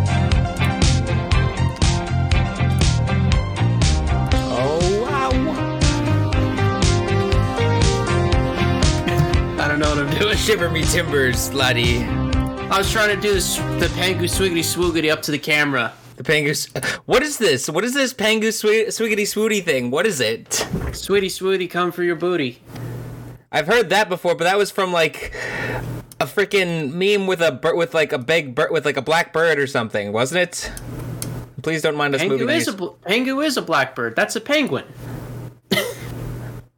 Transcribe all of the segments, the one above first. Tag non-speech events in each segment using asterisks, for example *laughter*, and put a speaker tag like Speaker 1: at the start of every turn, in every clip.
Speaker 1: Oh,
Speaker 2: Shiver me timbers, laddie.
Speaker 1: I was trying to do this, the pangu swiggity swoogity up to the camera.
Speaker 2: The pangus. What is this? What is this pangu swi- swiggity swooty thing? What is it?
Speaker 1: Sweetie, sweetie, come for your booty.
Speaker 2: I've heard that before, but that was from like a freaking meme with a bir- with like a big bird with like a black bird or something, wasn't it? Please don't mind us moving.
Speaker 1: Pangu is,
Speaker 2: these.
Speaker 1: a, bl- pangu is a blackbird. That's a penguin.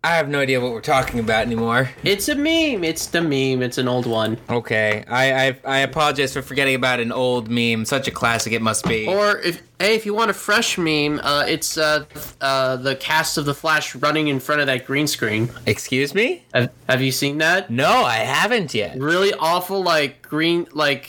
Speaker 2: I have no idea what we're talking about anymore.
Speaker 1: It's a meme. It's the meme. It's an old one.
Speaker 2: Okay, I I, I apologize for forgetting about an old meme. Such a classic it must be.
Speaker 1: Or if hey, if you want a fresh meme, uh, it's uh, uh, the cast of the Flash running in front of that green screen.
Speaker 2: Excuse me?
Speaker 1: Have, have you seen that?
Speaker 2: No, I haven't yet.
Speaker 1: Really awful, like green, like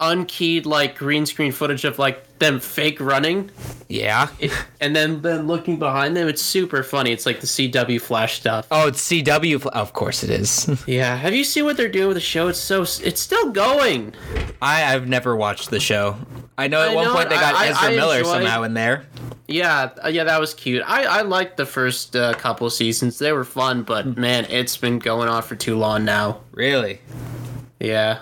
Speaker 1: unkeyed, like green screen footage of like them fake running,
Speaker 2: Yeah.
Speaker 1: It- and then then looking behind them. It's super funny. It's like the CW Flash stuff.
Speaker 2: Oh, it's CW. Fl- Of course it is. *laughs*
Speaker 1: Yeah. Have you seen what they're doing with the show? It's so it's still going.
Speaker 2: I I've never watched the show. I know at
Speaker 1: I
Speaker 2: one
Speaker 1: know
Speaker 2: point
Speaker 1: it.
Speaker 2: they got
Speaker 1: I- I-
Speaker 2: Ezra
Speaker 1: I
Speaker 2: Miller
Speaker 1: enjoy-
Speaker 2: somehow in there.
Speaker 1: Yeah, uh, yeah, that was cute. I I liked the first uh, couple seasons. They were fun, but man, it's been going on for too long now.
Speaker 2: Really?
Speaker 1: Yeah.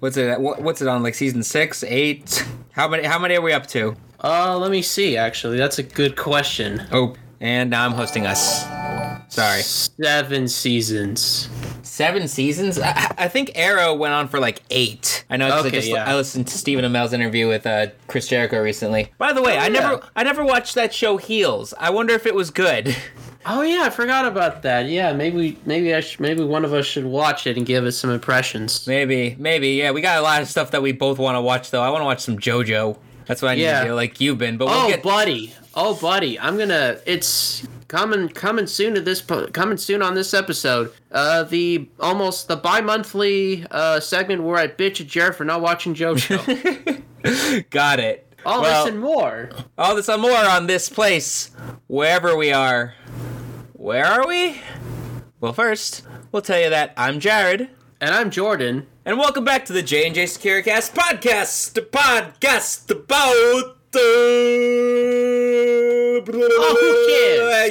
Speaker 2: What's it? wha- What's it on? Like season six, eight? How many? How many are we up to?
Speaker 1: Uh, let me see. Actually, that's a good question.
Speaker 2: Oh, and now I'm hosting us. Sorry,
Speaker 1: Seven seasons.
Speaker 2: seven seasons. I, I think Arrow went on for like eight. I know. 'cause I
Speaker 1: Okay,
Speaker 2: just
Speaker 1: yeah.
Speaker 2: I listened to Stephen Amell's interview with uh, Chris Jericho recently. Oh, By the way, I
Speaker 1: yeah.
Speaker 2: never I never watched that show Heels. I wonder if it was good. *laughs*
Speaker 1: Oh yeah, I forgot about that. Yeah, maybe maybe I sh- maybe one of us should watch it and give us some impressions.
Speaker 2: Maybe, maybe. Yeah, we got a lot of stuff that we both want to watch though. I want to watch some JoJo. That's what I need
Speaker 1: Yeah.
Speaker 2: to do, like you've been. But we'll
Speaker 1: oh
Speaker 2: get.
Speaker 1: buddy, oh buddy, I'm gonna. It's coming coming soon to this po- coming soon on this episode. Uh, the almost the bi-monthly uh segment where I bitch at Jared for not
Speaker 2: *laughs*
Speaker 1: watching JoJo.
Speaker 2: got it.
Speaker 1: All
Speaker 2: Well-
Speaker 1: this and more.
Speaker 2: All this and more on this place, wherever we are. Where are we? Well, first, we'll tell you that I'm Jared,
Speaker 1: And I'm Jordan.
Speaker 2: and welcome back to the J and J Securecast podcast, the podcast about. The...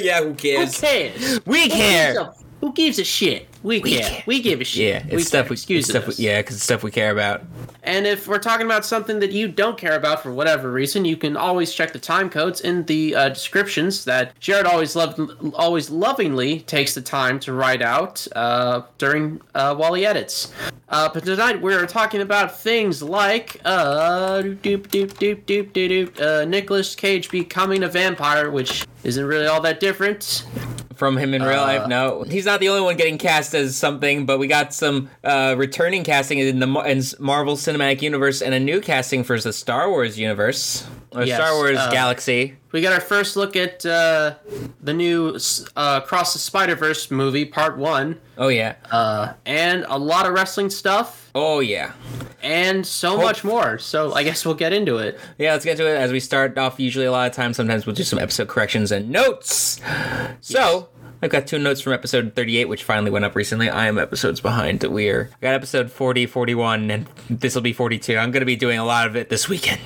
Speaker 1: Oh,
Speaker 2: Yeah, who
Speaker 1: Who
Speaker 2: cares?
Speaker 1: cares?
Speaker 2: We
Speaker 1: Who gives
Speaker 2: care.
Speaker 1: a, who gives a shit? We, care.
Speaker 2: care.
Speaker 1: We give a shit.
Speaker 2: Yeah, it's
Speaker 1: we
Speaker 2: stuff.
Speaker 1: care.
Speaker 2: We,
Speaker 1: Excuse
Speaker 2: it's stuff. We,
Speaker 1: us.
Speaker 2: yeah, because it's stuff we care about.
Speaker 1: And if we're talking about something that you don't care about for whatever reason, you can always check the time codes in the uh, descriptions that Jared always loved, always lovingly takes the time to write out uh, during uh, while he edits. Uh, but tonight we're talking about things like uh, doop doop doop doop doop doop uh, Nicholas Cage becoming a vampire, which isn't really all that different.
Speaker 2: from him in real
Speaker 1: Uh,
Speaker 2: life. No, he's not the only one getting cast as something, but we got some uh, returning casting in the Mar- in s- Marvel Cinematic Universe and a new casting for the Star Wars universe, or
Speaker 1: Yes,
Speaker 2: Star Wars
Speaker 1: uh,
Speaker 2: Galaxy.
Speaker 1: We got our first look at uh, the new uh, Across the Spider Verse movie, Part One.
Speaker 2: Oh yeah,
Speaker 1: uh, and a lot of wrestling stuff,
Speaker 2: oh yeah,
Speaker 1: and so much more. So I guess we'll get into it.
Speaker 2: yeah. Let's get to it as we start off. Usually, a lot of times, sometimes we'll do some episode corrections and notes. So. I've got two notes from episode 38, which finally went up recently. I am episodes behind. We're I got episode 40, 41, and this will be 42. I'm going to be doing a lot of it this weekend.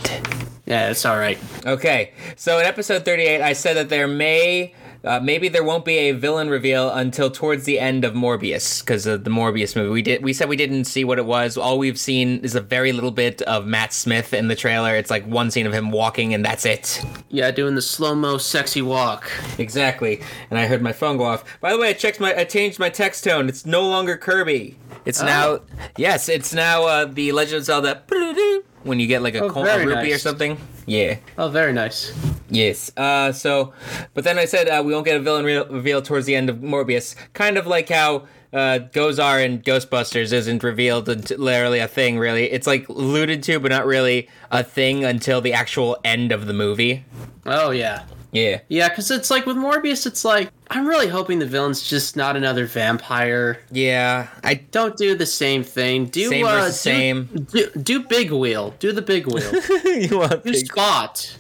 Speaker 1: Yeah, it's all right.
Speaker 2: Okay, so in episode 38, I said that there may, uh, maybe there won't be a villain reveal until towards the end of Morbius because of the Morbius movie. We did, we said we didn't see what it was. All we've seen is a very little bit of Matt Smith in the trailer. It's like one scene of him walking, and that's it.
Speaker 1: Yeah, doing the slow mo, sexy walk.
Speaker 2: Exactly. And I heard my phone go off. By the way, I checked my, I changed my text tone. It's no longer Kirby. It's now, yes, it's now uh, the Legend of Zelda. *laughs* When you get like a,
Speaker 1: Oh,
Speaker 2: coin, a
Speaker 1: very
Speaker 2: rupee or
Speaker 1: nice.
Speaker 2: something. Yeah.
Speaker 1: Oh, very nice.
Speaker 2: Yes. Uh, so, but then I said uh, we won't get a villain re- reveal towards the end of Morbius, kind of like how uh, Gozar in Ghostbusters isn't revealed until literally a thing. Really, it's like alluded to, but not really a thing until the actual end of the movie.
Speaker 1: Oh yeah,
Speaker 2: Yeah.
Speaker 1: yeah. Because it's like with Morbius, it's like I'm really hoping the villain's just not another vampire.
Speaker 2: Yeah. I *laughs*
Speaker 1: Don't do the same thing. Do
Speaker 2: Same
Speaker 1: uh,
Speaker 2: versus
Speaker 1: do-
Speaker 2: same.
Speaker 1: Do, do big wheel. Do the big
Speaker 2: *laughs*
Speaker 1: wheel.
Speaker 2: you want
Speaker 1: do Spot.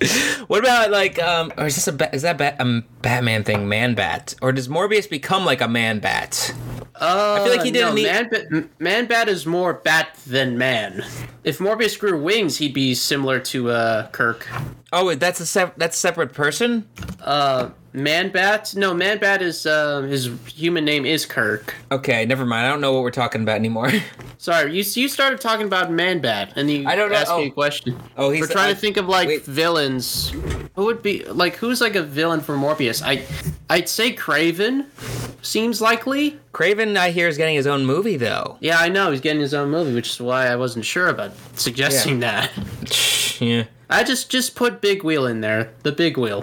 Speaker 2: What about like um? Or is this a ba- is that ba- um, Batman thing? Man Bat? Or does Morbius become like a Man Bat?
Speaker 1: Uh, I
Speaker 2: feel like he did
Speaker 1: no,
Speaker 2: in the-
Speaker 1: Man, Bat- M- man Bat is more bat than man. If Morbius grew wings, he'd be similar to uh, Kirk.
Speaker 2: Oh, wait, that's a sep- that's a separate person.
Speaker 1: Uh, Man Bat? No, Man Bat is uh, his human name is Kirk.
Speaker 2: Okay, never mind. I don't know what we're talking about anymore. *laughs*
Speaker 1: Sorry, you you started talking about Man Bat, and you
Speaker 2: I don't know-
Speaker 1: asked me
Speaker 2: oh.
Speaker 1: a question.
Speaker 2: Oh, he's-
Speaker 1: we're trying
Speaker 2: I-
Speaker 1: to think of like
Speaker 2: wait.
Speaker 1: villains. Who would be like who's like a villain for Morbius? I I'd say Craven seems likely.
Speaker 2: Craven, I hear, is getting his own movie though.
Speaker 1: Yeah, I know he's getting his own movie, which is why I wasn't sure about suggesting that.
Speaker 2: *laughs* Yeah,
Speaker 1: I just just put Big Wheel in there, the Big Wheel.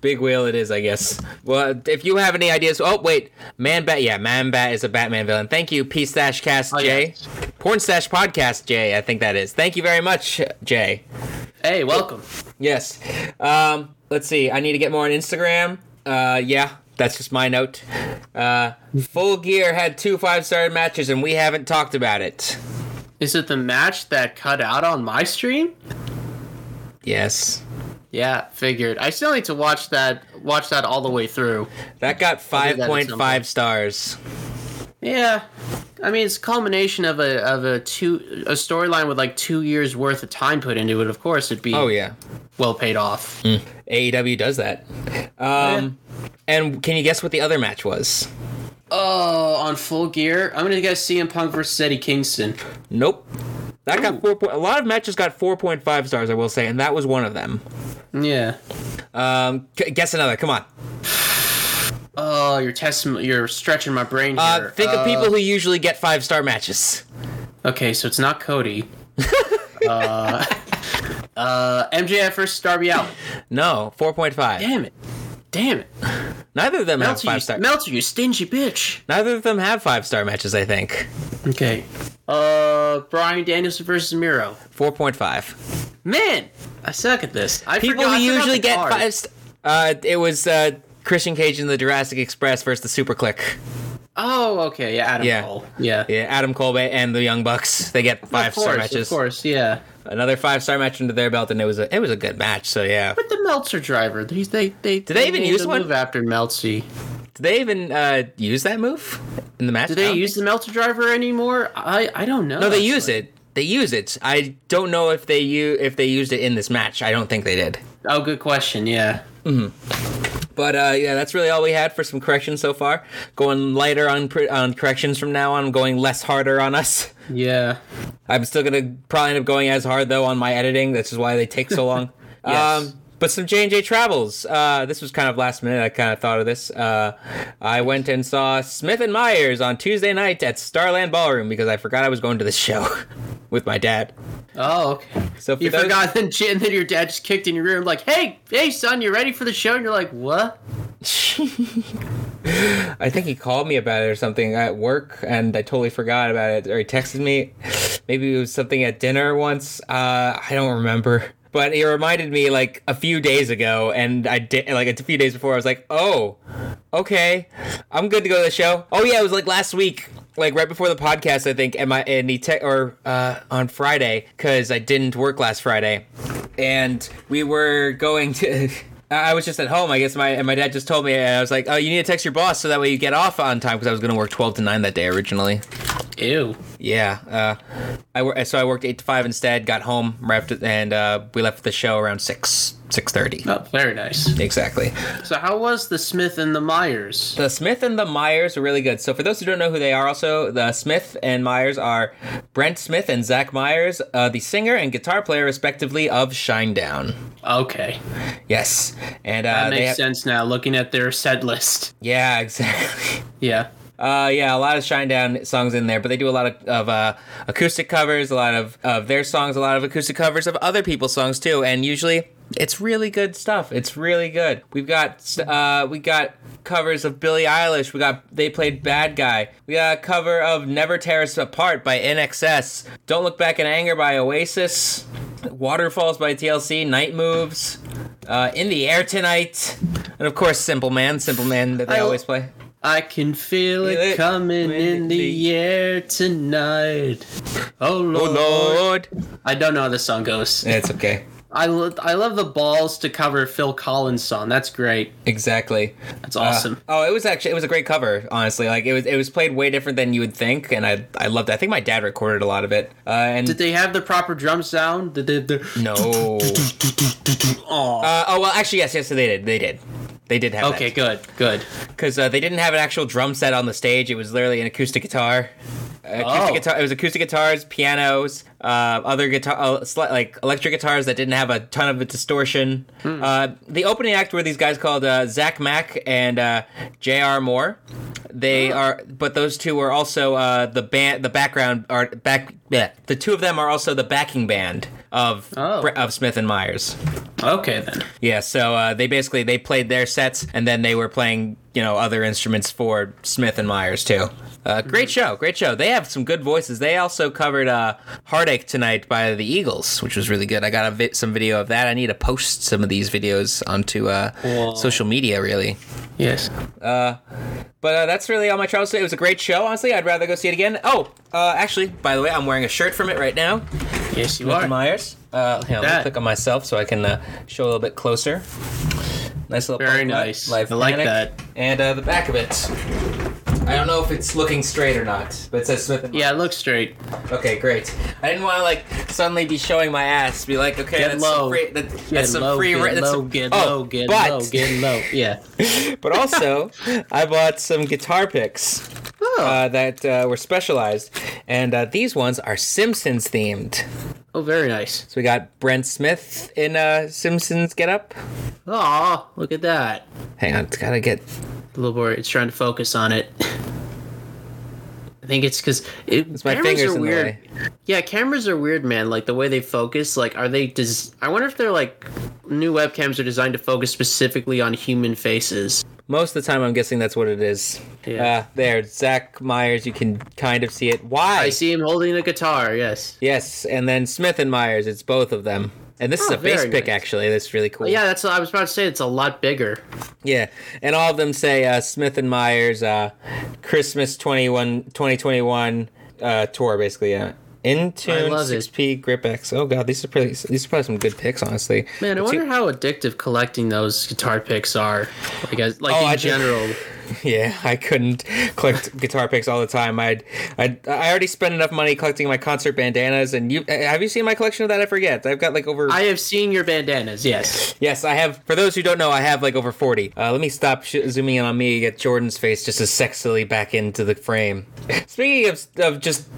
Speaker 2: big wheel it is, I guess. Well, if you have any ideas, oh wait, Man Bat, yeah, Man Bat is a Batman villain. Thank you, P Stash Cast
Speaker 1: Oh, yeah.
Speaker 2: Jay, Porn Stash Podcast Jay, I think that is. Thank you very much, Jay.
Speaker 1: Hey, welcome.
Speaker 2: Yes. Um, let's see. I need to get more on Instagram. Uh, yeah, that's just my note. Uh, Full Gear had two five star matches, and we haven't talked about it.
Speaker 1: Is it the match that cut out on my stream?
Speaker 2: Yes.
Speaker 1: Yeah, figured. I still need to watch that watch that all the way through.
Speaker 2: That got
Speaker 1: I'll do that at
Speaker 2: 5.5
Speaker 1: some point.
Speaker 2: stars.
Speaker 1: Yeah. I mean, it's a culmination of a of a two a storyline with like 2 years worth of time put into it. Of course, it'd be
Speaker 2: Oh, yeah.
Speaker 1: well paid off.
Speaker 2: AEW E does that. Um, And can you guess what the other match was?
Speaker 1: Oh, on full gear. I'm going to guess CM Punk versus Eddie Kingston.
Speaker 2: Nope. That got
Speaker 1: Ooh.
Speaker 2: four. Point, a lot of matches got 4.5 stars, I will say, and that was one of them.
Speaker 1: Yeah.
Speaker 2: Um, c- guess another. Come on.
Speaker 1: Oh, you're testing you're stretching my brain here.
Speaker 2: Uh, think
Speaker 1: Uh,
Speaker 2: of people who usually get five star matches.
Speaker 1: Okay, so it's
Speaker 2: *laughs*
Speaker 1: not Cody. uh, uh, MJF versus Darby Allin.
Speaker 2: No, 4.5.
Speaker 1: Damn it. Damn it.
Speaker 2: Neither of them have
Speaker 1: Meltzer,
Speaker 2: five
Speaker 1: you,
Speaker 2: star.
Speaker 1: Meltzer, you stingy bitch.
Speaker 2: Neither of them have five star matches. I think
Speaker 1: Okay. Uh, Brian Danielson versus Miro.
Speaker 2: four point five.
Speaker 1: Man, I suck at this. I
Speaker 2: People
Speaker 1: forgot, I
Speaker 2: who
Speaker 1: forgot
Speaker 2: usually
Speaker 1: the
Speaker 2: get
Speaker 1: card.
Speaker 2: five. St- uh, it was uh, Christian Cage and the Jurassic Express versus the Super Click.
Speaker 1: Oh, okay. Yeah, Adam
Speaker 2: Yeah.
Speaker 1: Cole. Yeah.
Speaker 2: Yeah, Adam Cole and the Young Bucks. They get five
Speaker 1: Of course,
Speaker 2: star matches.
Speaker 1: of course, yeah.
Speaker 2: Another five star match under their belt, and it was a it was a good match. So yeah,
Speaker 1: But the Meltzer driver, they they they did
Speaker 2: they even use one?
Speaker 1: move after Meltzy?
Speaker 2: did they even uh, use that move in the match?
Speaker 1: Do they
Speaker 2: No.
Speaker 1: use Oh, the Meltzer driver anymore? I I don't know.
Speaker 2: No, they use it. They use it. I don't know if they u- if they used it in this match. I don't think they did.
Speaker 1: Oh, good question. Yeah.
Speaker 2: But uh, yeah, that's really all we had for some corrections so far. Going lighter on pr- on corrections from now on. Going less harder on us.
Speaker 1: Yeah.
Speaker 2: I'm still gonna probably end up going as hard though on my editing. This is why they take so
Speaker 1: *laughs*
Speaker 2: long. Um,
Speaker 1: Yes.
Speaker 2: but some J and J travels. Uh, this was kind of last minute. I kind of thought of this. Uh, I went and saw Smith and Myers on Tuesday night at Starland Ballroom because I forgot I was going to this show *laughs* with my dad.
Speaker 1: Oh, okay.
Speaker 2: So for
Speaker 1: You
Speaker 2: those-
Speaker 1: forgot, *laughs* and then, and then your dad just kicked in your room, like, "Hey, hey, son, you ready for the show?" And you're like, "What?"
Speaker 2: I think he called me about it or something at work, and I totally forgot about it. Or he texted me. *sighs* Maybe it was something at dinner once. Uh, I don't remember. *laughs* But he reminded me like a few days ago, and I did like a few days before. I was like, "Oh, okay, I'm good to go to the show." Oh yeah, it was like last week, like right before the podcast, I think. And my and he te- or uh, on Friday because I didn't work last Friday, and we were going to. *laughs* I I was just at home, I guess. My and my dad just told me, and I was like, "Oh, you need to text your boss so that way you get off on time," because I was going to work twelve to nine that day originally.
Speaker 1: Ew.
Speaker 2: Yeah, uh, I wor- so I worked eight to five instead. Got home, wrapped it, and uh, we left the show around six six thirty.
Speaker 1: Oh, very nice.
Speaker 2: Exactly.
Speaker 1: So, how was the Smith and the Myers?
Speaker 2: The Smith and the Myers are really good. So for those who don't know who they are, also the Smith and Myers are Brent Smith and Zach Myers, uh, the singer and guitar player respectively of Shinedown.
Speaker 1: Okay,
Speaker 2: Yes, and uh,
Speaker 1: that
Speaker 2: they
Speaker 1: makes
Speaker 2: have-
Speaker 1: sense now. Looking at their set list. *laughs*
Speaker 2: yeah, *laughs* exactly.
Speaker 1: Yeah.
Speaker 2: Uh, yeah, a lot of Shinedown songs in there, but they do a lot of, of uh, acoustic covers, a lot of, of their songs, a lot of acoustic covers of other people's songs too, and usually it's really good stuff. It's really good. We've got uh, we got covers of Billie Eilish. We got they played Bad Guy. We got a cover of Never Tear Us Apart by NXS. Don't Look Back in Anger by Oasis. Waterfalls by TLC. Night Moves. Uh, in the Air Tonight. And of course, Simple Man. Simple Man that they
Speaker 1: I-
Speaker 2: always play.
Speaker 1: I can feel
Speaker 2: Feel it
Speaker 1: it coming
Speaker 2: coming in
Speaker 1: in the air tonight. Oh
Speaker 2: Oh,
Speaker 1: lord.
Speaker 2: Lord.
Speaker 1: I don't know how this song goes.
Speaker 2: It's okay.
Speaker 1: I, lo- I love the balls to cover Phil Collins song. That's great.
Speaker 2: Exactly.
Speaker 1: That's
Speaker 2: Uh,
Speaker 1: awesome.
Speaker 2: oh, it was actually it was a great cover, honestly. Like it was it was played way different than you would think, and I I loved. It. I think my dad recorded a lot of it. Uh, and
Speaker 1: Did they have the proper drum sound? Did they, the,
Speaker 2: no. Ah.
Speaker 1: Aw.
Speaker 2: Uh, oh well, actually yes, yes they did. They did. They did have
Speaker 1: Okay, good, good.
Speaker 2: because uh, they didn't have an actual drum set on the stage. It was literally an acoustic guitar. Acoustic
Speaker 1: Oh.
Speaker 2: guitar. It was acoustic guitars, pianos, uh, other guitar, uh, sli- like electric guitars that didn't have a ton of distortion.
Speaker 1: Hmm.
Speaker 2: Uh, the opening act were these guys called uh, Zach Mack and uh, J.R. Moore. They are, but those two are also uh, the band, the background art back. Yeah, the two of them are also the backing band of
Speaker 1: Oh.
Speaker 2: of Smith and Myers.
Speaker 1: Okay then.
Speaker 2: Yeah, so uh, they basically they played their sets, and then they were playing you know other instruments for Smith and Myers too. Uh, great show, great show. They have some good voices. They also covered uh, "Heartache Tonight" by the Eagles, which was really good. I got a vi- some video of that. I need to post some of these videos onto uh,
Speaker 1: Whoa.
Speaker 2: social media, really.
Speaker 1: Yes.
Speaker 2: But uh, that's really all my travels today. It was a great show, honestly. I'd rather go see it again. Oh, uh, actually, by the way, I'm wearing a shirt from it right now.
Speaker 1: Yes, you
Speaker 2: Smith
Speaker 1: are.
Speaker 2: and Myers. Uh, hang on, let me
Speaker 1: That-
Speaker 2: click on myself so I can uh, show a little bit closer. Nice little
Speaker 1: Very
Speaker 2: polka dot,
Speaker 1: nice.
Speaker 2: Live
Speaker 1: I like
Speaker 2: panic.
Speaker 1: that.
Speaker 2: And uh, the back of it. I don't know if it's looking straight or not, but it says Smith and
Speaker 1: yeah, look straight.
Speaker 2: Okay, great. I didn't want to like suddenly be showing my ass, be like, okay,
Speaker 1: Get
Speaker 2: that's
Speaker 1: low.
Speaker 2: some free. That, that's
Speaker 1: Get
Speaker 2: some
Speaker 1: low,
Speaker 2: free.
Speaker 1: get
Speaker 2: ra- that's
Speaker 1: low,
Speaker 2: some,
Speaker 1: get
Speaker 2: oh,
Speaker 1: low, get
Speaker 2: but,
Speaker 1: low, get low. Yeah.
Speaker 2: *laughs* but
Speaker 1: *laughs*
Speaker 2: also, I bought some guitar picks
Speaker 1: Oh,
Speaker 2: uh, that uh, were specialized, and uh, these ones are Simpsons themed.
Speaker 1: oh very nice.
Speaker 2: So we got Brent Smith in uh, Simpsons Get Up.
Speaker 1: Aw, look at that.
Speaker 2: Hang on, it's gotta get.
Speaker 1: The little boy, it's trying to focus on it. I think it's because it, it's
Speaker 2: my fingers in
Speaker 1: are
Speaker 2: the
Speaker 1: weird.
Speaker 2: way.
Speaker 1: Yeah, cameras are weird, man. Like the way they focus. Like, are they? Des- I wonder if they're like new webcams are designed to focus specifically on human faces.
Speaker 2: Most of the time, I'm guessing that's what it is.
Speaker 1: Yeah.
Speaker 2: Uh, there, Zach Myers. You can kind of see it. Why?
Speaker 1: I see him holding a guitar. Yes.
Speaker 2: Yes, and then Smith and Myers. It's both of them. And this is
Speaker 1: Oh,
Speaker 2: a bass
Speaker 1: very
Speaker 2: pick,
Speaker 1: nice.
Speaker 2: actually. That's really cool.
Speaker 1: Yeah, that's. I was about to say it's a lot bigger.
Speaker 2: Yeah. And all of them say uh, Smith and Myers, uh, Christmas 21, 2021 uh, tour, basically. Yeah.
Speaker 1: I
Speaker 2: Intune,
Speaker 1: love it.
Speaker 2: 6P, Grip X. Oh, God. These are, pretty, these are probably some good picks, honestly.
Speaker 1: Man, I
Speaker 2: The two-
Speaker 1: wonder how addictive collecting those guitar picks are. Like, as, like
Speaker 2: Oh,
Speaker 1: in
Speaker 2: I just-
Speaker 1: general.
Speaker 2: Yeah, I couldn't collect guitar picks all the time. I'd, I'd I already spent enough money collecting my concert bandanas, and you have you seen my collection of that? I forget. I've got like over.
Speaker 1: I have seen your
Speaker 2: *laughs*
Speaker 1: bandanas. Yes.
Speaker 2: yes, I have. For those who don't know, I have like over forty. Uh, let me stop sh- zooming in on me. Get Jordan's face just as sexily back into the frame. *laughs* Speaking of, of just.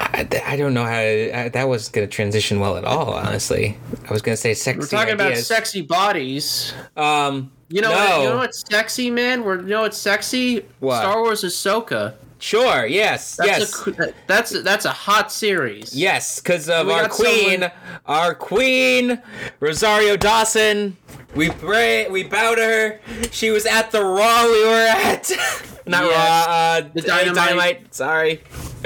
Speaker 2: I, I don't know how I, that was going to transition well at all. Honestly, I was going to say sexy.
Speaker 1: We're talking about
Speaker 2: ideas.
Speaker 1: sexy bodies.
Speaker 2: Um,
Speaker 1: You know,
Speaker 2: no.
Speaker 1: what, you know what's sexy, man. We're you know what's sexy.
Speaker 2: What?
Speaker 1: Star Wars Ahsoka.
Speaker 2: Sure. Yes.
Speaker 1: That's
Speaker 2: yes.
Speaker 1: A, cr- that's that's a hot series.
Speaker 2: Yes, because of
Speaker 1: We
Speaker 2: our
Speaker 1: got
Speaker 2: queen,
Speaker 1: someone-
Speaker 2: our queen, Rosario Dawson. We pray, we bow to her. She was at the Raw we were at, *laughs* not
Speaker 1: Yes.
Speaker 2: Raw, uh, the
Speaker 1: Dynamite.
Speaker 2: dynamite. Sorry,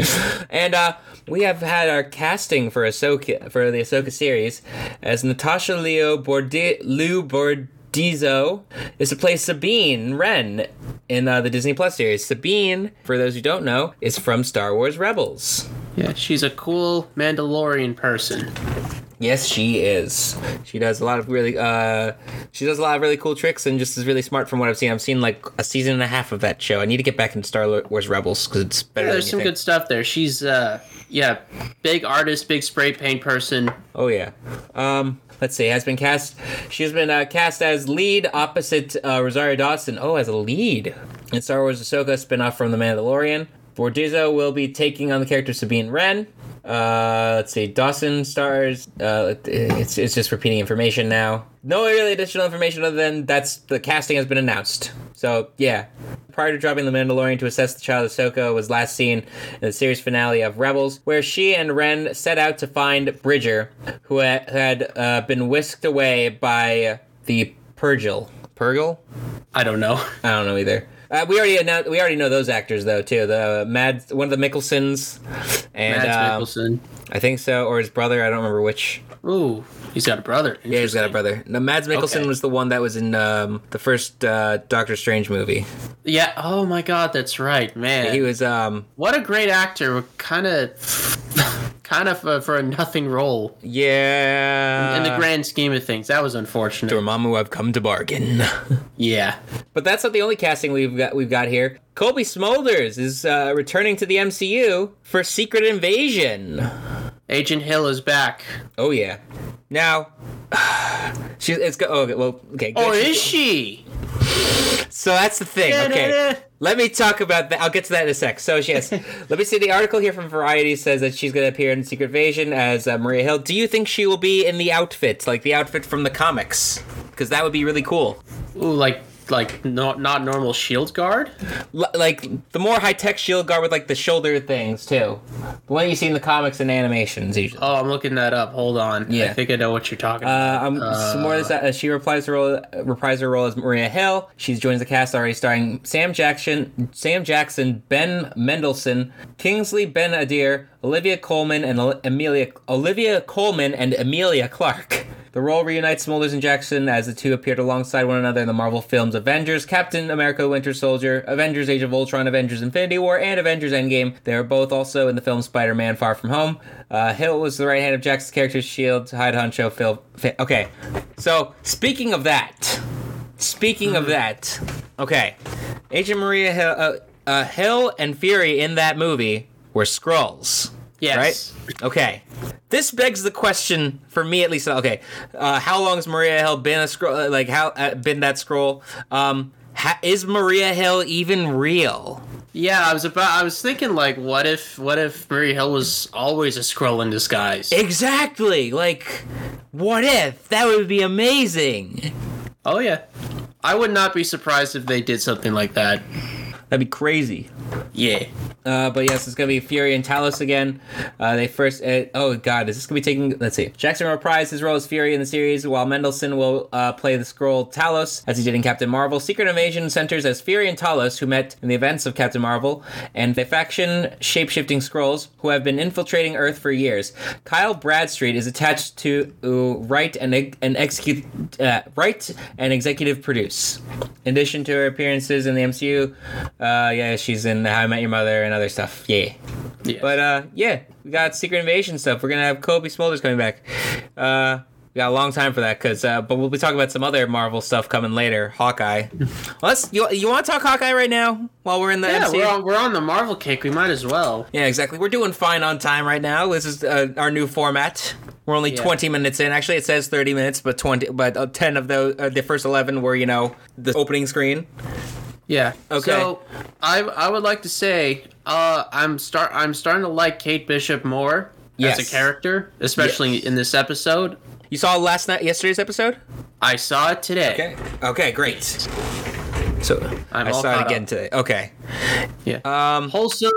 Speaker 2: *laughs* and uh, we have had our casting for Ahsoka for the Ahsoka series as Natasha Leo Borde- Lou Bordizo is to play Sabine Wren in uh, the Disney Plus series. Sabine, for those who don't know, is from Star Wars Rebels.
Speaker 1: Yeah, she's a cool Mandalorian person.
Speaker 2: Yes, she is. She does a lot of really, uh, she does a lot of really cool tricks and just is really smart from what I've seen. I've seen like a season and a half of that show. I need to get back into Star Wars Rebels because it's better.
Speaker 1: There's
Speaker 2: than
Speaker 1: some
Speaker 2: you
Speaker 1: good
Speaker 2: think.
Speaker 1: stuff there. She's uh yeah, big artist, big spray paint person.
Speaker 2: Oh yeah. Um, let's see. Has been cast. She's been uh, cast as lead opposite uh, Rosario Dawson. Oh, as a lead in Star Wars Ahsoka spinoff from The Mandalorian. Bordizzo will be taking on the character Sabine Wren. Uh, let's see. Dawson stars. Uh, it's it's just repeating information now. No really additional information other than that's the casting has been announced. So yeah, prior to dropping the Mandalorian to assess the child Ahsoka was last seen in the series finale of Rebels, where she and Ren set out to find Bridger, who ha- had uh, been whisked away by the Purgil. Purgil?
Speaker 1: I don't know.
Speaker 2: I don't know either. Uh, we already announced, we already know those actors though too. The Mad one of the Mickelsons, and
Speaker 1: Mads
Speaker 2: um,
Speaker 1: Mikkelsen.
Speaker 2: I think so, or his brother. I don't remember which.
Speaker 1: Ooh, he's got a brother.
Speaker 2: Yeah, he's got a brother. No, Mads Mikkelsen
Speaker 1: Okay.
Speaker 2: was the one that was in um, the first uh, Doctor Strange movie.
Speaker 1: Yeah. Oh my God, that's right, man.
Speaker 2: He was um,
Speaker 1: what a great actor. Kind of, kind of uh, for a nothing role
Speaker 2: yeah.
Speaker 1: in the grand scheme of things. That was unfortunate.
Speaker 2: Dormammu, I've come to bargain. *laughs*
Speaker 1: Yeah.
Speaker 2: but that's not the only casting we've got. We've got here. Colby Smulders is uh, returning to the MCU for Secret Invasion.
Speaker 1: Agent Hill is back.
Speaker 2: Oh yeah. *sighs* Now, she's it's go. Oh, okay, well, okay.
Speaker 1: Or
Speaker 2: good.
Speaker 1: is she?
Speaker 2: So that's the thing. Okay. Let me talk about that. I'll get to that in a sec. So she has, let me see. The article here from Variety says that she's going to appear in Secret Invasion as uh, Maria Hill. Do you think she will be in the outfit, like the outfit from the comics? Because that would be really cool.
Speaker 1: Ooh, like like not not normal shield guard.
Speaker 2: L- like the more high tech shield guard with like the shoulder things too. The one you see in the comics and animations usually.
Speaker 1: Oh, I'm looking that up. Hold on.
Speaker 2: Yeah.
Speaker 1: I think I know what you're talking. about.
Speaker 2: Uh, um, some more of this. Uh, she replies her role, reprised her role as Maria Hill. She joins the cast already, starring Sam Jackson, Sam Jackson, Ben Mendelsohn, Kingsley Ben Adir, Olivia Coleman, and Ol- Amelia Olivia Coleman and Amelia Clark. The role reunites Smulders and Jackson as the two appeared alongside one another in the Marvel films Avengers, Captain America Winter Soldier, Avengers Age of Ultron, Avengers Infinity War, and Avengers Endgame. They were both also in the film Spider Man Far From Home. Uh, Hill was the right hand of Jackson's character's shield, hide honcho Phil. Fi- okay, so speaking of that, speaking of that, okay, Agent Maria Hill, uh, uh, Hill and Fury in that movie were Skrulls.
Speaker 1: yes.
Speaker 2: Right? Okay. This begs the question for me, at least. Okay, uh, how long has Maria Hill been a scroll? Like, how uh, been that scroll? Um, ha- is Maria Hill even real?
Speaker 1: Yeah, I was about. I was thinking like, what if what if Maria Hill was always a scroll in disguise?
Speaker 2: Exactly. Like, what if that would be amazing?
Speaker 1: oh yeah. I would not be surprised if they did something like that.
Speaker 2: That'd be crazy.
Speaker 1: Yeah.
Speaker 2: Uh, but yes, it's gonna be Fury and Talos again. Uh, they first. Uh, oh God, is this gonna be taking? Let's see. Jackson reprised his role as Fury in the series, while Mendelsohn will uh, play the scroll Talos as he did in Captain Marvel. Secret Invasion centers as Fury and Talos, who met in the events of Captain Marvel, and the faction shapeshifting scrolls who have been infiltrating Earth for years. Kyle Bradstreet is attached to uh, write and ex- and execute uh, write and executive produce. In addition to her appearances in the MCU, uh, yeah, she's in How I Met Your Mother and other stuff. Yeah.
Speaker 1: Yeah.
Speaker 2: But uh, yeah, we got Secret Invasion stuff. We're gonna have Kobe Smulders coming back. Uh, we got a long time for that, cause uh, but we'll be talking about some other Marvel stuff coming later. Hawkeye. Let's you you want to talk Hawkeye right now while we're in the
Speaker 1: yeah,
Speaker 2: MCU?
Speaker 1: we're on, we're on the Marvel kick. We might as well.
Speaker 2: Yeah, exactly. We're doing fine on time right now. This is uh, our new format. We're only
Speaker 1: Yeah.
Speaker 2: 20 minutes in. Actually, it says 30 minutes, but 20 but uh, 10 of those uh, the first 11 were, you know, the opening screen.
Speaker 1: Yeah.
Speaker 2: Okay.
Speaker 1: So I I would like to say uh, I'm start I'm starting to like Kate Bishop more as
Speaker 2: Yes.
Speaker 1: a character, especially
Speaker 2: Yes.
Speaker 1: in this episode.
Speaker 2: You saw last night yesterday's episode?
Speaker 1: I saw it today.
Speaker 2: Okay. Okay, great. So
Speaker 1: I'm
Speaker 2: I
Speaker 1: all
Speaker 2: saw it
Speaker 1: caught
Speaker 2: again
Speaker 1: up.
Speaker 2: today. Okay.
Speaker 1: Yeah.
Speaker 2: Um
Speaker 1: Wholesome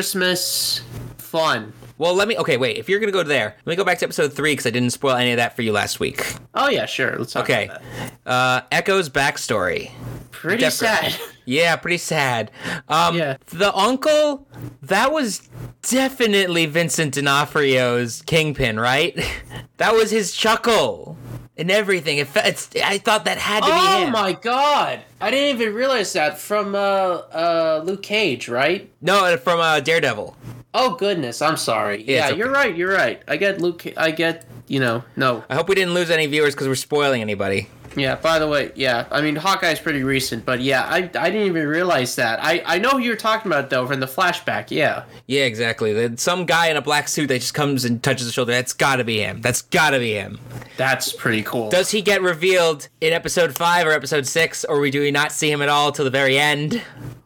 Speaker 1: Christmas fun.
Speaker 2: well, let me Okay, wait. If you're going to go there, let me go back to episode 3 cuz I didn't spoil any of that for you last week.
Speaker 1: Oh yeah, sure. Let's talk
Speaker 2: Okay.
Speaker 1: about that.
Speaker 2: Uh Echo's backstory.
Speaker 1: Pretty
Speaker 2: Definitely.
Speaker 1: sad. *laughs*
Speaker 2: Yeah, pretty sad. Um,
Speaker 1: Yeah.
Speaker 2: The uncle, that was definitely Vincent D'Onofrio's kingpin, right? *laughs* that was his chuckle and everything. It, fe- it's, I thought that had to be
Speaker 1: Oh
Speaker 2: him.
Speaker 1: my god. I didn't even realize that from uh uh Luke Cage, right?
Speaker 2: No, from uh, Daredevil.
Speaker 1: Oh goodness, I'm sorry. Yeah,
Speaker 2: it's okay.
Speaker 1: you're right, you're right. I get Luke I get, you know, no.
Speaker 2: I hope we didn't lose any viewers because we're spoiling anybody.
Speaker 1: Yeah, by the way, yeah. I mean, Hawkeye's pretty recent, but yeah, I, I didn't even realize that. I, I know who you're talking about, though, from the flashback, yeah.
Speaker 2: Yeah, exactly. Then Some guy in a black suit that just comes and touches the shoulder. That's gotta be him. That's gotta be him.
Speaker 1: That's pretty cool.
Speaker 2: Does he get revealed in episode five or episode six, or we do we not see him at all till the very end?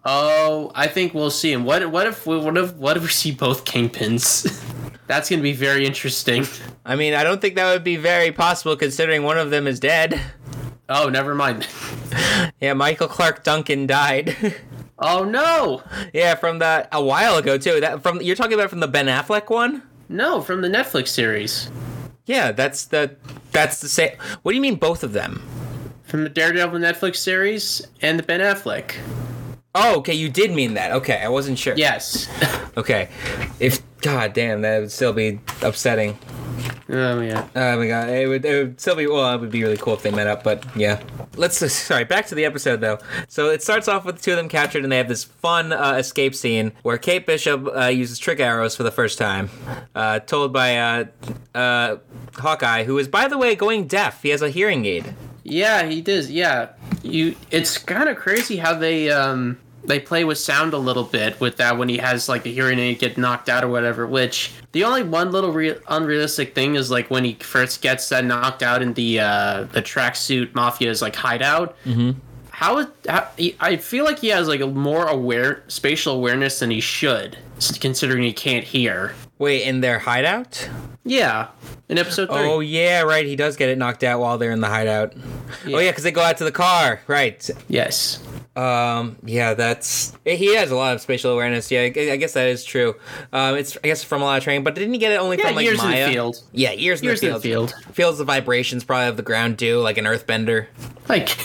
Speaker 1: oh, I think we'll see him. What what if we what if what if we see both kingpins? *laughs* That's gonna be very interesting.
Speaker 2: I mean, I don't think that would be very possible considering one of them is dead.
Speaker 1: Oh, never mind.
Speaker 2: Yeah, Michael Clark Duncan died. *laughs*
Speaker 1: Oh no,
Speaker 2: yeah, from the a while ago too. That from you're talking about from the Ben Affleck one?
Speaker 1: no, from the Netflix series,
Speaker 2: Yeah, that's the that's the same. What do you mean both of them?
Speaker 1: from the Daredevil Netflix series and the Ben Affleck.
Speaker 2: Oh, okay, you did mean that. Okay, I wasn't sure.
Speaker 1: Yes. *laughs*
Speaker 2: Okay. If god damn, that would still be upsetting.
Speaker 1: oh yeah.
Speaker 2: Oh my god, it would, it would still be well. It would be really cool if they met up, but yeah. Let's sorry. Back to the episode though. So it starts off with the two of them captured, and they have this fun uh, escape scene where Kate Bishop uh, uses trick arrows for the first time, uh, told by uh, uh, Hawkeye, who is by the way going deaf. He has a hearing aid.
Speaker 1: Yeah, he does. Yeah, you. It's kind of crazy how they um they play with sound a little bit with that when he has like the hearing aid get knocked out or whatever. Which the only one little re- unrealistic thing is like when he first gets that knocked out in the uh the tracksuit mafia's like hideout. Mm-hmm. how, is- how he- I feel like he has like a more aware spatial awareness than he should, s- considering he can't hear.
Speaker 2: Wait, in their hideout?
Speaker 1: Yeah, in episode three.
Speaker 2: Oh yeah, right. He does get it knocked out while they're in the hideout. Oh yeah, because they go out to the car, right?
Speaker 1: Yes.
Speaker 2: Um, yeah, that's he has a lot of spatial awareness. Yeah, I I guess that is true. Um, it's I guess from a lot of training, but didn't he get it only
Speaker 1: Yeah,
Speaker 2: from like
Speaker 1: years in the
Speaker 2: Maya?
Speaker 1: field.
Speaker 2: Yeah, years,
Speaker 1: Years
Speaker 2: in
Speaker 1: in
Speaker 2: the
Speaker 1: the
Speaker 2: field. Feels the vibrations probably of the ground do, like an earthbender.
Speaker 1: Like *laughs*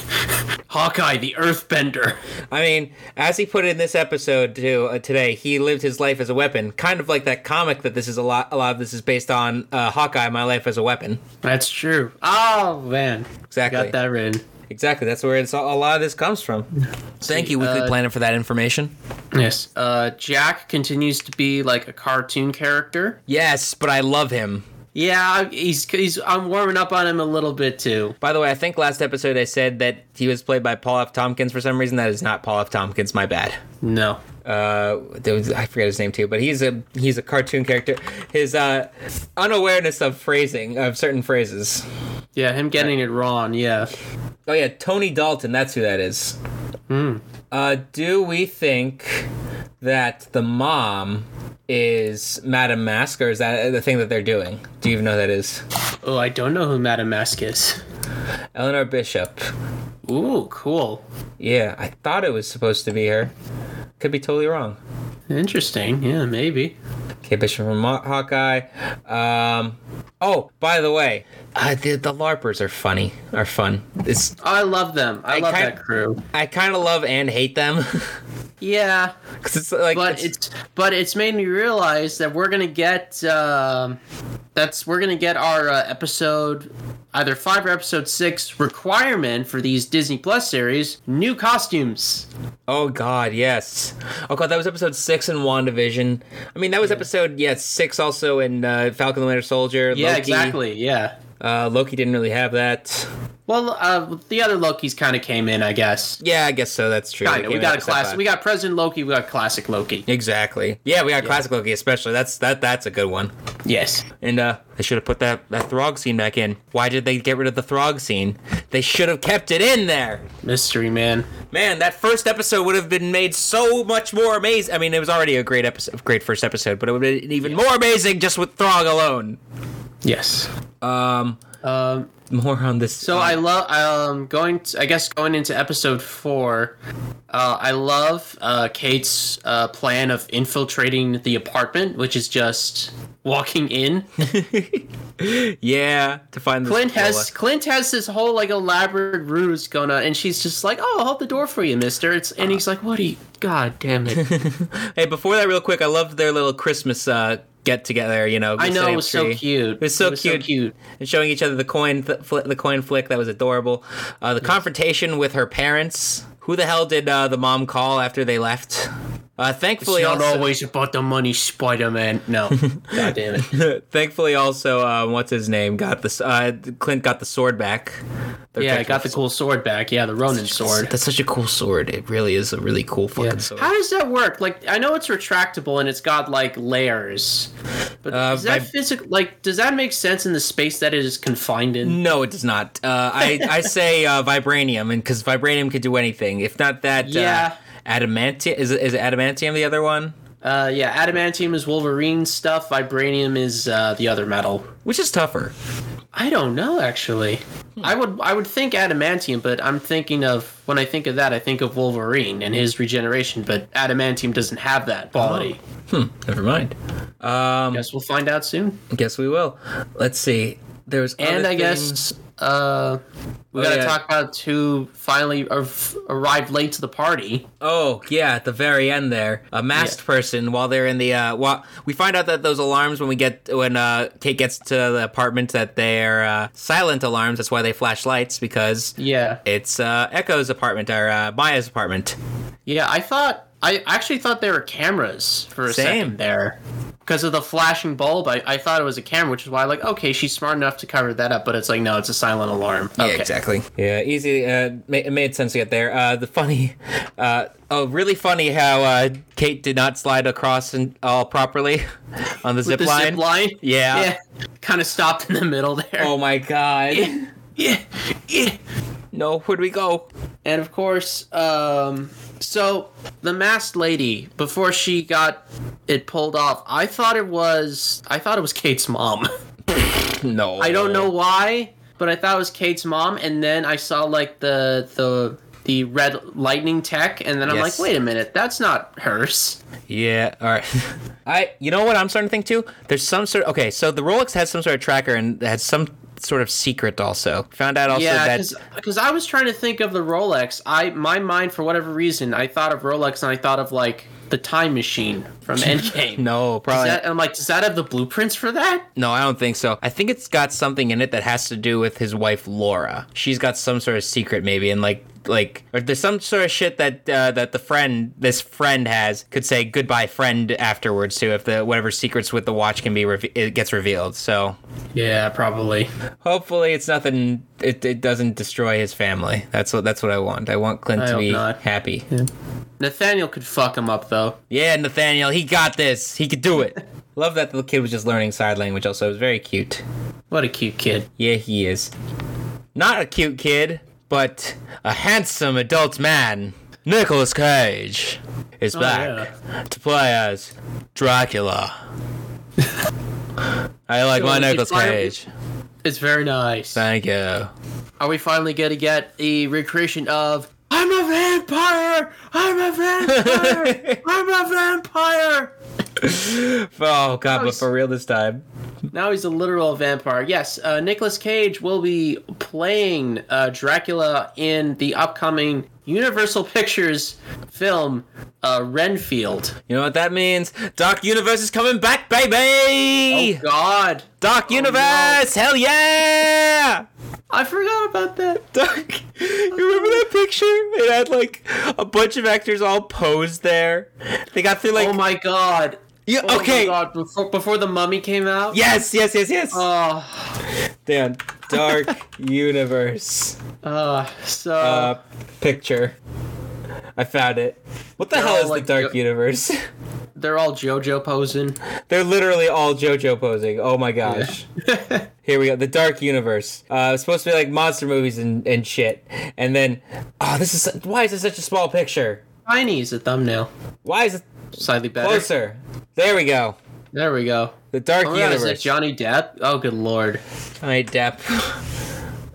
Speaker 1: Hawkeye, the Earthbender.
Speaker 2: I mean, as he put it in this episode too, uh, today, he lived his life as a weapon, kind of like that comic that this is a lot. A lot of this is based on uh, Hawkeye, My Life as a Weapon.
Speaker 1: That's true. Oh man,
Speaker 2: Exactly.
Speaker 1: got that in.
Speaker 2: Exactly. That's where it's, a lot of this comes from. Thank you, Weekly
Speaker 1: uh,
Speaker 2: Planet, for that information.
Speaker 1: Yes. Uh, Jack continues to be like a cartoon character.
Speaker 2: Yes, but I love him.
Speaker 1: Yeah, he's he's. I'm warming up on him a little bit too.
Speaker 2: By the way, I think last episode I said that he was played by Paul F. Tompkins for some reason. That is not Paul F. Tompkins. My bad.
Speaker 1: No.
Speaker 2: Uh, there was, I forget his name too, but he's a he's a cartoon character. His uh, unawareness of phrasing of certain phrases.
Speaker 1: Yeah, him getting it wrong. Yeah.
Speaker 2: Oh yeah, Tony Dalton. That's who that is. Uh, do we think that the mom is Madame Mask, or is that the thing that they're doing? Do you even know who that is?
Speaker 1: Oh, I don't know who Madame Mask is.
Speaker 2: Eleanor Bishop.
Speaker 1: Ooh, cool.
Speaker 2: Yeah, I thought it was supposed to be her. Could be totally wrong.
Speaker 1: Interesting. Yeah, maybe.
Speaker 2: Okay, Bishop from Mo- Hawkeye. Um, oh, by the way, uh, the, the LARPers are funny. Are fun. It's,
Speaker 1: I love them. I, love
Speaker 2: kind-
Speaker 1: that crew.
Speaker 2: I kind of love and hate them *laughs*
Speaker 1: Yeah,
Speaker 2: 'Cause it's like
Speaker 1: but it's but it's made me realize that we're gonna get um, that's we're gonna get our uh, episode either five or episode six requirement for these Disney Plus series new costumes.
Speaker 2: Oh God, yes. Oh God, that was episode six in Wandavision. I mean, that was episode yeah six also in uh, Falcon the Winter Soldier.
Speaker 1: Yeah,
Speaker 2: Loki.
Speaker 1: exactly. Yeah.
Speaker 2: Uh, Loki didn't really have that.
Speaker 1: Well, uh, the other Loki's kind of came in, I guess.
Speaker 2: Yeah, I guess so. That's true. It
Speaker 1: Kind of.
Speaker 2: came
Speaker 1: We
Speaker 2: in
Speaker 1: got a
Speaker 2: episode
Speaker 1: classic.
Speaker 2: five.
Speaker 1: We got President Loki. We got classic Loki.
Speaker 2: exactly. Yeah, we got classic Loki, especially. That's that. That's a good one.
Speaker 1: Yes.
Speaker 2: And uh, they should have put that that Throg scene back in. Why did they get rid of the Throg scene? They should have kept it in there.
Speaker 1: Mystery man.
Speaker 2: Man, that first episode would have been made so much more amazing. I mean, it was already a great episode, great first episode, but it would have been even more amazing just with Throg alone.
Speaker 1: Yes.
Speaker 2: Um,
Speaker 1: Um,
Speaker 2: more on this. uh,
Speaker 1: So I love um going. To, I guess going into episode four, uh, I love uh, Kate's uh, plan of infiltrating the apartment, which is just walking
Speaker 2: *laughs*
Speaker 1: in.
Speaker 2: yeah to find this
Speaker 1: Clint has
Speaker 2: Lola.
Speaker 1: Clint has this whole like elaborate ruse going on, and she's just like, "Oh, I'll hold the door for you, Mister." It's and he's like, "What are you? God
Speaker 2: *laughs*
Speaker 1: damn it!"
Speaker 2: Hey, before that, real quick, I loved their little Christmas uh, get together. You know,
Speaker 1: I know
Speaker 2: setting
Speaker 1: it
Speaker 2: up
Speaker 1: was so
Speaker 2: tree.
Speaker 1: cute.
Speaker 2: It was so cute.
Speaker 1: cute.
Speaker 2: and showing each other the coin th- fl- the coin flick that was adorable. Uh, the confrontation with her parents. Who the hell did uh, the mom call after they left? Uh, thankfully,
Speaker 1: It's not
Speaker 2: also,
Speaker 1: always about the money, Spider Man.
Speaker 2: *laughs*
Speaker 1: No, God damn it.
Speaker 2: thankfully also, uh, what's his name got the s- uh, Clint got the sword back. Their
Speaker 1: Yeah, I
Speaker 2: technical
Speaker 1: got the cool sword back. Yeah, the Ronin sword.
Speaker 2: That's such a cool sword. It really is a really cool fucking sword.
Speaker 1: How does that work? Like, I know it's retractable and it's got like layers, but
Speaker 2: Uh,
Speaker 1: is that
Speaker 2: by-
Speaker 1: physical? Like, does that make sense in the space that it is confined in?
Speaker 2: No, it does not. Uh, I *laughs* I say uh, vibranium, and because vibranium could do anything. If not that,
Speaker 1: Yeah.
Speaker 2: uh, adamantium is it- is it adamantium the other one,
Speaker 1: Uh, yeah, adamantium is Wolverine stuff. Vibranium is uh, the other metal.
Speaker 2: which is tougher.
Speaker 1: I don't know actually. I would I would think adamantium, but I'm thinking of when I think of that, I think of Wolverine and his regeneration. But adamantium doesn't have that quality.
Speaker 2: Never mind.
Speaker 1: Guess we'll find out soon.
Speaker 2: Guess we will. Let's see. There's
Speaker 1: And
Speaker 2: other
Speaker 1: I
Speaker 2: things-
Speaker 1: guess uh, we
Speaker 2: Oh,
Speaker 1: gotta
Speaker 2: yeah.
Speaker 1: talk about who finally arv- arrived late to the party.
Speaker 2: Oh yeah, at the very end there, a masked person while they're in the uh, while we find out that those alarms when we get when uh Kate gets to the apartment that they're uh, silent alarms. That's why they flash lights because
Speaker 1: Yeah,
Speaker 2: it's uh Echo's apartment or uh, Maya's apartment.
Speaker 1: yeah. I thought I actually thought they were cameras for a
Speaker 2: Same.
Speaker 1: second there because of the flashing bulb. I, I thought it was a camera, which is why like okay, she's smart enough to cover that up, but it's like no, it's a silent alarm. Okay.
Speaker 2: Yeah, exactly. Yeah, easy. Uh, ma- it made sense to get there. Uh, the funny, uh, oh, really funny how uh, Kate did not slide across and all properly *laughs* on the zip
Speaker 1: The
Speaker 2: line.
Speaker 1: zip line.
Speaker 2: Yeah.
Speaker 1: *laughs* yeah. Kind of stopped in the middle there.
Speaker 2: Oh my god.
Speaker 1: yeah, yeah.
Speaker 2: No, where'd we go?
Speaker 1: And of course, um, so the masked lady before she got it pulled off, I thought it was I thought it was Kate's mom. *laughs*
Speaker 2: No.
Speaker 1: I don't know why, but I thought it was Kate's mom, and then I saw like the the the red lightning tech, and then I'm
Speaker 2: Yes.
Speaker 1: like, wait a minute, that's not hers.
Speaker 2: Yeah. All right. *laughs* I. You know what I'm starting to think too. There's some sort. Okay. So the Rolex has some sort of tracker and has some sort of secret. Also found out also
Speaker 1: yeah,
Speaker 2: that
Speaker 1: because I was trying to think of the Rolex. I my mind for whatever reason I thought of Rolex, and I thought of like the time machine
Speaker 2: *laughs*
Speaker 1: from Endgame.
Speaker 2: no,
Speaker 1: Does
Speaker 2: probably
Speaker 1: that- I'm like, does that have the blueprints for that?
Speaker 2: no. I don't think so. I think it's got something in it that has to do with his wife Laura. She's got some sort of secret maybe, and like like or there's some sort of shit that uh, that the friend this friend has could say goodbye friend afterwards too if the whatever secrets with the watch can be reve- it gets revealed. So
Speaker 1: Yeah, probably.
Speaker 2: Hopefully, it's nothing. It, it doesn't destroy his family. That's what that's what I want. I want Clint
Speaker 1: I
Speaker 2: to
Speaker 1: hope
Speaker 2: be
Speaker 1: not.
Speaker 2: happy.
Speaker 1: Nathaniel could fuck him up though.
Speaker 2: Yeah, Nathaniel, he got this. He could do it. *laughs* Love that the kid was just learning sign language. Also, it was very cute.
Speaker 1: What a cute kid.
Speaker 2: Yeah, he is. Not a cute kid, but a handsome adult man. Nicholas Cage is
Speaker 1: Oh,
Speaker 2: back to play as
Speaker 1: *laughs*
Speaker 2: Dracula. I like
Speaker 1: So
Speaker 2: my
Speaker 1: we should
Speaker 2: Nicholas
Speaker 1: fire-
Speaker 2: Cage.
Speaker 1: It's very nice.
Speaker 2: Thank you.
Speaker 1: Are we finally gonna get a recreation of I'm a vampire! I'm a *laughs* vampire! I'm a vampire!
Speaker 2: Oh god, but
Speaker 1: Nice.
Speaker 2: for real this time.
Speaker 1: Now he's a literal vampire. Yes, uh, Nicolas Cage will be playing uh, Dracula in the upcoming Universal Pictures film uh, Renfield.
Speaker 2: You know what that means? Dark Universe is coming back, baby!
Speaker 1: Oh God, Oh,
Speaker 2: Dark Universe! Hell yeah! *laughs*
Speaker 1: I forgot about that.
Speaker 2: Dark. You remember that picture? It had like a bunch of actors all posed there. They got through like.
Speaker 1: oh my God.
Speaker 2: yeah,
Speaker 1: Oh
Speaker 2: okay.
Speaker 1: My God. Before, before the Mummy came out.
Speaker 2: Yes, yes, yes, yes.
Speaker 1: Uh,
Speaker 2: Damn. Dark
Speaker 1: *laughs*
Speaker 2: Universe
Speaker 1: uh, so
Speaker 2: uh, picture. I found it. What the
Speaker 1: They're
Speaker 2: hell
Speaker 1: all,
Speaker 2: is
Speaker 1: like,
Speaker 2: the Dark
Speaker 1: go-
Speaker 2: Universe? *laughs*
Speaker 1: they're all JoJo posing.
Speaker 2: They're literally all JoJo posing. Oh my
Speaker 1: *laughs*
Speaker 2: gosh. Here we go. The Dark Universe. Uh, it's supposed to be like monster movies and, and shit. And then, oh, this is su- why is it such a small picture?
Speaker 1: Tiny's a thumbnail.
Speaker 2: Why is it
Speaker 1: Slightly better.
Speaker 2: closer? There we go.
Speaker 1: There we go.
Speaker 2: The Dark
Speaker 1: Oh my God, is it
Speaker 2: Universe.
Speaker 1: Johnny Depp? Oh, good lord.
Speaker 2: All right, Depp.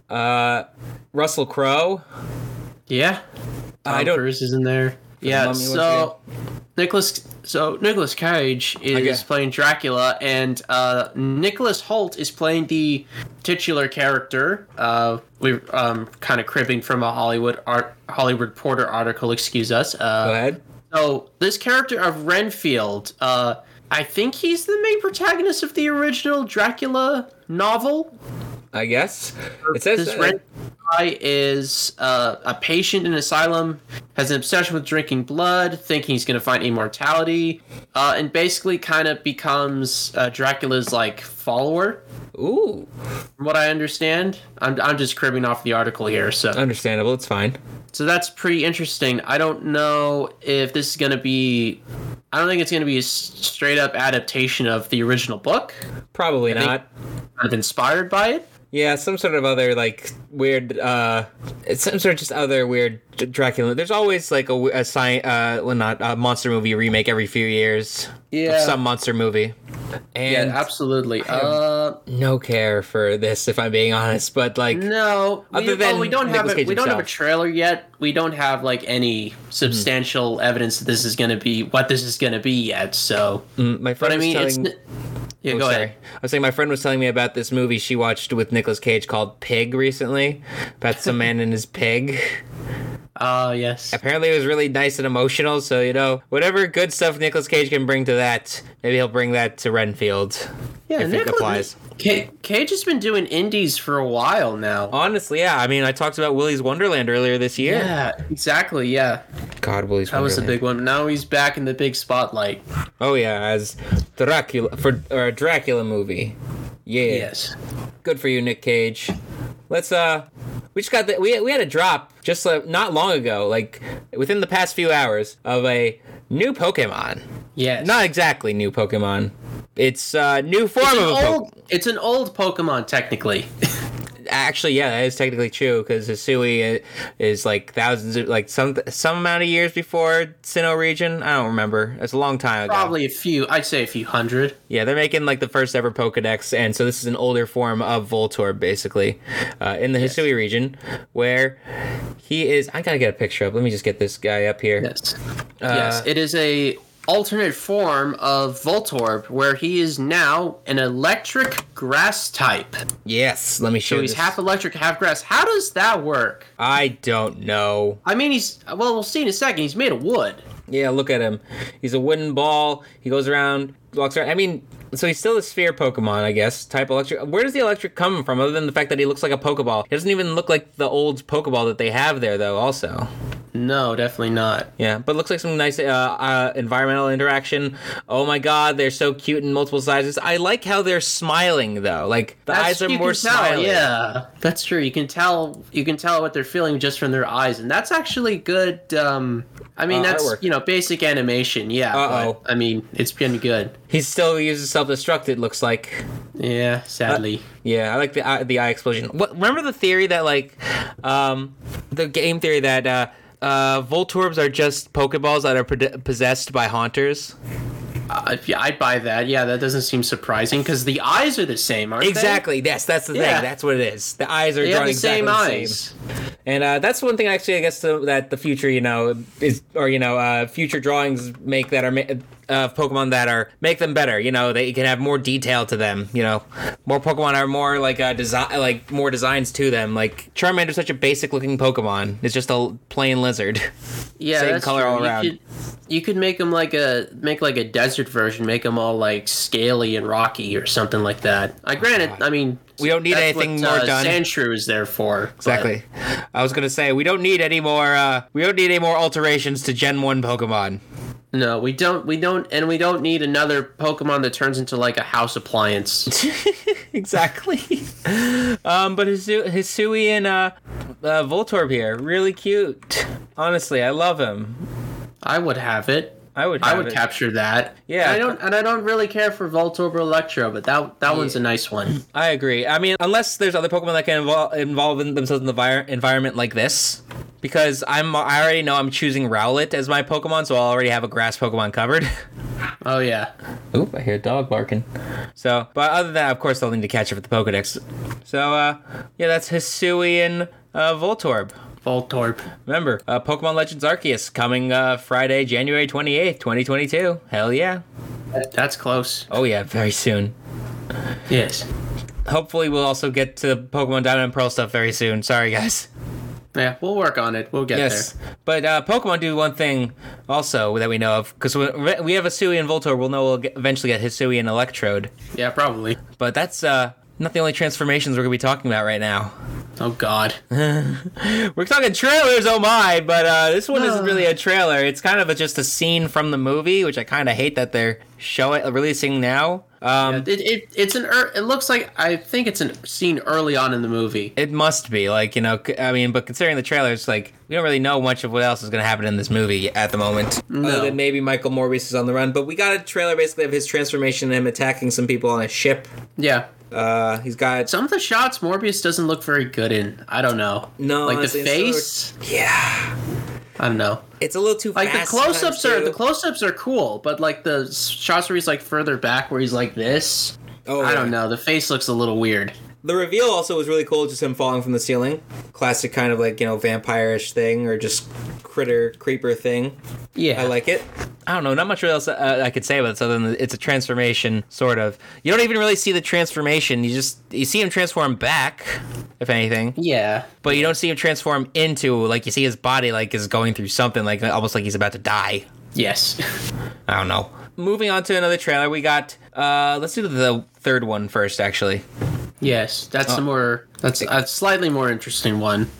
Speaker 2: Uh, Russell Crowe.
Speaker 1: Yeah. Tom
Speaker 2: I don't.
Speaker 1: Cruise is in there.
Speaker 2: Mummy
Speaker 1: Yeah.
Speaker 2: once
Speaker 1: So Nicholas, so Nicholas Cage is
Speaker 2: Okay.
Speaker 1: playing Dracula, and uh, Nicholas Holt is playing the titular character. Uh, we um kind of cribbing from a Hollywood art Hollywood Reporter article. Excuse us.
Speaker 2: Go
Speaker 1: Uh,
Speaker 2: ahead.
Speaker 1: so this character of Renfield. Uh, I think he's the main protagonist of the original Dracula novel.
Speaker 2: I guess it says.
Speaker 1: This
Speaker 2: uh,
Speaker 1: red guy is uh, a patient in an asylum, has an obsession with drinking blood, thinking he's going to find immortality, uh, and basically kind of becomes uh, Dracula's like follower.
Speaker 2: ooh,
Speaker 1: From what I understand, I'm, I'm just cribbing off the article here, so
Speaker 2: understandable. It's fine.
Speaker 1: so that's pretty interesting. I don't know if this is going to be. I don't think it's going to be a s- straight up adaptation of the original book.
Speaker 2: Probably
Speaker 1: think-
Speaker 2: not.
Speaker 1: Kind of inspired by it.
Speaker 2: Yeah, some sort of other like weird, uh, it's some sort of just other weird D- Dracula. There's always like a, a sci- uh, well, not a monster movie remake every few years.
Speaker 1: Yeah.
Speaker 2: of some monster movie.
Speaker 1: Yeah,
Speaker 2: And
Speaker 1: absolutely. Uh,
Speaker 2: no care for this, if I'm being *laughs* honest. But like,
Speaker 1: No, we,
Speaker 2: Other
Speaker 1: well,
Speaker 2: than
Speaker 1: we don't have
Speaker 2: Nicolas
Speaker 1: a,
Speaker 2: Cage
Speaker 1: we don't have a
Speaker 2: himself.
Speaker 1: trailer yet. We don't have like any substantial evidence that this is going to be what this is going to be yet. So,
Speaker 2: mm, my friend
Speaker 1: but I
Speaker 2: was
Speaker 1: mean, it's
Speaker 2: telling.
Speaker 1: n- yeah,
Speaker 2: Oh,
Speaker 1: go
Speaker 2: sorry.
Speaker 1: ahead.
Speaker 2: I was saying my friend was telling me about this movie she watched with Nicolas Cage called Pig recently, about some man and his pig.
Speaker 1: Oh yes,
Speaker 2: Apparently, it was really nice and emotional. So you know, whatever good stuff Nicolas Cage can bring to that, maybe he'll bring that to Renfield.
Speaker 1: yeah.
Speaker 2: if it
Speaker 1: Nicolas-
Speaker 2: applies.
Speaker 1: Ca- Cage has been doing indies for a while now.
Speaker 2: Honestly, yeah. I mean, I talked about Willy's Wonderland earlier this year.
Speaker 1: yeah, exactly. Yeah,
Speaker 2: God, Willy's
Speaker 1: that was
Speaker 2: Wonderland.
Speaker 1: a big one. Now he's back in the big spotlight.
Speaker 2: Oh yeah, as Dracula for or a Dracula movie. Yeah.
Speaker 1: Yes.
Speaker 2: Good for you, Nick Cage. Let's uh we just got the we we had a drop just uh, not long ago, like within the past few hours of a new Pokemon.
Speaker 1: Yes.
Speaker 2: Not exactly new Pokemon. It's a new form
Speaker 1: It's
Speaker 2: of a
Speaker 1: an
Speaker 2: Pokemon.
Speaker 1: old. It's an old Pokemon technically.
Speaker 2: actually, yeah, that is technically true because Hisui is like thousands, of, like some some amount of years before Sinnoh region. I don't remember. It's a long time ago.
Speaker 1: Probably a few. I'd say a few hundred.
Speaker 2: Yeah, they're making like the first ever Pokedex, and so this is an older form of Voltorb, basically, uh, in the Hisui region, where he is. I gotta get a picture up. Let me just get this guy up here.
Speaker 1: Yes. yes. It is a alternate form of Voltorb, where he is now an electric grass type.
Speaker 2: Yes, let me show
Speaker 1: So
Speaker 2: you.
Speaker 1: he's
Speaker 2: this.
Speaker 1: half electric, half grass. How does that work?
Speaker 2: I don't know.
Speaker 1: I mean, he's well. We'll see in a second. He's made of wood.
Speaker 2: Yeah, look at him. He's a wooden ball. He goes around, walks around. I mean, so he's still a sphere Pokemon, I guess. Type electric. Where does the electric come from, other than the fact that he looks like a Pokeball? He doesn't even look like the old Pokeball that they have there, though. Also,
Speaker 1: No, definitely not.
Speaker 2: yeah, but looks like some nice uh, uh, environmental interaction. Oh my God, they're so cute in multiple sizes. I like how they're smiling though. Like the eyes are
Speaker 1: you
Speaker 2: more
Speaker 1: can tell,
Speaker 2: smiling.
Speaker 1: Yeah, that's true. You can tell. You can tell what they're feeling just from their eyes, and that's actually good. Um, I mean,
Speaker 2: Uh,
Speaker 1: that's
Speaker 2: artwork.
Speaker 1: you know basic animation. Yeah.
Speaker 2: Uh-oh.
Speaker 1: but, I mean, it's been good.
Speaker 2: He still uses self-destruct. It looks like.
Speaker 1: Yeah, sadly.
Speaker 2: Yeah, I like the eye, the eye explosion. What, remember the theory that like, um, the game theory that uh, uh, Voltorbs are just Pokeballs that are pod- possessed by Haunters.
Speaker 1: Uh, yeah, I'd buy that. Yeah, that doesn't seem surprising because the eyes are the same, aren't
Speaker 2: Exactly. Yes, that's the
Speaker 1: Yeah.
Speaker 2: thing. That's what it is. The eyes are
Speaker 1: they? They have
Speaker 2: drawn
Speaker 1: the
Speaker 2: exactly
Speaker 1: same
Speaker 2: the same.
Speaker 1: eyes.
Speaker 2: And uh, that's one thing actually, I guess, the, that the future, you know, is or you know, uh, future drawings make that are ma- uh, Pokemon that are make them better. You know, they can have more detail to them. You know, more Pokemon are more like uh, design, like more designs to them. Like Charmander is such a basic looking Pokemon. It's just a plain lizard. *laughs*
Speaker 1: Yeah,
Speaker 2: Same
Speaker 1: that's
Speaker 2: color all
Speaker 1: You
Speaker 2: around.
Speaker 1: could, you could make them like a make like a desert version. Make them all like scaly and rocky or something like that. I granted, I mean,
Speaker 2: We don't need
Speaker 1: that's
Speaker 2: anything
Speaker 1: what,
Speaker 2: more
Speaker 1: uh,
Speaker 2: done.
Speaker 1: Sandshrew is there for but-
Speaker 2: Exactly. I was gonna say we don't need any more. Uh, we don't need any more alterations to Gen One Pokemon.
Speaker 1: No, we don't. We don't, and we don't need another Pokemon that turns into like a house
Speaker 2: *laughs*
Speaker 1: appliance.
Speaker 2: exactly. um, but Hisu- Hisui and uh, uh, Voltorb here, really cute. Honestly, I love him.
Speaker 1: I would have it.
Speaker 2: I would.
Speaker 1: I
Speaker 2: have
Speaker 1: would
Speaker 2: it.
Speaker 1: capture that.
Speaker 2: Yeah.
Speaker 1: And I don't, and I don't really care for Voltorb or Electro, but that that one's a nice one.
Speaker 2: I agree. I mean, unless there's other Pokemon that can invol- involve in themselves in the vi- environment like this, because I'm I already know I'm choosing Rowlet as my Pokemon, so I'll already have a Grass Pokemon covered. *laughs*
Speaker 1: Oh yeah,
Speaker 2: Oop, I hear a dog barking. So, but other than that, of course, I'll need to catch up with the Pokedex. So, uh, yeah, that's Hisui and uh, Voltorb.
Speaker 1: Voltorb.
Speaker 2: Remember, uh, Pokemon Legends Arceus coming uh, Friday, January 28th, 2022. Hell yeah.
Speaker 1: That's close.
Speaker 2: Oh, yeah, very soon.
Speaker 1: Yes.
Speaker 2: Hopefully, we'll also get to the Pokemon Diamond and Pearl stuff very soon. Sorry, guys.
Speaker 1: Yeah, we'll work on it. We'll get
Speaker 2: Yes.
Speaker 1: there.
Speaker 2: But uh, Pokemon do one thing also that we know of, because we we have Hisui and Voltorb. We'll know we'll get, eventually get Hisui and Electrode.
Speaker 1: Yeah, probably.
Speaker 2: But that's uh, not the only transformations we're going to be talking about right now.
Speaker 1: Oh God.
Speaker 2: Mm-hmm. We're talking trailers, oh my! But uh, this one isn't really a trailer. It's kind of a, just a scene from the movie, which I kind of hate that they're showing releasing now. Um,
Speaker 1: It, it it's an ear it looks like I think it's an scene early on in the movie.
Speaker 2: It must be like you know. c- I mean, but considering the trailers, like we don't really know much of what else is going to happen in this movie at the moment. No. Other than maybe Michael Morbius is on the run, but we got a trailer basically of his transformation and him attacking some people on a ship.
Speaker 1: Yeah.
Speaker 2: Uh, he's got
Speaker 1: Some of the shots Morbius doesn't look very good in. I don't know.
Speaker 2: No,
Speaker 1: like the
Speaker 2: it's- it's sort of-
Speaker 1: face.
Speaker 2: yeah.
Speaker 1: I don't know.
Speaker 2: It's a little too
Speaker 1: Like the
Speaker 2: fast
Speaker 1: close-ups
Speaker 2: sometimes,
Speaker 1: are the
Speaker 2: too.
Speaker 1: close-ups are cool, but like the s- shots where he's like further back, where he's like this.
Speaker 2: oh,
Speaker 1: I
Speaker 2: yeah.
Speaker 1: don't know. The face looks a little weird.
Speaker 2: The reveal also was really cool, just him falling from the ceiling. Classic kind of like, you know, vampire-ish thing or just critter creeper thing.
Speaker 1: Yeah.
Speaker 2: I like it. I don't know, not much else uh, I could say about this other than it's a transformation, sort of. You don't even really see the transformation. You just you see him transform back, if anything,
Speaker 1: Yeah.
Speaker 2: but you don't see him transform into. Like you see his body like is going through something, like almost like he's about to die.
Speaker 1: Yes. *laughs*
Speaker 2: I don't know. Moving on to another trailer, we got. uh Let's do the third one first, actually.
Speaker 1: yes. That's a more. Oh. That's a slightly more interesting one.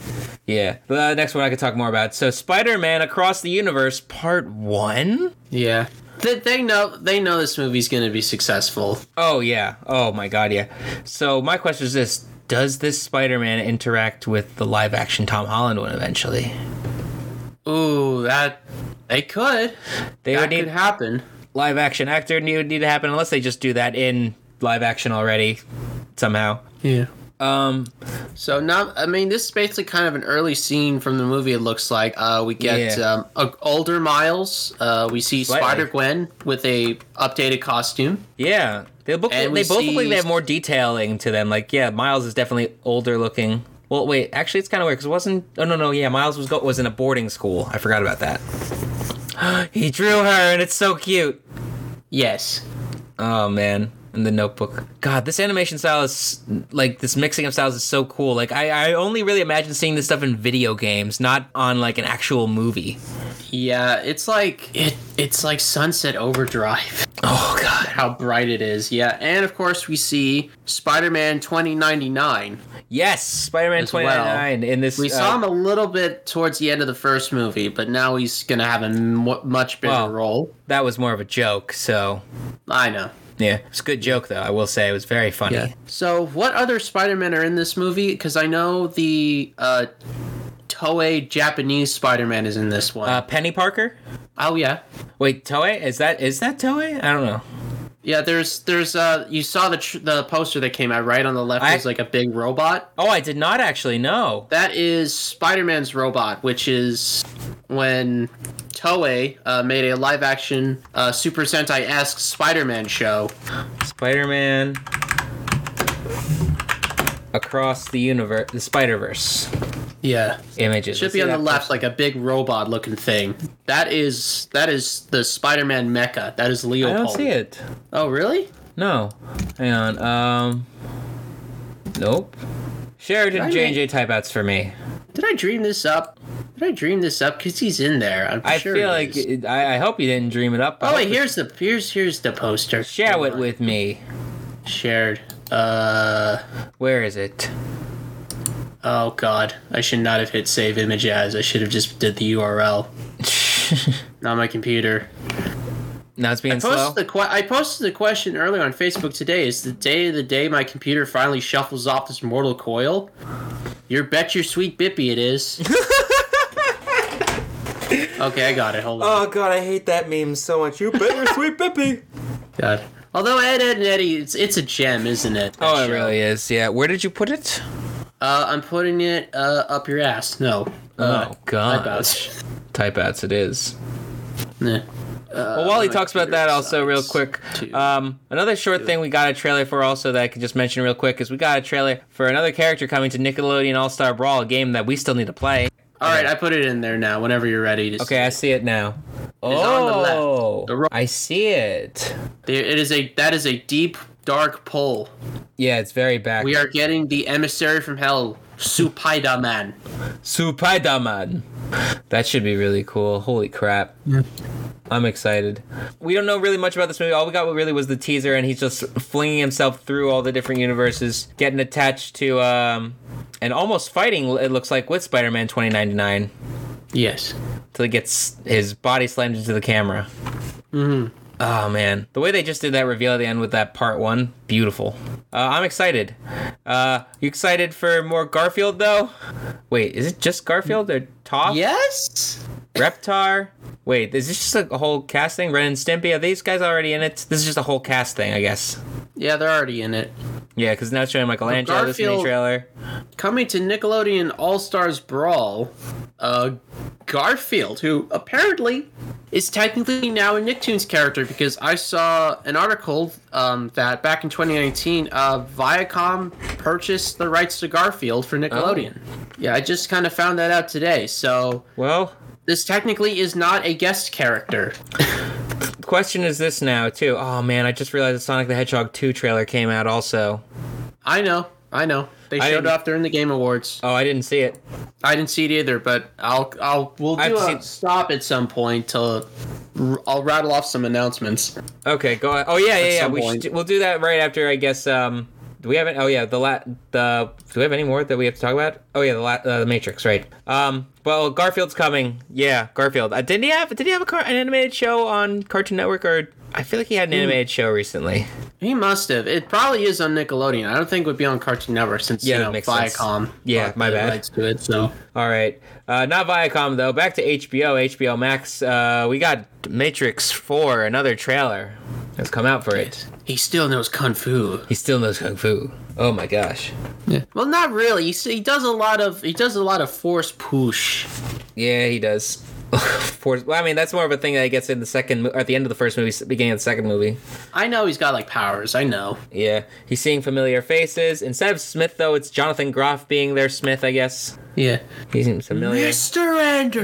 Speaker 2: Yeah, the next one I could talk more about. So, Spider-Man Across the Universe Part One.
Speaker 1: Yeah. They, they know they know this movie's going to be successful.
Speaker 2: Oh yeah. Oh my god, yeah. So my question is this: Does this Spider-Man interact with the live-action Tom Holland one eventually?
Speaker 1: Ooh, that they could.
Speaker 2: They
Speaker 1: That
Speaker 2: would
Speaker 1: could
Speaker 2: need
Speaker 1: happen.
Speaker 2: live-action actor need need to happen unless they just do that in live-action already somehow.
Speaker 1: Yeah.
Speaker 2: Um,
Speaker 1: So now, I mean, this is basically kind of an early scene from the movie. It looks like uh, we get
Speaker 2: Yeah.
Speaker 1: um, a, older Miles. Uh, we see
Speaker 2: Slightly.
Speaker 1: Spider Gwen with a updated costume.
Speaker 2: yeah, they both
Speaker 1: And
Speaker 2: they
Speaker 1: we
Speaker 2: both look like
Speaker 1: see-
Speaker 2: they have more detailing to them. Like, yeah, Miles is definitely older looking. Well, wait, actually, it's kind of weird because wasn't oh no no yeah Miles was go- was in a boarding school. I forgot about that. *gasps* he drew her, and it's so cute.
Speaker 1: Yes,
Speaker 2: Oh man, and the Notebook. God, this animation style is like this mixing of styles is so cool. Like I, I only really imagine seeing this stuff in video games, not on like an actual movie.
Speaker 1: yeah, it's like it. It's like Sunset Overdrive. *laughs*
Speaker 2: Oh god.
Speaker 1: How bright it is. Yeah, and of course we see Spider Man twenty ninety nine.
Speaker 2: Yes, Spider-Man
Speaker 1: As well.
Speaker 2: 29 in this.
Speaker 1: We
Speaker 2: uh,
Speaker 1: saw him a little bit towards the end of the first movie, but now he's gonna have a mu much bigger
Speaker 2: Well.
Speaker 1: role.
Speaker 2: that was more of a joke. So
Speaker 1: I know.
Speaker 2: yeah, it's a good joke though. I will say it was very funny.
Speaker 1: Yeah. So, what other Spider-Men are in this movie? Because I know the uh, Toei Japanese Spider-Man is in this one.
Speaker 2: Uh, Penny Parker.
Speaker 1: oh yeah,
Speaker 2: Wait, Toei? Is that is that Toei? I don't know.
Speaker 1: yeah. There's there's uh, you saw the tr- the poster that came out right on the left
Speaker 2: I-
Speaker 1: is like a big robot.
Speaker 2: Oh, I did not actually know.
Speaker 1: That is Spider-Man's robot, which is when Toei uh, made a live-action uh, Super Sentai-esque Spider-Man show.
Speaker 2: Spider-Man across the universe, the Spider-Verse
Speaker 1: Yeah,
Speaker 2: images.
Speaker 1: should
Speaker 2: Let's
Speaker 1: be
Speaker 2: see
Speaker 1: on the
Speaker 2: that
Speaker 1: left, like a big robot-looking thing. That is that is the Spider-Man mecha. That is
Speaker 2: I
Speaker 1: Leopold.
Speaker 2: don't see it.
Speaker 1: Oh, really?
Speaker 2: No. Hang on. Um. Nope. Sheridan
Speaker 1: I
Speaker 2: J
Speaker 1: make-
Speaker 2: and J typeouts for me.
Speaker 1: Did I dream this up? Did I dream this up? Cause he's in there. I'm
Speaker 2: I
Speaker 1: sure.
Speaker 2: feel
Speaker 1: he
Speaker 2: like
Speaker 1: is.
Speaker 2: it, I, I hope you didn't dream it up. I
Speaker 1: Oh wait,
Speaker 2: hope
Speaker 1: here's the here's here's the poster.
Speaker 2: it's- share it with me.
Speaker 1: shared. Uh
Speaker 2: Where is it? *laughs*
Speaker 1: oh god, I should not have hit save image as. I should have just did the URL. Not my computer.
Speaker 2: now it's being slow.
Speaker 1: Posted the que- I posted the question earlier on Facebook today. Is the day of the day my computer finally shuffles off this mortal coil? Your bet your sweet bippy
Speaker 2: *laughs*
Speaker 1: it is. okay, I got it. Hold on.
Speaker 2: Oh god, I hate that meme so much. You bet your sweet bippy.
Speaker 1: God. Although Ed, Ed and Eddie, it's it's a gem, isn't it? that
Speaker 2: *laughs* Oh, it
Speaker 1: show?
Speaker 2: really is. Yeah. Where did you put it?
Speaker 1: Uh, I'm putting it uh, up your ass. No. Uh,
Speaker 2: oh god. *laughs*
Speaker 1: typeouts.
Speaker 2: Typeouts. It is.
Speaker 1: Nah.
Speaker 2: Well, while he
Speaker 1: my
Speaker 2: talks about
Speaker 1: computer
Speaker 2: that, also real
Speaker 1: sucks,
Speaker 2: quick,
Speaker 1: too.
Speaker 2: um, another short thing we got a trailer for, also that I could just mention real quick, is we got a trailer for another character coming to Nickelodeon All Star Brawl, a game that we still need to play.
Speaker 1: All right, I put it in there now. Whenever you're ready. Just,
Speaker 2: Okay, I see it now.
Speaker 1: on the left.
Speaker 2: Oh,
Speaker 1: The ro-
Speaker 2: I see it.
Speaker 1: There, it is a that is a deep dark pull.
Speaker 2: Yeah, it's very back.
Speaker 1: We are getting the emissary from hell, Supaida Man.
Speaker 2: Supaidaman. That should be really cool. Holy crap. I'm excited. We don't know really much about this movie. All we got really was the teaser, and he's just flinging himself through all the different universes, getting attached to, um, and almost fighting, it looks like, with Spider Man 2099
Speaker 1: Yes.
Speaker 2: till he gets his body slammed into the camera. Mm-hmm. Oh man, the way they just did that reveal at the end with that part one, beautiful. Uh, I'm excited. Uh, you excited for more Garfield though? Wait, is it just Garfield or Toph?
Speaker 1: Yes.
Speaker 2: Reptar? Wait, is this just like a whole cast thing? Ren and Stimpy? Are these guys already in it? This is just a whole cast thing, I guess.
Speaker 1: Yeah, they're already in it.
Speaker 2: Yeah, because now it's showing Michelangelo. This mini
Speaker 1: Garfield-
Speaker 2: trailer.
Speaker 1: Coming to Nickelodeon All Stars Brawl, uh, Garfield, who apparently is technically now a Nicktoons character because I saw an article um, that back in 2019, uh, Viacom purchased the rights to Garfield
Speaker 2: Oh.
Speaker 1: for Nickelodeon. Yeah, I just kind of found that out today. So
Speaker 2: Well,
Speaker 1: this technically is not a guest character.
Speaker 2: the question is this now too. Oh man, I just realized the Sonic the Hedgehog 2 trailer came out also.
Speaker 1: I know, I know. They
Speaker 2: I
Speaker 1: showed
Speaker 2: didn't-
Speaker 1: off during the Game Awards.
Speaker 2: Oh, I didn't see it.
Speaker 1: I didn't see it either, but I'll I'll we'll
Speaker 2: I've
Speaker 1: do a
Speaker 2: seen-
Speaker 1: stop at some point to r- I'll rattle off some announcements.
Speaker 2: Okay, go. ahead. Oh yeah, yeah, yeah.
Speaker 1: some
Speaker 2: We
Speaker 1: point.
Speaker 2: should, we'll do that right after. I guess. Um, do we have it? Oh yeah, the la- the do we have any more that we have to talk about? Oh yeah, the la- uh, the Matrix, right? Um, well, Garfield's coming. Yeah, Garfield. Uh, did he have did he have a car- an animated show on Cartoon Network or I feel like he
Speaker 1: Hmm.
Speaker 2: had an animated show recently.
Speaker 1: He must have. It probably is on Nickelodeon. I don't think it would be on Cartoon Network since
Speaker 2: Yeah,
Speaker 1: yeah,
Speaker 2: that
Speaker 1: you know,
Speaker 2: makes sense.
Speaker 1: Viacom.
Speaker 2: Yeah,
Speaker 1: bought
Speaker 2: my
Speaker 1: the
Speaker 2: bad.
Speaker 1: rights to it, so
Speaker 2: All right, uh, not Viacom though. Back to HBO, HBO Max. Uh, we got Matrix Four, another trailer has come out for it.
Speaker 1: he still knows kung fu.
Speaker 2: He still knows kung fu. Oh my gosh.
Speaker 1: Well, not really. He, s- he does a lot of he does a lot of force push.
Speaker 2: Yeah, he does. *laughs* Force- well, I mean, that's more of a thing that he gets in the second, mo- or at the end of the first movie, s- beginning of the second movie.
Speaker 1: I know he's got like powers. I know.
Speaker 2: Yeah, he's seeing familiar faces. Instead of Smith, though, it's Jonathan Groff being their Smith, I guess.
Speaker 1: Yeah.
Speaker 2: He seems familiar.
Speaker 1: Mr.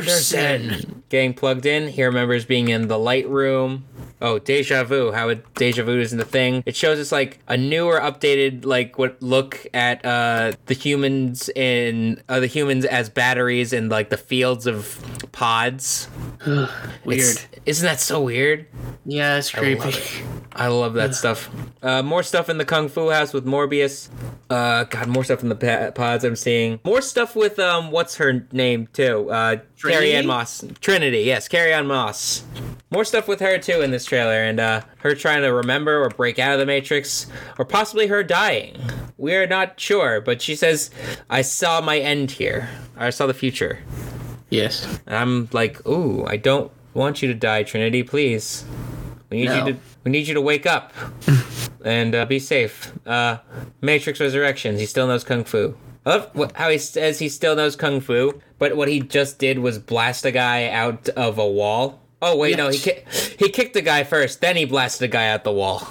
Speaker 1: Anderson.
Speaker 2: Getting plugged in, he remembers being in the light room. Oh, deja vu! How it, deja vu isn't a thing. It shows us like a newer, updated like what look at uh the humans in uh, the humans as batteries and like the fields of pods.
Speaker 1: Weird.
Speaker 2: It's- isn't that so weird?
Speaker 1: yeah, it's creepy.
Speaker 2: love I love that stuff. Uh, more stuff in the Kung Fu House with Morbius. Uh, God, more stuff in the pa- pods I'm seeing. More stuff with um, what's her name too? Uh, Carrie
Speaker 1: Trinity?
Speaker 2: Ann Moss. Trinity, yes, Carrie Ann Moss. More stuff with her too in this trailer, and uh, her trying to remember or break out of the Matrix, or possibly her dying. We are not sure, but she says, "I saw my end here. I saw the future."
Speaker 1: Yes.
Speaker 2: And I'm like, ooh, I don't want you to die, Trinity. Please, we need
Speaker 1: No.
Speaker 2: you to we need you to wake up and uh, be safe. Uh, Matrix Resurrections. He still knows kung fu. I love wh- how he says he still knows kung fu, but what he just did was blast a guy out of a wall. Oh wait, no, he ki- he kicked the guy first, then he blasted a guy out the wall.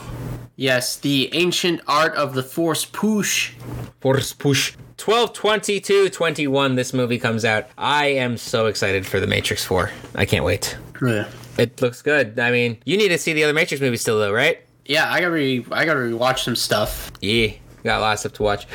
Speaker 1: Yes, the ancient art of the force push.
Speaker 2: Force push. 12 22 21 this movie comes out i am so excited for the matrix 4 i can't wait
Speaker 1: Yeah.
Speaker 2: It looks good. I mean, you need to see the other Matrix movies still, though, right?
Speaker 1: Yeah, I gotta re- I gotta rewatch some stuff.
Speaker 2: Yeah, got a lot of stuff to watch.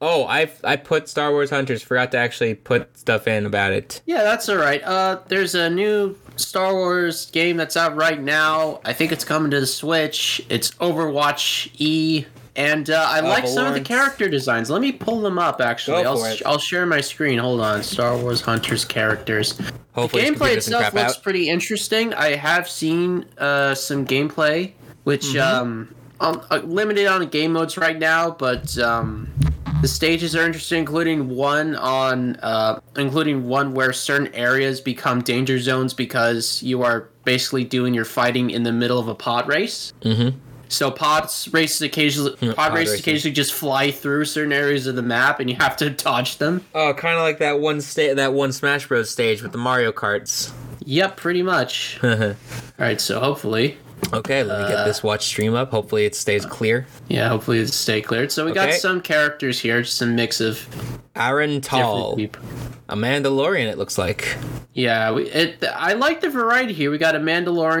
Speaker 2: Oh, I I put Star Wars Hunters. Forgot to actually put stuff in about it.
Speaker 1: Yeah, that's all right. Uh, there's a new Star Wars game that's out right now. I think it's coming to the Switch. It's Overwatch E, and uh, I like some of the
Speaker 2: Overwatch.
Speaker 1: character designs. Let me pull them up. Actually,
Speaker 2: Go
Speaker 1: I'll
Speaker 2: for
Speaker 1: sh-
Speaker 2: it.
Speaker 1: I'll share my screen. Hold on, Star Wars Hunters characters.
Speaker 2: Hopefully, his
Speaker 1: gameplay
Speaker 2: computer doesn't
Speaker 1: itself
Speaker 2: crap
Speaker 1: looks
Speaker 2: out.
Speaker 1: pretty interesting. I have seen uh, some gameplay, which um, um, uh, limited on game modes right now, but um, the stages are interesting, including one on, uh, including one where certain areas become danger zones because you are basically doing your fighting in the middle of a pod race. So pods races occasionally, pod,
Speaker 2: pod
Speaker 1: races
Speaker 2: racing.
Speaker 1: occasionally just fly through certain areas of the map, and you have to *laughs* dodge them.
Speaker 2: Oh, kind of like that one sta- that one Smash Bros. stage with the Mario Karts.
Speaker 1: Yep, pretty much. All right, so hopefully.
Speaker 2: Okay, let me get
Speaker 1: Uh.
Speaker 2: this watch stream up. Hopefully, it stays clear.
Speaker 1: Yeah, hopefully it's stay cleared. So we got
Speaker 2: Okay.
Speaker 1: some characters here, just a mix of
Speaker 2: Aaron
Speaker 1: different
Speaker 2: Tall,
Speaker 1: people.
Speaker 2: a Mandalorian. It looks like.
Speaker 1: Yeah, we, it, I like the variety here. We got a Mandalorian,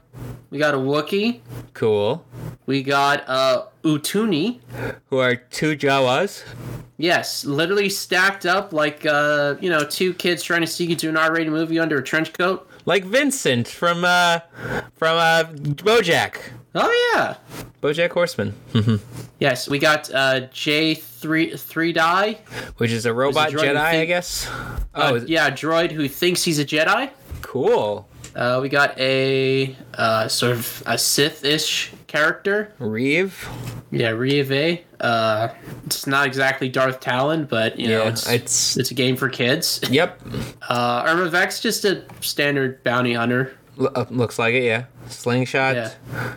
Speaker 1: we got a Wookiee,
Speaker 2: Cool.
Speaker 1: we got uh, Utuni.
Speaker 2: Who are two Jawas?
Speaker 1: Yes, literally stacked up like uh, you know two kids trying to sneak into an R-rated movie under a trench coat.
Speaker 2: Like Vincent from uh from uh BoJack,
Speaker 1: Oh yeah.
Speaker 2: BoJack Horseman.
Speaker 1: Yes, we got uh, J three three die.
Speaker 2: Which is a robot
Speaker 1: droid who
Speaker 2: Jedi, I
Speaker 1: think-
Speaker 2: guess.
Speaker 1: Uh,
Speaker 2: Oh, is-
Speaker 1: yeah, droid who thinks he's a Jedi.
Speaker 2: cool.
Speaker 1: Uh, we got a uh, sort of a Sith-ish character.
Speaker 2: Reeve.
Speaker 1: Yeah, Rieve. Uh, it's not exactly Darth Talon, but you know,
Speaker 2: Yeah,
Speaker 1: it's,
Speaker 2: it's-
Speaker 1: it's a game for kids.
Speaker 2: Yep.
Speaker 1: Uh, Irma Vex just a standard bounty hunter.
Speaker 2: L- uh, looks like it. Yeah. Slingshot.
Speaker 1: Yeah,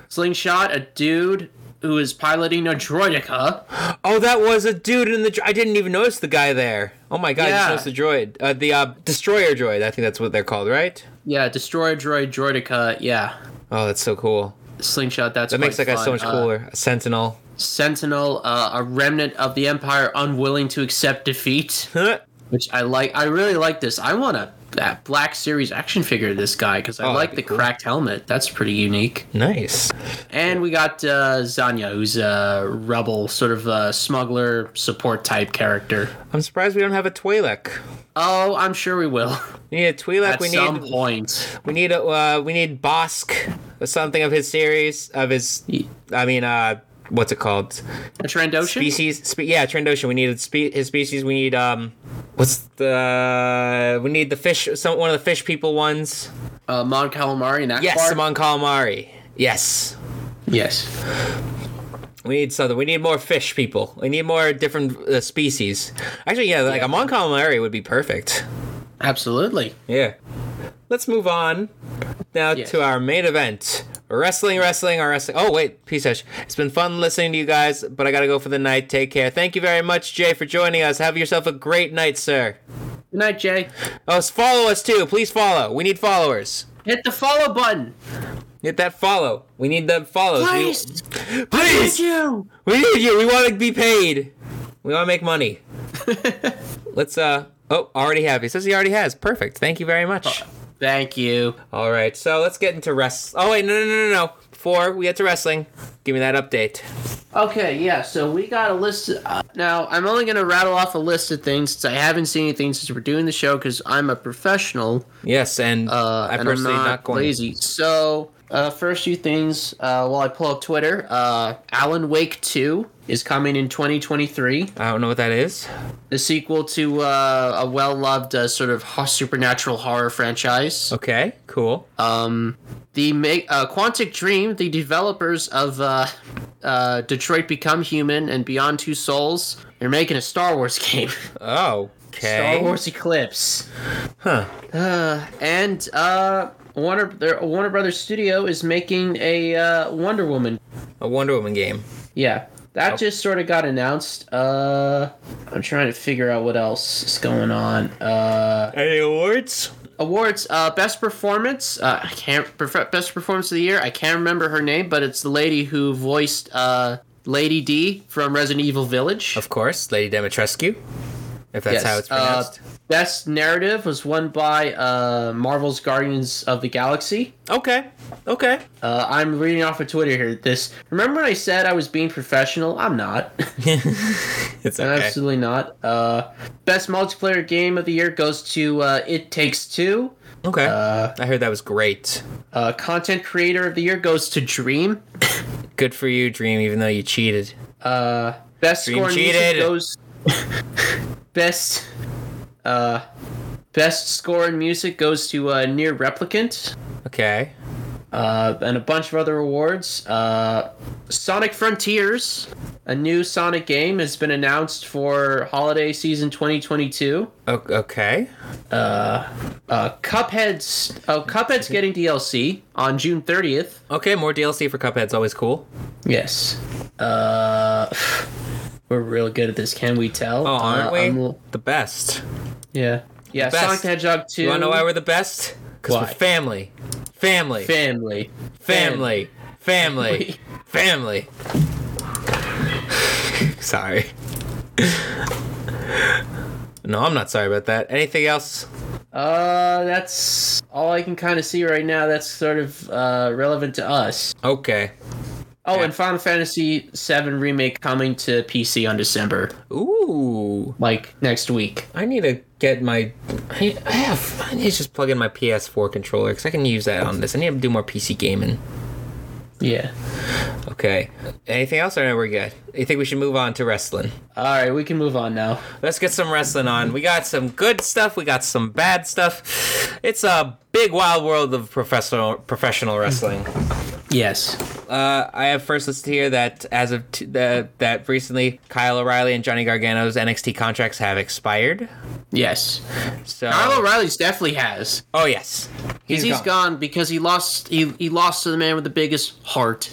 Speaker 1: slingshot a dude who is piloting a droidica.
Speaker 2: Oh, that was a dude in the. Dro- I didn't even notice the guy there. Oh my god,
Speaker 1: Yeah.
Speaker 2: I just noticed the droid. Uh, the uh, destroyer droid. I think that's what they're called, right?
Speaker 1: Yeah, destroy a droid droidica. Yeah,
Speaker 2: Oh, that's so cool.
Speaker 1: slingshot. That's
Speaker 2: That makes that
Speaker 1: quite
Speaker 2: guy so
Speaker 1: fun.
Speaker 2: much
Speaker 1: Uh,
Speaker 2: cooler. A sentinel. *laughs*
Speaker 1: Sentinel, uh, a remnant of the Empire, unwilling to accept defeat.
Speaker 2: Huh.
Speaker 1: which I like. I really like this. I want a that Black Series action figure of this guy because I
Speaker 2: Oh,
Speaker 1: like
Speaker 2: that'd
Speaker 1: the
Speaker 2: be cool.
Speaker 1: cracked helmet. That's pretty unique.
Speaker 2: nice.
Speaker 1: And we got uh, Zanya, who's a rebel, sort of a smuggler support type character.
Speaker 2: I'm surprised we don't have a Twi'lek.
Speaker 1: Oh, I'm sure we will *laughs*
Speaker 2: We need a Twi'lek.
Speaker 1: at
Speaker 2: We
Speaker 1: some
Speaker 2: need.
Speaker 1: point.
Speaker 2: We need. A, uh, we need Bosk. Something of his series. Of his. I mean, uh, what's it called?
Speaker 1: A Trandoshan.
Speaker 2: species spe- yeah trandoshan we needed spe- his species we need um what's the we need the fish some one of the fish people ones
Speaker 1: uh, Mon Calamari and Akbar.
Speaker 2: yes among calamari yes
Speaker 1: Yes.
Speaker 2: We need something. We need more fish, people. We need more different uh, species. Actually, yeah, like a Moncalmari would be perfect.
Speaker 1: Absolutely.
Speaker 2: Yeah. Let's move on now
Speaker 1: Yes.
Speaker 2: to our main event. Wrestling, wrestling, or wrestling. Oh, wait, peace, Ash. It's been fun listening to you guys, but I gotta go for the night. Take care. Thank you very much, Jay, for joining us. Have yourself a great night, sir.
Speaker 1: Good night, Jay.
Speaker 2: Oh, s- follow us too. Please follow. We need followers.
Speaker 1: Hit the follow button.
Speaker 2: Get that follow. We need the follows. We-
Speaker 1: Please.
Speaker 2: please.
Speaker 1: you.
Speaker 2: We need you. We want to be paid. We want to make *laughs* money. Let's uh. Oh, already have. He says he already has. Perfect. Thank you very much.
Speaker 1: Thank you.
Speaker 2: All right. So let's get into rest. Oh wait, no, no, no, no, no. Before we get to wrestling, give me that update.
Speaker 1: Okay, yeah, so we got a list. Uh, now, I'm only going to rattle off a list of things since I haven't seen anything since we're doing the show because I'm a professional.
Speaker 2: Yes, and
Speaker 1: Uh,
Speaker 2: I
Speaker 1: and I'm
Speaker 2: personally
Speaker 1: not,
Speaker 2: going.
Speaker 1: lazy. So, uh, first few things uh, while I pull up Twitter uh, Alan Wake 2 is coming in 2023,
Speaker 2: I don't know what that is.
Speaker 1: the sequel to uh, a well loved uh, sort of ho- supernatural horror franchise.
Speaker 2: Okay, cool.
Speaker 1: Um, the make uh, Quantic Dream, the developers of uh, uh, Detroit Become Human and Beyond Two Souls, they're making a Star Wars *laughs* game.
Speaker 2: Oh, okay.
Speaker 1: Star Wars Eclipse.
Speaker 2: Huh.
Speaker 1: Uh, and uh, Warner their Warner Brothers Studio is making a uh, Wonder Woman.
Speaker 2: A Wonder Woman game.
Speaker 1: Yeah,
Speaker 2: Oh.
Speaker 1: that just sort of got announced. Uh, I'm trying to figure out what else is going on. Uh,
Speaker 2: Any awards?
Speaker 1: awards uh, best performance uh, i can't prefer, best performance of the year i can't remember her name but it's the lady who voiced uh, lady d from resident evil village
Speaker 2: Of course, Lady Demetrescu. If that's
Speaker 1: Yes,
Speaker 2: how it's
Speaker 1: uh,
Speaker 2: pronounced.
Speaker 1: best narrative was won by uh, marvel's guardians of the galaxy
Speaker 2: okay. Okay.
Speaker 1: uh, i'm reading off of twitter here this remember when i said i was being professional i'm not
Speaker 2: *laughs*
Speaker 1: *laughs*
Speaker 2: It's
Speaker 1: I'm
Speaker 2: okay.
Speaker 1: absolutely not uh, best multiplayer game of the year goes to uh, it takes two
Speaker 2: Okay.
Speaker 1: uh,
Speaker 2: I heard that was great.
Speaker 1: uh, content creator of the year goes to dream
Speaker 2: Good for you, Dream, even though you cheated.
Speaker 1: Uh, best
Speaker 2: Dream
Speaker 1: score in music
Speaker 2: cheated.
Speaker 1: goes. *laughs* best. Uh, best score in music goes to uh, Near Replicant,
Speaker 2: Okay.
Speaker 1: uh, and a bunch of other awards. Uh, Sonic Frontiers, a new Sonic game, has been announced for holiday season 2022.
Speaker 2: O- okay.
Speaker 1: Uh, Cuphead's oh, Cuphead's getting DLC on June 30th.
Speaker 2: Okay, more DLC for Cuphead's always cool.
Speaker 1: Yes. Uh, *sighs* we're real good at this. Can we tell?
Speaker 2: Oh,
Speaker 1: Uh,
Speaker 2: aren't
Speaker 1: I'm
Speaker 2: we?
Speaker 1: l-
Speaker 2: the best.
Speaker 1: Yeah. Yeah,
Speaker 2: best.
Speaker 1: Sonic the Hedgehog 2.
Speaker 2: You wanna know why we're the best? Because we're
Speaker 1: Why?
Speaker 2: family. Family.
Speaker 1: family.
Speaker 2: family. Family. family. *laughs* sorry. no, I'm not sorry about that. Anything else?
Speaker 1: Uh, that's all I can kind of see right now. That's sort of uh, relevant to us.
Speaker 2: Okay.
Speaker 1: Oh,
Speaker 2: Yeah.
Speaker 1: and Final Fantasy VII Remake coming to PC on December,
Speaker 2: Ooh.
Speaker 1: like next week.
Speaker 2: I need to get my. I, I have. I need to just plug in my PS4 controller because I can use that on this. I need to do more PC gaming.
Speaker 1: Yeah.
Speaker 2: Okay. Anything else? Or no, we're good. You think we should move on to wrestling?
Speaker 1: All right, we can move on now.
Speaker 2: Let's get some wrestling on. We got some good stuff. We got some bad stuff. It's a big wild world of professional professional wrestling.
Speaker 1: Yes.
Speaker 2: Uh, I have first listed here that as of t- the, that recently, Kyle O'Reilly and Johnny Gargano's NXT contracts have expired.
Speaker 1: Yes.
Speaker 2: So.
Speaker 1: Kyle O'Reilly's definitely has.
Speaker 2: oh yes.
Speaker 1: 'Cause he's gone because he lost. He he lost to the man with the biggest heart,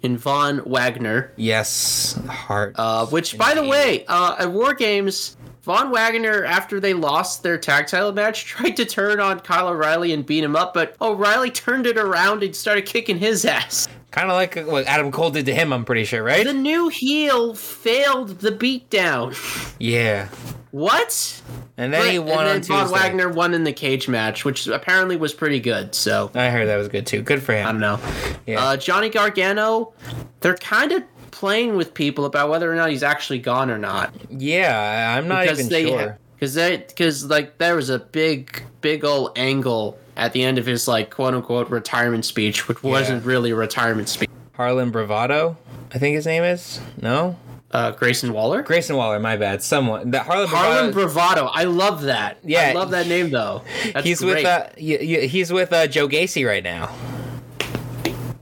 Speaker 1: in Von Wagner.
Speaker 2: Yes. Heart.
Speaker 1: Uh, which, by the way, uh, at War Games, Von Wagner, after they lost their tag title match, *laughs* tried to turn on Kyle O'Reilly and beat him up, but O'Reilly turned it around and started kicking his ass.
Speaker 2: Kind of like what Adam Cole did to him, I'm pretty sure, right?
Speaker 1: The new heel failed the beatdown.
Speaker 2: Yeah.
Speaker 1: What?
Speaker 2: And then he
Speaker 1: But-
Speaker 2: won
Speaker 1: and then
Speaker 2: on Tuesday.
Speaker 1: Von Wagner won in the cage match, which apparently was pretty good. So
Speaker 2: I heard that was good too. Good for
Speaker 1: I don't
Speaker 2: him.
Speaker 1: know.
Speaker 2: Yeah.
Speaker 1: Uh, Johnny Gargano, they're kind of playing with people about whether or not he's actually gone or not.
Speaker 2: yeah, I- I'm not even sure.
Speaker 1: because they because like there was a big big old angle at the end of his like quote unquote retirement speech, which wasn't really a retirement speech.
Speaker 2: Harlan Bravado, I think his name is. No,
Speaker 1: Uh, Grayson Waller,
Speaker 2: Grayson Waller. My bad. Someone that Harlan.
Speaker 1: Harlan
Speaker 2: Bravado,
Speaker 1: Bravado. I love that.
Speaker 2: Yeah.
Speaker 1: I love that name though. That's
Speaker 2: he's
Speaker 1: great.
Speaker 2: with uh, y- y- he's with uh, Joe Gacy right now.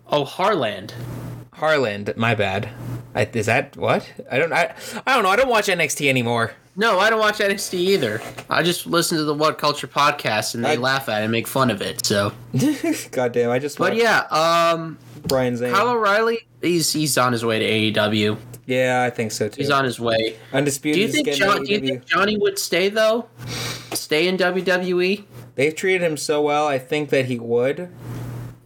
Speaker 1: oh Harland.
Speaker 2: Harland. My bad. I, is that what? I don't. I, I don't know. I don't watch NXT anymore. *laughs*
Speaker 1: No, I don't watch NXT either. I just listen to the What Culture podcast and they
Speaker 2: I-
Speaker 1: laugh at it and make fun of it. So,
Speaker 2: God damn! I just.
Speaker 1: but
Speaker 2: watched
Speaker 1: yeah, um,
Speaker 2: Brian Zane.
Speaker 1: Kyle O'Reilly, he's he's on his way to AEW.
Speaker 2: yeah, I think so too.
Speaker 1: He's on his way.
Speaker 2: Undisputed.
Speaker 1: Do you
Speaker 2: is
Speaker 1: think
Speaker 2: getting E.
Speaker 1: John, Do you
Speaker 2: AEW.
Speaker 1: think Johnny would stay though? Stay in E? WWE?
Speaker 2: They've treated him so well. I think that he would.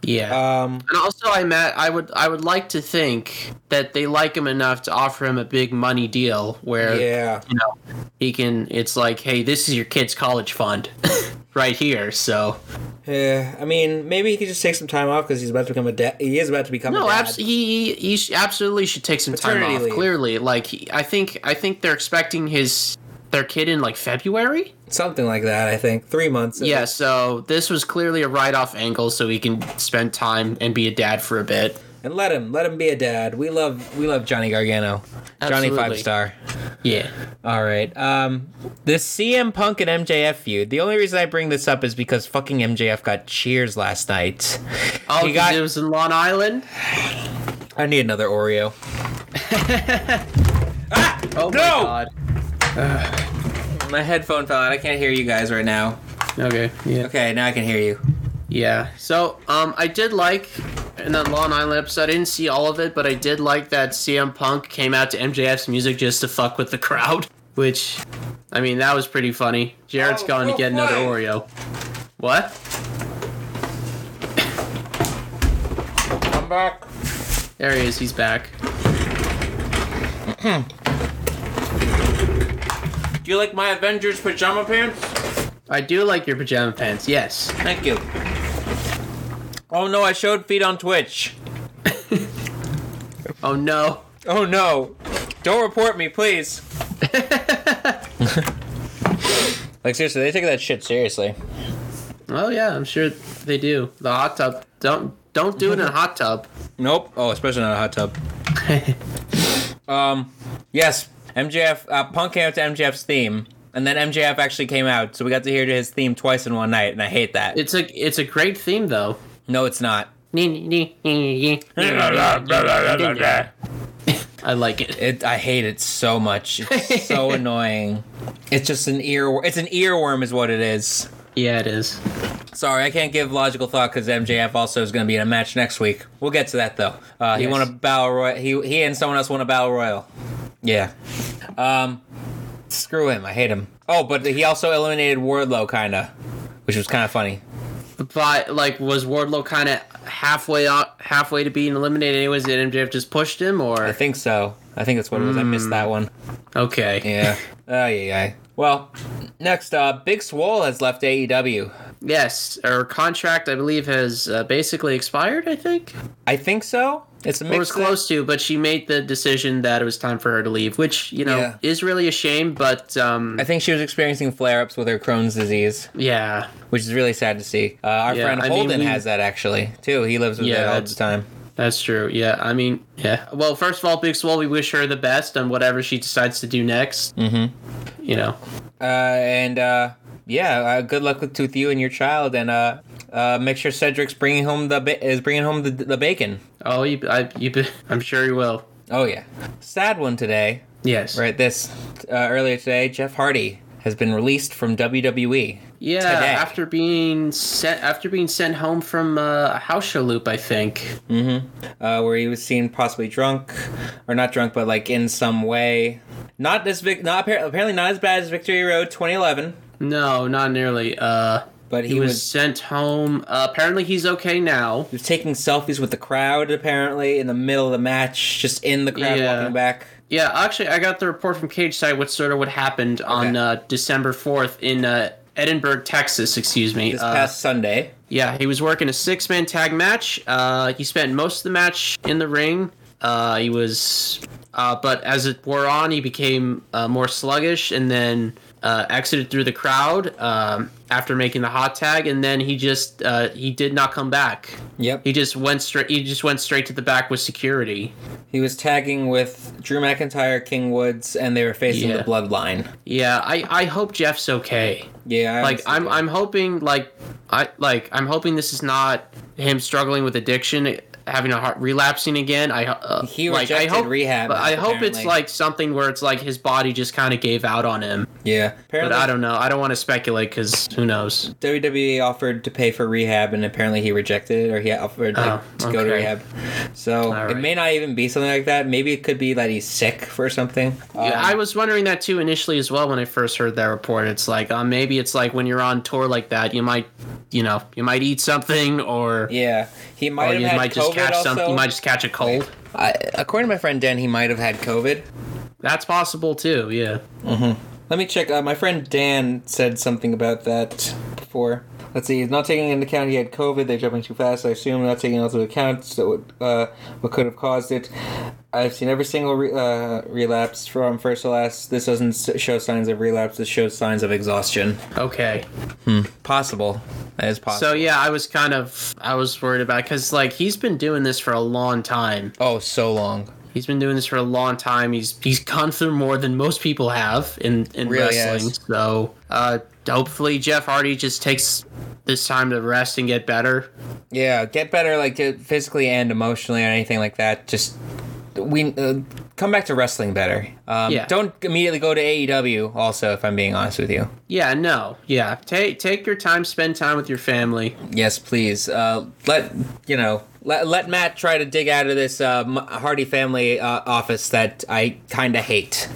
Speaker 1: Yeah.
Speaker 2: Um,
Speaker 1: and also, I Matt, I would I would like to think that they like him enough to offer him a big money deal where
Speaker 2: yeah.
Speaker 1: you know he can. It's like, hey, this is your kid's college fund, *laughs* right here. So
Speaker 2: Yeah. I mean, maybe he could just take some time off because he's about to become a dad. He is about to become a
Speaker 1: no,
Speaker 2: dad.
Speaker 1: abs- he, he he sh- absolutely should take some time
Speaker 2: Paternity
Speaker 1: off.
Speaker 2: leave.
Speaker 1: Clearly, like he, I think I think they're expecting his their kid in like February.
Speaker 2: Something like that. I think three months.
Speaker 1: Yeah, so this was clearly a write off angle so he can spend time and be a dad for a bit.
Speaker 2: And let him. Let him be a dad. We love. We love Johnny Gargano. Johnny
Speaker 1: Absolutely.
Speaker 2: five star.
Speaker 1: Yeah.
Speaker 2: All right. Um, the CM Punk and MJF feud. The only reason I bring this up is because fucking MJF got cheers last night.
Speaker 1: Oh,
Speaker 2: He
Speaker 1: 'cause
Speaker 2: got-
Speaker 1: it was in Long Island?
Speaker 2: I need another Oreo.
Speaker 1: Oh,
Speaker 2: No!
Speaker 1: my God.
Speaker 2: My headphone fell out. I can't hear you guys right now.
Speaker 1: Okay, yeah.
Speaker 2: Okay, now I can hear you.
Speaker 1: Yeah. So, um, I did like in that Long Island episode, I didn't see all of it, but I did like that CM Punk came out to MJF's music just to fuck with the crowd, *laughs* which, I mean, that was pretty funny. Jared's
Speaker 2: Oh,
Speaker 1: going to
Speaker 2: oh,
Speaker 1: get another
Speaker 2: why?
Speaker 1: Oreo. What?
Speaker 2: I'm back.
Speaker 1: There he is. He's back.
Speaker 2: Do you like my Avengers pajama pants?
Speaker 1: I do like your pajama pants. Yes.
Speaker 2: Thank you. Oh no, I showed feet on Twitch.
Speaker 1: Oh, no. *laughs*
Speaker 2: Oh no. Don't report me, please. like seriously, they take that shit seriously.
Speaker 1: Oh yeah, I'm sure they do. The hot tub. Don't don't do it in a hot tub. *laughs*
Speaker 2: Nope. Oh, especially not a hot tub. Um, yes, MJF uh, Punk came out to MJF's theme, and then MJF actually came out, so we got to hear his theme twice in one night, and I hate that.
Speaker 1: it's a it's a great theme though.
Speaker 2: no, it's not.
Speaker 1: I like it.
Speaker 2: It, I hate it so much. It's so annoying. It's just an ear. It's an earworm, is what it is.
Speaker 1: Yeah, it is.
Speaker 2: Sorry, I can't give logical thought because MJF also is going to be in a match next week. We'll get to that though. Uh, He
Speaker 1: Yes.
Speaker 2: won a battle royal. He he and someone else won a battle royal. Yeah. Um, screw him. I hate him. Oh, but he also eliminated Wardlow, kinda, which was kind of funny.
Speaker 1: But like, was Wardlow kind of halfway up, halfway to being eliminated? Anyways, did MJF just pushed him,
Speaker 2: I
Speaker 1: or
Speaker 2: think so. I think that's what it was. I missed that one.
Speaker 1: okay?
Speaker 2: Yeah.
Speaker 1: Mm.
Speaker 2: Oh yeah. yeah. Well, next, uh, Big Swole has left E AEW.
Speaker 1: Yes, our contract, I believe, has uh, basically expired. I think,
Speaker 2: I think so. It's a mix.
Speaker 1: or was close to, but she made the decision that it was time for her to leave, which you know
Speaker 2: Yeah.
Speaker 1: is really a shame. But um,
Speaker 2: I think she was experiencing flare-ups with her Crohn's disease,
Speaker 1: yeah,
Speaker 2: which is really sad to see. Uh, our
Speaker 1: Yeah,
Speaker 2: friend
Speaker 1: I mean,
Speaker 2: Holden
Speaker 1: we-
Speaker 2: has that actually too. He lives with
Speaker 1: Yeah,
Speaker 2: it all the
Speaker 1: that's-
Speaker 2: time.
Speaker 1: That's true. Yeah, I mean, yeah. Well, first of all, Big Swole, we wish her the best on whatever she decides to do next. Mm-hmm. You know,
Speaker 2: Uh, and uh, yeah, uh, good luck with, with you and your child, and uh, uh, make sure Cedric's bringing home the ba- is bringing home the, the bacon.
Speaker 1: oh, you, I, you, *laughs* I'm sure you will.
Speaker 2: Oh yeah, sad one today.
Speaker 1: Yes.
Speaker 2: Right, this uh, earlier today, Jeff Hardy has been released from E, WWE.
Speaker 1: Yeah.
Speaker 2: Today.
Speaker 1: After being sent, after being sent home from uh, a house show loop, I think.
Speaker 2: uh, where he was seen possibly drunk, or not drunk, but like in some way. Not as vic- not appar- apparently not as bad as Victory Road 2011,
Speaker 1: No, not nearly. Uh,
Speaker 2: but he,
Speaker 1: he was,
Speaker 2: was,
Speaker 1: sent home. Uh, apparently, he's okay now.
Speaker 2: he was taking selfies with the crowd apparently in the middle of the match, just in the crowd
Speaker 1: Yeah.
Speaker 2: walking back.
Speaker 1: Yeah. Actually, I got the report from Cage Side, what sort of what happened on
Speaker 2: Okay.
Speaker 1: uh, December fourth in uh, Edinburgh, Texas. Excuse me.
Speaker 2: This
Speaker 1: Uh,
Speaker 2: past Sunday,
Speaker 1: Yeah, he was working a six man tag match. Uh, he spent most of the match in the ring. Uh, he was, uh, but as it wore on, he became uh, more sluggish and then uh, exited through the crowd um, after making the hot tag. And then he just uh, he did not come back.
Speaker 2: yep,
Speaker 1: He
Speaker 2: he,
Speaker 1: just went straight. He just went straight to the back with security.
Speaker 2: was tagging with Drew McIntyre, King Woods, and they were facing
Speaker 1: Yeah.
Speaker 2: the Bloodline.
Speaker 1: Yeah, I, I hope Jeff's okay.
Speaker 2: Yeah, I
Speaker 1: like
Speaker 2: honestly
Speaker 1: I'm
Speaker 2: don't-
Speaker 1: I'm hoping like I like I'm hoping this is not him struggling with addiction having a heart relapsing again. I uh,
Speaker 2: He
Speaker 1: like, I
Speaker 2: rejected
Speaker 1: hope,
Speaker 2: rehab,
Speaker 1: but I hope it's
Speaker 2: apparently.
Speaker 1: like something where it's like his body just kind of gave out on him.
Speaker 2: Yeah.
Speaker 1: But
Speaker 2: Apparently,
Speaker 1: I don't know. I don't want to speculate because who knows?
Speaker 2: WWE E offered to pay for rehab, and apparently he rejected it, or he offered like,
Speaker 1: Oh,
Speaker 2: to go to
Speaker 1: okay.
Speaker 2: rehab. So
Speaker 1: All
Speaker 2: it
Speaker 1: right.
Speaker 2: may not even be something like that. Maybe it could be that he's sick or something. Um,
Speaker 1: Yeah, I was wondering that too initially as well when I first heard that report. It's like uh, maybe it's like when you're on tour like that, you might, you know, you might eat something or
Speaker 2: yeah, he might
Speaker 1: or
Speaker 2: have
Speaker 1: you
Speaker 2: had
Speaker 1: Oh, might
Speaker 2: COVID
Speaker 1: just catch
Speaker 2: also.
Speaker 1: something. You might just catch a cold.
Speaker 2: I, according to my friend Dan, he might have had COVID.
Speaker 1: That's possible too. Yeah.
Speaker 2: Let me check. Uh, my friend Dan said something about that before. Let's see. He's not taking into account he had COVID. They're jumping too fast. I assume not taking into account so what, uh, what could have caused it. I've seen every single re- uh, relapse from first to last. This doesn't s- show signs of relapse. This shows signs of exhaustion.
Speaker 1: Okay.
Speaker 2: Possible. That is possible.
Speaker 1: So yeah, I was kind of I was worried about because like he's been doing this for a long time.
Speaker 2: oh, so long.
Speaker 1: He's been doing this for a long time. He's he's gone through more than most people have in in
Speaker 2: Really
Speaker 1: wrestling.
Speaker 2: has.
Speaker 1: So uh, hopefully Jeff Hardy just takes this time to rest and get better.
Speaker 2: Yeah, get better like uh, physically and emotionally and anything like that. Just we uh, come back to wrestling better. Um,
Speaker 1: Yeah.
Speaker 2: Don't immediately go to AEW. Also, if I'm being honest with you.
Speaker 1: Yeah, no, yeah. Take take your time, spend time with your family.
Speaker 2: Yes, please. Uh, let you know. Let, let Matt try to dig out of this uh, M- Hardy family uh, office that I kind of hate,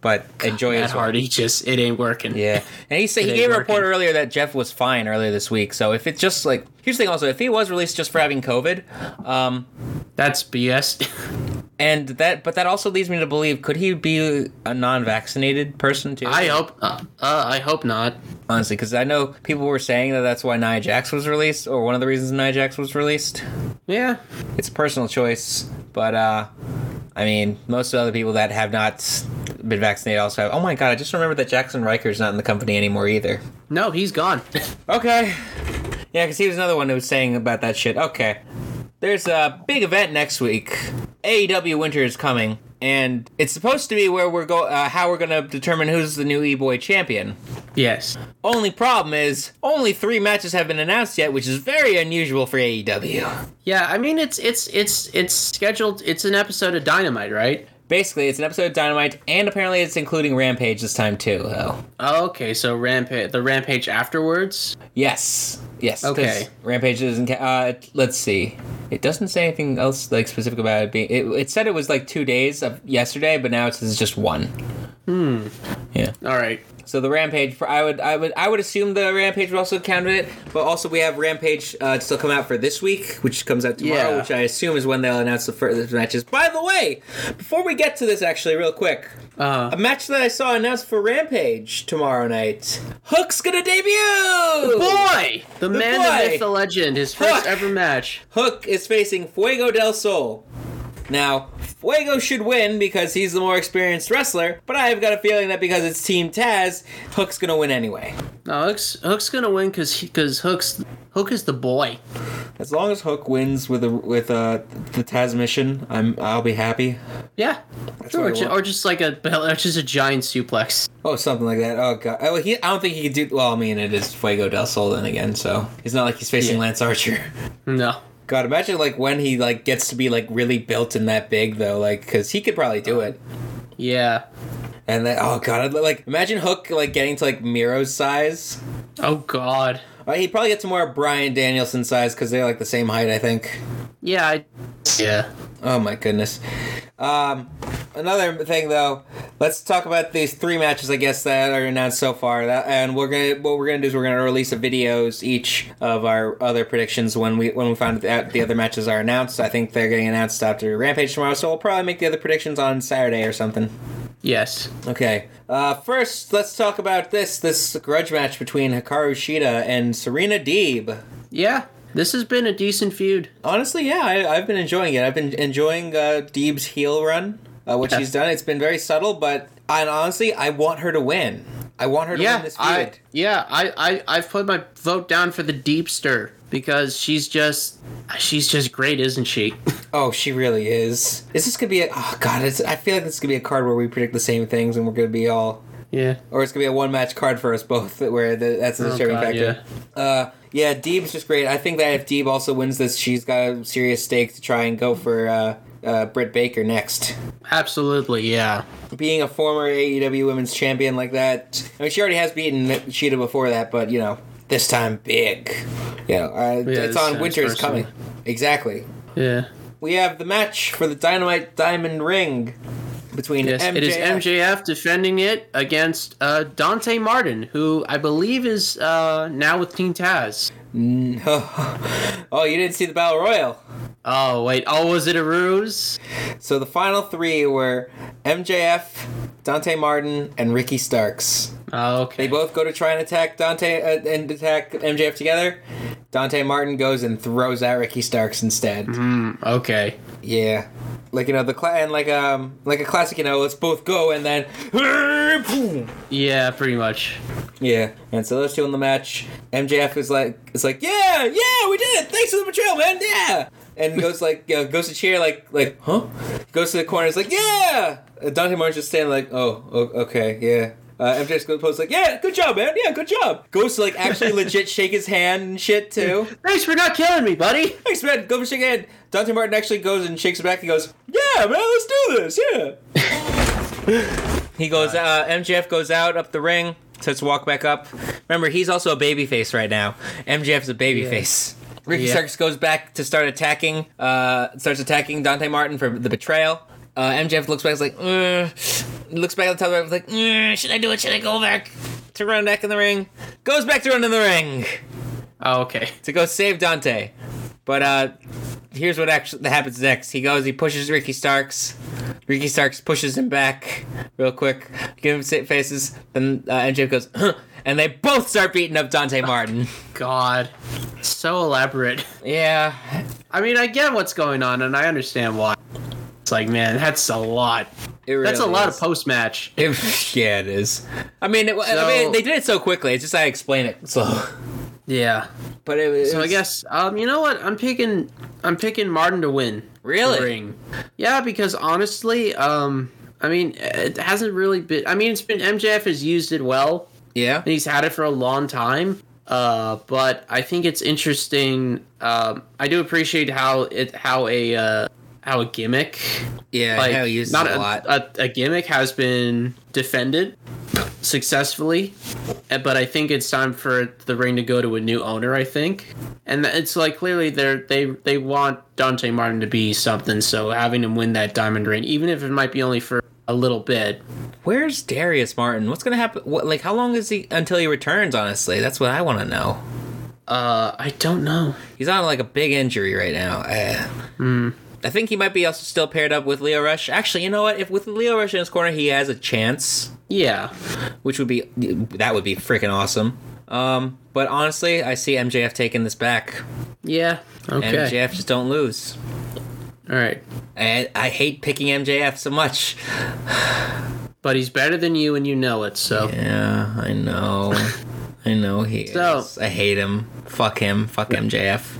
Speaker 2: but enjoy
Speaker 1: Matt
Speaker 2: his
Speaker 1: Hardy just it ain't working.
Speaker 2: Yeah, and he said he
Speaker 1: ain't
Speaker 2: gave a report
Speaker 1: working.
Speaker 2: earlier that Jeff was fine earlier this week. So if it's just like here's the thing, also if he was released just for having COVID, um,
Speaker 1: that's BS.
Speaker 2: and that but that also leads me to believe could he be a non-vaccinated person too?
Speaker 1: *laughs* I hope uh, uh, I hope not.
Speaker 2: honestly because I know people were saying that that's why Nia Jax was released or one of the reasons Nia Jax was released.
Speaker 1: Yeah,
Speaker 2: it's a personal choice, but uh, I mean, most of the other people that have not s- been vaccinated also have. Oh my god, I just remembered that Jackson Riker's not in the company anymore either.
Speaker 1: no, he's gone. *laughs*
Speaker 2: Okay. Yeah, because he was another one who was saying about that shit. Okay. There's a big event next week. AEW Winter is coming, and it's supposed to be where we're go uh, how we're gonna determine who's the new E Boy champion.
Speaker 1: yes.
Speaker 2: Only problem is only three matches have been announced yet, which is very unusual for E AEW.
Speaker 1: Yeah, I mean it's it's it's it's scheduled. It's an episode of Dynamite, right?
Speaker 2: Basically, it's an episode of Dynamite, and apparently it's including Rampage this time too. Though,
Speaker 1: Oh, okay, so rampage the rampage afterwards.
Speaker 2: yes, yes. 'cause
Speaker 1: Okay.
Speaker 2: Rampage doesn't. ca- Uh, let's see. It doesn't say anything else like specific about it being. It, it said it was like two days of yesterday, but now it says it's just one. Hmm. Yeah.
Speaker 1: All right.
Speaker 2: So the Rampage. For, I would. I would. I would assume the Rampage would also count it, but also we have Rampage uh, still come out for this week, which comes out tomorrow,
Speaker 1: Yeah.
Speaker 2: which I assume is when they'll announce the first matches. By the way, before we get to this, actually, real quick.
Speaker 1: Uh,
Speaker 2: A match that I saw announced for Rampage tomorrow night. Hook's gonna debut!
Speaker 1: boy, the, man,
Speaker 2: boy!
Speaker 1: the myth, the legend. His
Speaker 2: Hook!
Speaker 1: first ever match.
Speaker 2: Hook is facing Fuego del Sol. Now, Fuego should win because he's the more experienced wrestler, but I've got a feeling that because it's Team Taz, Hook's gonna win anyway.
Speaker 1: No, Hook's Hook's gonna win because because Hook's Hook is the boy.
Speaker 2: As long as Hook wins with a, with uh, the Taz mission, I'm I'll be happy.
Speaker 1: Yeah.
Speaker 2: what
Speaker 1: Sure,
Speaker 2: I
Speaker 1: ju-
Speaker 2: want.
Speaker 1: or just like a *laughs* or just a giant suplex.
Speaker 2: Oh, something like that. Oh god. Oh, he, I don't think he could do. Well, I mean, it is Fuego del Sol then again, so it's not like he's facing
Speaker 1: Yeah.
Speaker 2: Lance Archer.
Speaker 1: No.
Speaker 2: God, imagine like when he like gets to be like really built and that big though, like because he could probably do it.
Speaker 1: Yeah.
Speaker 2: And then oh god, I'd, like imagine Hook like getting to like Miro's size.
Speaker 1: Oh God.
Speaker 2: Uh, he'd probably get to more Brian Danielson size because they're like the same height, I think.
Speaker 1: Yeah. I, yeah.
Speaker 2: Oh my goodness. Um, another thing though, let's talk about these three matches I guess that are announced so far. That, and we're gonna what we're gonna do is we're gonna release a videos each of our other predictions when we when we find out the other matches are announced. I think they're getting announced after Rampage tomorrow, so we'll probably make the other predictions on Saturday or something.
Speaker 1: Yes.
Speaker 2: Okay. Uh, first, let's talk about this this grudge match between Hikaru Shida and Serena Deeb.
Speaker 1: Yeah. This has been a decent feud.
Speaker 2: Honestly, yeah, I, I've been enjoying it. I've been enjoying uh, Deeb's heel run, uh, what
Speaker 1: Yeah.
Speaker 2: she's done. It's been very subtle, but and honestly, I want her to win. I want her to win
Speaker 1: Yeah,
Speaker 2: this feud.
Speaker 1: I, yeah, I, I, I've put my vote down for the Deepster because she's just, she's just great,
Speaker 2: *laughs*
Speaker 1: isn't she?
Speaker 2: Oh, she really is. Is this gonna be a? Oh God, it's, I feel like this is gonna be a card where we predict the same things, and we're gonna be all,
Speaker 1: Yeah.
Speaker 2: or it's gonna be a one match card for us both, *laughs* where the, that's the
Speaker 1: Oh,
Speaker 2: determining
Speaker 1: God,
Speaker 2: factor.
Speaker 1: yeah.
Speaker 2: Uh, Yeah, Deeb's just great. I think that if Deeb also wins this, she's got a serious stake to try and go for uh, uh, Britt Baker next.
Speaker 1: Absolutely, yeah.
Speaker 2: Being a former AEW Women's Champion like that, I mean, she already has beaten Sheeta before that, but you know, this time big. You know, uh,
Speaker 1: Yeah,
Speaker 2: it's
Speaker 1: this
Speaker 2: on
Speaker 1: time
Speaker 2: Winter is
Speaker 1: special.
Speaker 2: coming. Exactly.
Speaker 1: Yeah.
Speaker 2: We have the match for the Dynamite Diamond Ring between
Speaker 1: Yes,
Speaker 2: MJF.
Speaker 1: it is MJF defending it against uh, Dante Martin, who I believe is uh, now with Team Taz.
Speaker 2: *laughs* oh, you didn't see the Battle Royal.
Speaker 1: Oh wait, oh was it a ruse?
Speaker 2: So the final three were MJF, Dante Martin, and Ricky Starks.
Speaker 1: Oh,
Speaker 2: They
Speaker 1: okay.
Speaker 2: both go to try and attack Dante uh, and attack MJF together. Dante Martin goes and throws out Ricky Starks instead.
Speaker 1: Hmm, okay.
Speaker 2: Yeah, like you know the cla- and like um like a classic you know let's both go and then *laughs* boom.
Speaker 1: Yeah, pretty much.
Speaker 2: Yeah, and so those two in the match, MJF is like, "It's like, yeah, yeah, we did it! Thanks for the betrayal, man! Yeah!" And goes like, you know, goes to cheer, like, like, huh? Goes to the corner, is like, yeah! Uh, Dante Martin's just standing like, oh, o- okay, yeah. Uh, MJF's going to post like, yeah, good job, man, yeah, good job. Goes to like actually *laughs* legit shake his hand and shit too.
Speaker 1: Thanks for not killing me, buddy.
Speaker 2: Thanks, man. Go for shake hand. Dante Martin actually goes and shakes it back. He goes, yeah, man, let's do this. Yeah. he goes. Uh, MJF goes out up the ring. Starts to walk back up. Remember, he's also a babyface right now. MJF's a babyface. Ricky
Speaker 1: Yeah.
Speaker 2: Starks goes back to start attacking. Uh, starts attacking Dante Martin for the betrayal. Uh, MJF looks back. Is like, "Mm," looks back at the top of the ring. Like, "Mm, should I do it? Should I go back to run back in the ring? Goes back to run in the ring
Speaker 1: Oh, okay. *laughs*
Speaker 2: to go save Dante. But uh here's what actually happens next. He goes, he pushes Ricky Starks. Ricky Starks pushes him back real quick, give him sit faces. Then uh, MJF goes, "Huh," and they both start beating up Dante Martin.
Speaker 1: God, so elaborate.
Speaker 2: yeah,
Speaker 1: I mean, I get what's going on, and I understand why. It's like, man, that's a lot.
Speaker 2: it really
Speaker 1: That's a lot
Speaker 2: is.
Speaker 1: of post match.
Speaker 2: It- *laughs* yeah, it is. I mean, it, I mean,
Speaker 1: So-
Speaker 2: they did it so quickly. It's just I explain it slow.
Speaker 1: Yeah.
Speaker 2: But it was.
Speaker 1: So I guess, um, you know what? I'm picking, I'm picking Martin to win.
Speaker 2: Really?
Speaker 1: the ring. Yeah, because honestly, um, I mean, it hasn't really been. I mean, it's been MJF has used it well,
Speaker 2: Yeah.
Speaker 1: and he's had it for a long time. Uh, but I think it's interesting. Um, I do appreciate how it how a uh, how a gimmick
Speaker 2: Yeah.
Speaker 1: like
Speaker 2: I used
Speaker 1: not
Speaker 2: it a,
Speaker 1: a,
Speaker 2: lot.
Speaker 1: A, a gimmick has been defended successfully, uh, but I think it's time for the ring to go to a new owner. I think, and th- it's like clearly they they they want Dante Martin to be something. So having him win that diamond ring, even if it might be only for a little bit,
Speaker 2: Where's Darius Martin? What's gonna happen? What, like, how long is he until he returns? Honestly, that's what I want to know.
Speaker 1: uh, I don't know.
Speaker 2: He's on like a big injury right now. Uh,
Speaker 1: Hmm.
Speaker 2: I think he might be also still paired up with Leo Rush. Actually, you know what? If with Leo Rush in his corner, he has a chance,
Speaker 1: Yeah,
Speaker 2: which would be that would be freaking awesome. Um, but honestly, I see MJF taking this back.
Speaker 1: yeah. Okay.
Speaker 2: MJF just don't lose.
Speaker 1: All right.
Speaker 2: And I hate picking MJF so much.
Speaker 1: But he's better than you, and you know it. So
Speaker 2: Yeah, I
Speaker 1: *laughs*
Speaker 2: know. I know he
Speaker 1: So-
Speaker 2: is. I hate him. Fuck him. Fuck MJF.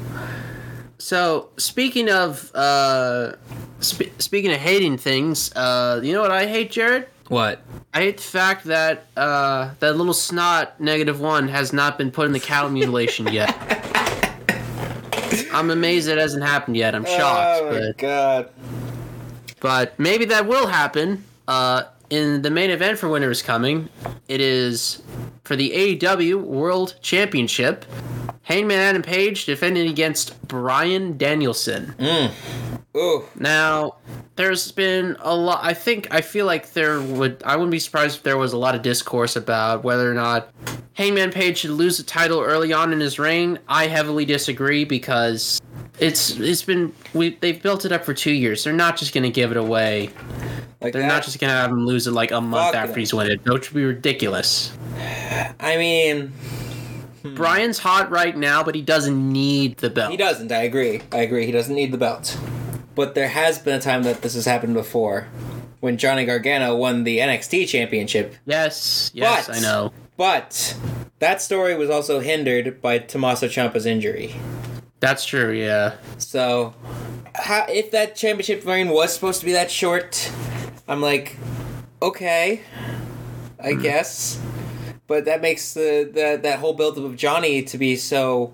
Speaker 1: So speaking of uh, sp- speaking of hating things, uh, you know what I hate, Jared?
Speaker 2: What?
Speaker 1: I hate the fact that uh, that little snot negative one has not been put in the cattle mutilation yet. I'm amazed it hasn't happened yet. I'm
Speaker 2: Oh,
Speaker 1: shocked, but,
Speaker 2: god.
Speaker 1: but maybe that will happen. Uh, in the main event for Winter is Coming, it is for the AEW World Championship. Hangman Adam Page defending against Brian Danielson.
Speaker 2: Ooh.
Speaker 1: Now, there's been a lot. I think I feel like there would. I wouldn't be surprised if there was a lot of discourse about whether or not Hangman Page should lose the title early on in his reign. I heavily disagree because it's it's been we they've built it up for two years. They're not just gonna give it away.
Speaker 2: Like
Speaker 1: They're not just gonna have him lose it like a
Speaker 2: Fuck
Speaker 1: month after
Speaker 2: them.
Speaker 1: he's won it. That would be ridiculous.
Speaker 2: I mean,
Speaker 1: Brian's hot right now, but he doesn't need the belt.
Speaker 2: He doesn't. I agree. I agree. He doesn't need the belt. But there has been a time that this has happened before, when Johnny Gargano won the NXT Championship.
Speaker 1: Yes, yes,
Speaker 2: But-
Speaker 1: I know.
Speaker 2: But that story was also hindered by Tommaso Ciampa's injury.
Speaker 1: That's true. Yeah.
Speaker 2: So, how, if that championship reign was supposed to be that short, I'm like, okay, I guess. but that makes the, the that whole buildup of Johnny to be so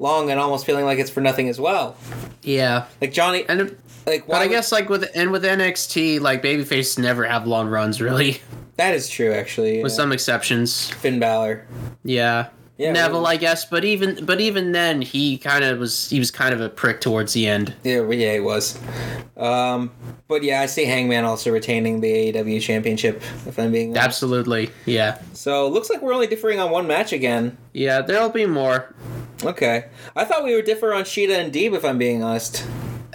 Speaker 2: long and almost feeling like it's for nothing as well.
Speaker 1: Yeah,
Speaker 2: Like Johnny,
Speaker 1: and
Speaker 2: like
Speaker 1: but
Speaker 2: why
Speaker 1: I
Speaker 2: would-
Speaker 1: guess like with and with NXT, like babyfaces never have long runs really,
Speaker 2: that is true actually.
Speaker 1: with
Speaker 2: yeah.
Speaker 1: some exceptions.
Speaker 2: Finn Balor,
Speaker 1: Yeah.
Speaker 2: Yeah,
Speaker 1: Neville,
Speaker 2: well-
Speaker 1: I guess, but even but even then, he kind of was he was kind of a prick towards the end.
Speaker 2: yeah, well, yeah, it was. Um, but yeah, I see Hangman also retaining the AEW championship. If I'm being honest.
Speaker 1: Absolutely, yeah,
Speaker 2: so, looks like we're only differing on one match again.
Speaker 1: yeah. There'll be more.
Speaker 2: Okay, I thought we were differ on Sheeta and Deeb. If I'm being honest,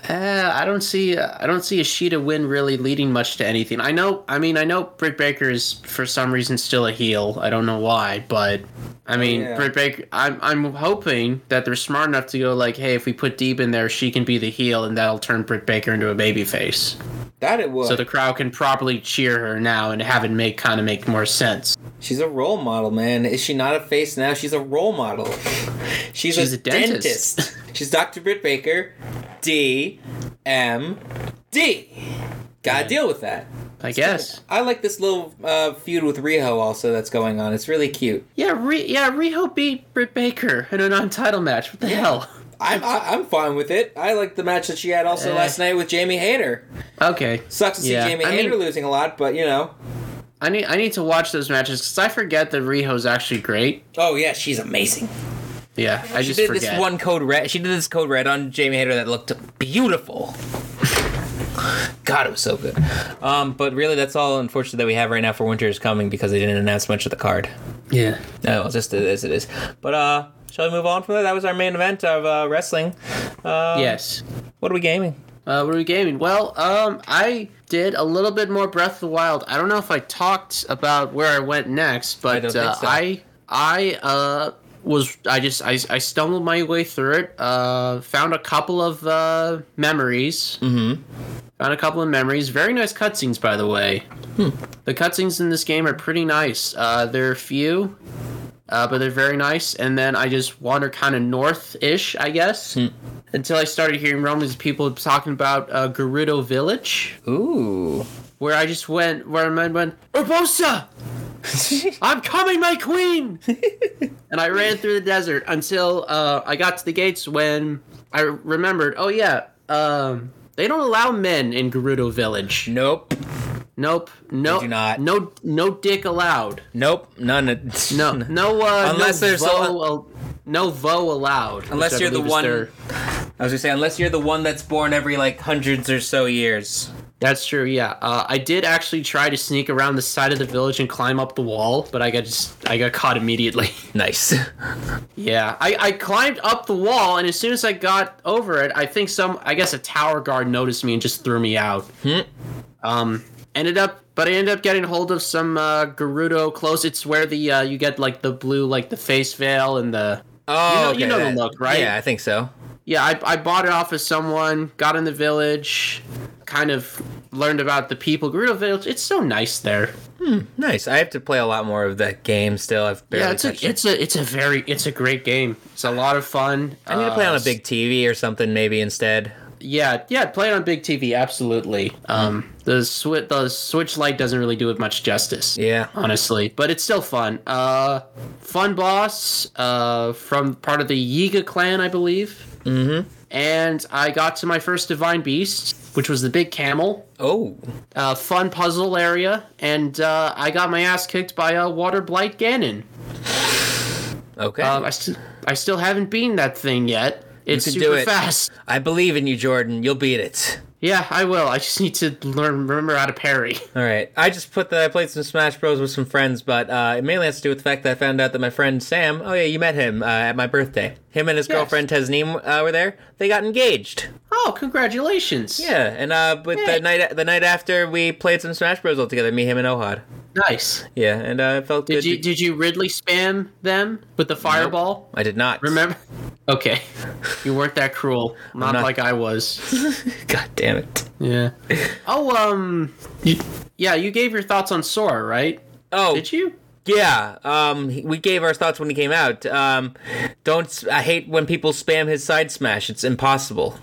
Speaker 1: Uh, I don't see I don't see a Sheeta win really leading much to anything. I know I mean I know Britt Baker is for some reason still a heel. I don't know why, but I mean
Speaker 2: Yeah.
Speaker 1: Britt Baker. I'm I'm hoping that they're smart enough to go like, hey, if we put Deep in there, she can be the heel, and that'll turn Britt Baker into a babyface,
Speaker 2: that it would.
Speaker 1: so the crowd can properly cheer her now and have it make kind of make more sense.
Speaker 2: She's a role model, man. Is she not a face now? She's a role model. *laughs* She's,
Speaker 1: She's
Speaker 2: a,
Speaker 1: a dentist. *laughs*
Speaker 2: dentist. She's Dr. Britt Baker, D M D. Gotta deal with that.
Speaker 1: I guess.
Speaker 2: I like this little uh, feud with Riho also that's going on. It's really cute.
Speaker 1: Yeah, Re- yeah. Riho beat Britt Baker in a non-title match. What the hell?
Speaker 2: I'm I, I'm fine with it. I like the match that she had also
Speaker 1: Eh.
Speaker 2: last night with Jamie Hayter.
Speaker 1: Okay.
Speaker 2: Sucks to see
Speaker 1: Yeah,
Speaker 2: Jamie
Speaker 1: I
Speaker 2: Hayter
Speaker 1: mean-
Speaker 2: losing a lot, but you know.
Speaker 1: I need I need to watch those matches because I forget that Riho's actually great.
Speaker 2: Oh yeah, she's amazing.
Speaker 1: Yeah, I
Speaker 2: She
Speaker 1: just
Speaker 2: did
Speaker 1: forget.
Speaker 2: this one code red. She did this code red on Jamie Hader that looked beautiful. God, it was so good. Um, but really, that's all unfortunate that we have right now for Winter is Coming because they didn't announce much of the card.
Speaker 1: Yeah.
Speaker 2: No, it's just as it is. But uh, shall we move on from that? That was our main event of uh, wrestling. Um,
Speaker 1: yes.
Speaker 2: What are we gaming?
Speaker 1: Uh, what are we gaming? Well, um, I did a little bit more Breath of the Wild. I don't know if I talked about where I went next, but
Speaker 2: don't think
Speaker 1: uh,
Speaker 2: so.
Speaker 1: I I uh was I just I, I stumbled my way through it. Uh, found a couple of uh memories. Mm-hmm. Found a couple of memories. Very nice cutscenes, by the way.
Speaker 2: Hmm.
Speaker 1: The cutscenes in this game are pretty nice. Uh, they're few, uh, but they're very nice. And then I just wander kind of north-ish, I guess,
Speaker 2: Hmm.
Speaker 1: until I started hearing rumblings of people talking about uh, Gerudo Village,
Speaker 2: *laughs* Oough.
Speaker 1: where I just went, where I went, Urbosa! I'm coming, my
Speaker 2: *laughs*
Speaker 1: queen! and I ran through the desert until uh, I got to the gates when I remembered, oh yeah, um, they don't allow men in Gerudo Village.
Speaker 2: nope.
Speaker 1: Nope. No.
Speaker 2: do not.
Speaker 1: No. No dick allowed.
Speaker 2: Nope. None. of- *laughs*
Speaker 1: No. No. Uh,
Speaker 2: Unless
Speaker 1: no
Speaker 2: there's
Speaker 1: vo
Speaker 2: a-
Speaker 1: al- no vo allowed.
Speaker 2: Unless
Speaker 1: which I
Speaker 2: you're the
Speaker 1: believe is
Speaker 2: one-
Speaker 1: their-
Speaker 2: I was gonna say unless you're the one that's born every like hundreds or so years.
Speaker 1: That's true. Yeah. Uh, I did actually try to sneak around the side of the village and climb up the wall, but I got just I got caught immediately. *laughs*
Speaker 2: *laughs* Nice.
Speaker 1: yeah. I I climbed up the wall, and as soon as I got over it, I think some I guess a tower guard noticed me and just threw me out. Um. Ended up. But I ended up getting hold of some uh, Gerudo clothes. It's where the uh, you get like the blue, like the face veil and the
Speaker 2: Oh,
Speaker 1: know-
Speaker 2: okay,
Speaker 1: you know the
Speaker 2: that-
Speaker 1: look, right?
Speaker 2: Yeah, I think so.
Speaker 1: yeah, I, I bought it off of someone, got in the village, kind of learned about the people. Gerudo Village, it's so nice there.
Speaker 2: Nice. I have to play a lot more of that game still. I've barely
Speaker 1: yeah, it's
Speaker 2: touched
Speaker 1: a, it's a it's a very it's a great game. It's a lot of fun. Uh,
Speaker 2: it. I need to play on a big TV or something maybe instead.
Speaker 1: Yeah, yeah, play it on big TV. Absolutely. Um, the switch the Switch Lite doesn't really do it much justice.
Speaker 2: Yeah.
Speaker 1: honestly, but it's still fun. Uh, fun boss uh, from part of the Yiga clan, I believe. Mm-hmm. And I got to my first divine beast, which was the big camel.
Speaker 2: Oh.
Speaker 1: uh, fun puzzle area, and uh, I got my ass kicked by a water blight Ganon.
Speaker 2: Okay.
Speaker 1: Um, I, st- I still haven't beaten that thing yet. It's
Speaker 2: can
Speaker 1: super
Speaker 2: do it.
Speaker 1: fast.
Speaker 2: I believe in you, Jordan. You'll beat it.
Speaker 1: Yeah, I will. I just need to learn remember how to parry. *laughs*
Speaker 2: All right. I just put that I played some Smash Bros with some friends, but uh, it mainly has to do with the fact that I found out that my friend Sam. Oh yeah, you met him uh, at my birthday. Him and his
Speaker 1: Yes.
Speaker 2: girlfriend Tasneem uh, were there. They got engaged.
Speaker 1: Oh, congratulations!
Speaker 2: Yeah, and uh, but the
Speaker 1: Hey.
Speaker 2: night the night after we played some Smash Bros all together, me, him, and Ohad.
Speaker 1: nice.
Speaker 2: Yeah, and uh, it felt
Speaker 1: Did
Speaker 2: good.
Speaker 1: you
Speaker 2: to-
Speaker 1: did you Ridley spam them with the fireball?
Speaker 2: I did not
Speaker 1: Remember? *laughs* Okay, you weren't that cruel. Not,
Speaker 2: not-
Speaker 1: like I was.
Speaker 2: *laughs* God damn it. *laughs*
Speaker 1: Yeah. Oh, um, you, yeah. You gave your thoughts on Sora, right?
Speaker 2: Oh,
Speaker 1: Did you?
Speaker 2: Yeah, um, he- we gave our thoughts when he came out. Um, don't s- I hate when people spam his side smash? It's impossible.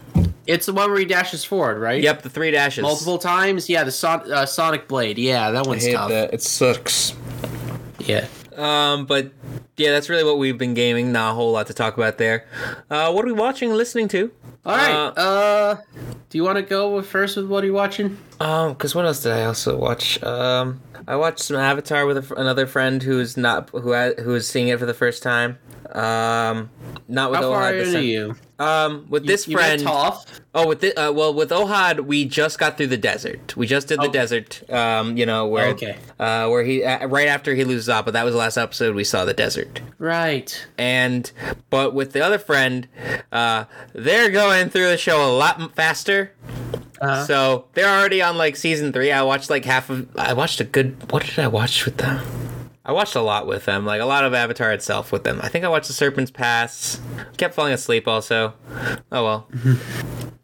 Speaker 1: It's the one where he dashes forward, right?
Speaker 2: Yep, the three dashes.
Speaker 1: Multiple times, yeah. The son- uh, Sonic Blade, yeah, that one's tough.
Speaker 2: It sucks.
Speaker 1: Yeah,
Speaker 2: Um, but yeah, that's really what we've been gaming. Not a whole lot to talk about there. Uh, what are we watching and listening to?
Speaker 1: All right. Uh, do you want to go with- first with what are you watching?
Speaker 2: Um, because what else did I also watch? Um, I watched some Avatar with a fr- another friend who's not who ha- who is seeing it for the first time. Um, not with
Speaker 1: How far
Speaker 2: Ohad. this
Speaker 1: into
Speaker 2: time.
Speaker 1: you?
Speaker 2: Um, with this
Speaker 1: you
Speaker 2: friend.
Speaker 1: You off.
Speaker 2: Oh, with the, uh, well, with Ohad, we just got through the desert. We just did the
Speaker 1: Okay.
Speaker 2: desert. Um, you know where
Speaker 1: Oh. Okay.
Speaker 2: uh, where he uh, right after he loses Appa. That was the last episode we saw the desert.
Speaker 1: Right.
Speaker 2: And but with the other friend, uh, they're going through the show a lot m- faster.
Speaker 1: Uh,
Speaker 2: So they're already on like season three. I watched like half of. I watched a good. What did I watch with them? I watched a lot with them, like a lot of Avatar itself with them. I think I watched The Serpent's Pass. Kept falling asleep also. Oh well.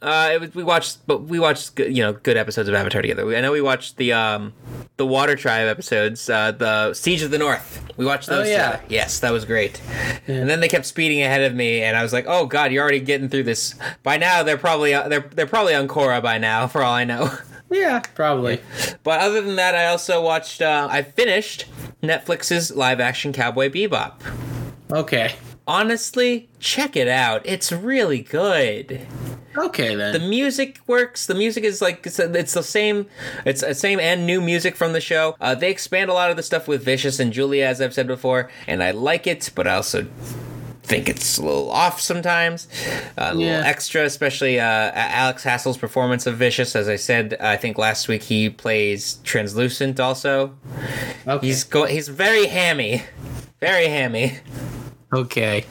Speaker 2: uh, it was, we watched, but we watched good, you know good episodes of Avatar together. We, I know we watched the um, the Water Tribe episodes, uh, the Siege of the North. We watched those.
Speaker 1: yeah.
Speaker 2: together. Yes, that was great. And then they kept speeding ahead of me, and I was like, "Oh God, you're already getting through this." By now, they're probably uh, they're they're probably on Korra by now, for all I know. *laughs*
Speaker 1: yeah, probably.
Speaker 2: But other than that, I also watched. Uh, I finished Netflix's live-action Cowboy Bebop.
Speaker 1: Okay.
Speaker 2: Honestly, check it out. It's really good.
Speaker 1: Okay then.
Speaker 2: The music works. The music is like it's, it's the same. It's the same and new music from the show. Uh, they expand a lot of the stuff with Vicious and Julia, as I've said before, and I like it, but I also think it's a little off sometimes. Uh, a little
Speaker 1: Yeah.
Speaker 2: extra, especially uh, A- Alex Hassel's performance of Vicious. As I said, I think last week he plays translucent. Also,
Speaker 1: okay.
Speaker 2: he's go- he's very hammy, very hammy,
Speaker 1: okay.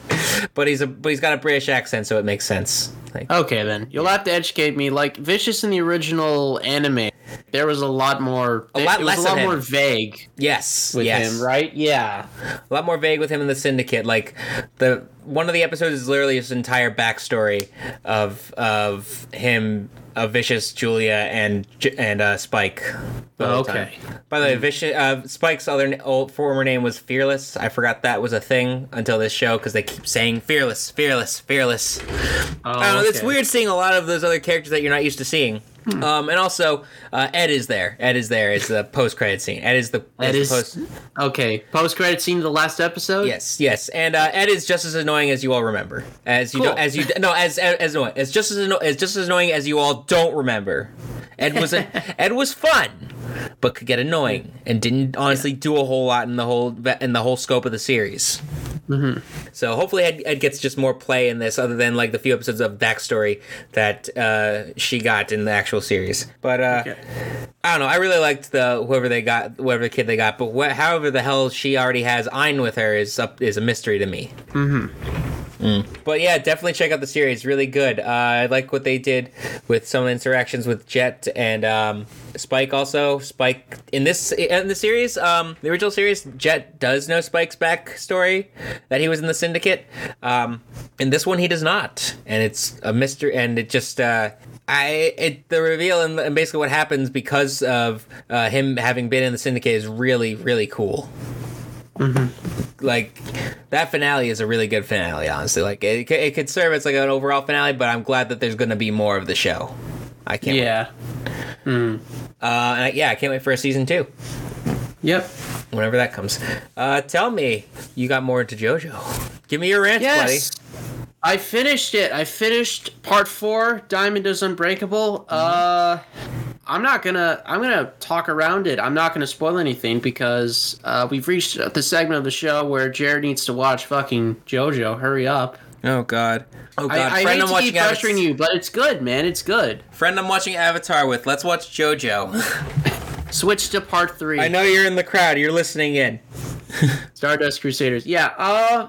Speaker 2: but he's a but he's got a British accent, so it makes sense. Like,
Speaker 1: Okay then. You'll have to educate me. Like Vicious in the original anime, there was a lot more.
Speaker 2: A lot
Speaker 1: it
Speaker 2: less
Speaker 1: was
Speaker 2: of
Speaker 1: a lot
Speaker 2: him.
Speaker 1: more vague
Speaker 2: yes,
Speaker 1: with
Speaker 2: yes.
Speaker 1: him, right? Yeah.
Speaker 2: a lot more vague with him in the syndicate like the one of the episodes is literally his entire backstory of of him of vicious julia and J- and uh spike the whole
Speaker 1: Okay.
Speaker 2: time. by the way vicious uh, spike's other n- old former name was fearless i forgot that was a thing until this show because they keep saying fearless fearless fearless
Speaker 1: Oh,
Speaker 2: I don't know. It's
Speaker 1: okay.
Speaker 2: weird seeing a lot of those other characters that you're not used to seeing. Um, and also, uh, Ed is there. Ed is there. It's the post credit scene. Ed is the
Speaker 1: That
Speaker 2: the
Speaker 1: is
Speaker 2: post-
Speaker 1: okay. Post credit scene of the last episode.
Speaker 2: Yes, yes, and uh, Ed is just as annoying as you all remember. As you
Speaker 1: Cool.
Speaker 2: don't, as you no, as as, as annoying, as just as anno- as just as annoying as you all don't remember. Ed was
Speaker 1: *laughs*
Speaker 2: a, Ed was fun, but could get annoying and didn't honestly do a whole lot in the whole in the whole scope of the series.
Speaker 1: Mm-hmm.
Speaker 2: So hopefully Ed, Ed gets just more play in this, other than like the few episodes of backstory that uh, she got in the actual series. But uh,
Speaker 1: Okay.
Speaker 2: I don't know. I really liked the whoever they got, whoever the kid they got. But wh- however the hell she already has Ein with her is up is a mystery to me. Mm-hmm. But yeah, definitely check out the series. Really good. Uh, I like what they did with some interactions with Jet and um, Spike. Also, Spike in this in the series, um, the original series, Jet does know Spike's backstory that he was in the Syndicate. Um, in this one, he does not, and it's a mystery. And it just uh, I it the reveal and, and basically what happens because of uh, him having been in the syndicate is really really cool. Like that finale is a really good finale, honestly. Like it, c- it could serve as like an overall finale, but I'm glad that there's going to be more of the show. I can't. Wait.
Speaker 1: Yeah.
Speaker 2: Uh, and I, yeah, I can't wait for a season two
Speaker 1: Yep.
Speaker 2: whenever that comes. Uh, tell me, you got more into JoJo? Give me your rant,
Speaker 1: Yes. I finished it. I finished part four, Diamond is Unbreakable. Uh I'm not gonna I'm gonna talk around it. I'm not gonna spoil anything because uh, we've reached the segment of the show where Jared needs to watch fucking JoJo. Hurry up.
Speaker 2: buddy. Oh God. Oh God.
Speaker 1: I, I hate
Speaker 2: Friend, I'm
Speaker 1: to
Speaker 2: watching
Speaker 1: keep
Speaker 2: Avatar.
Speaker 1: pressuring you, but it's good, man. It's good.
Speaker 2: Friend, I'm watching Avatar with. Let's watch JoJo.
Speaker 1: Switch to part three.
Speaker 2: *laughs* I know you're in the crowd. You're listening in.
Speaker 1: Stardust Crusaders. Yeah, uh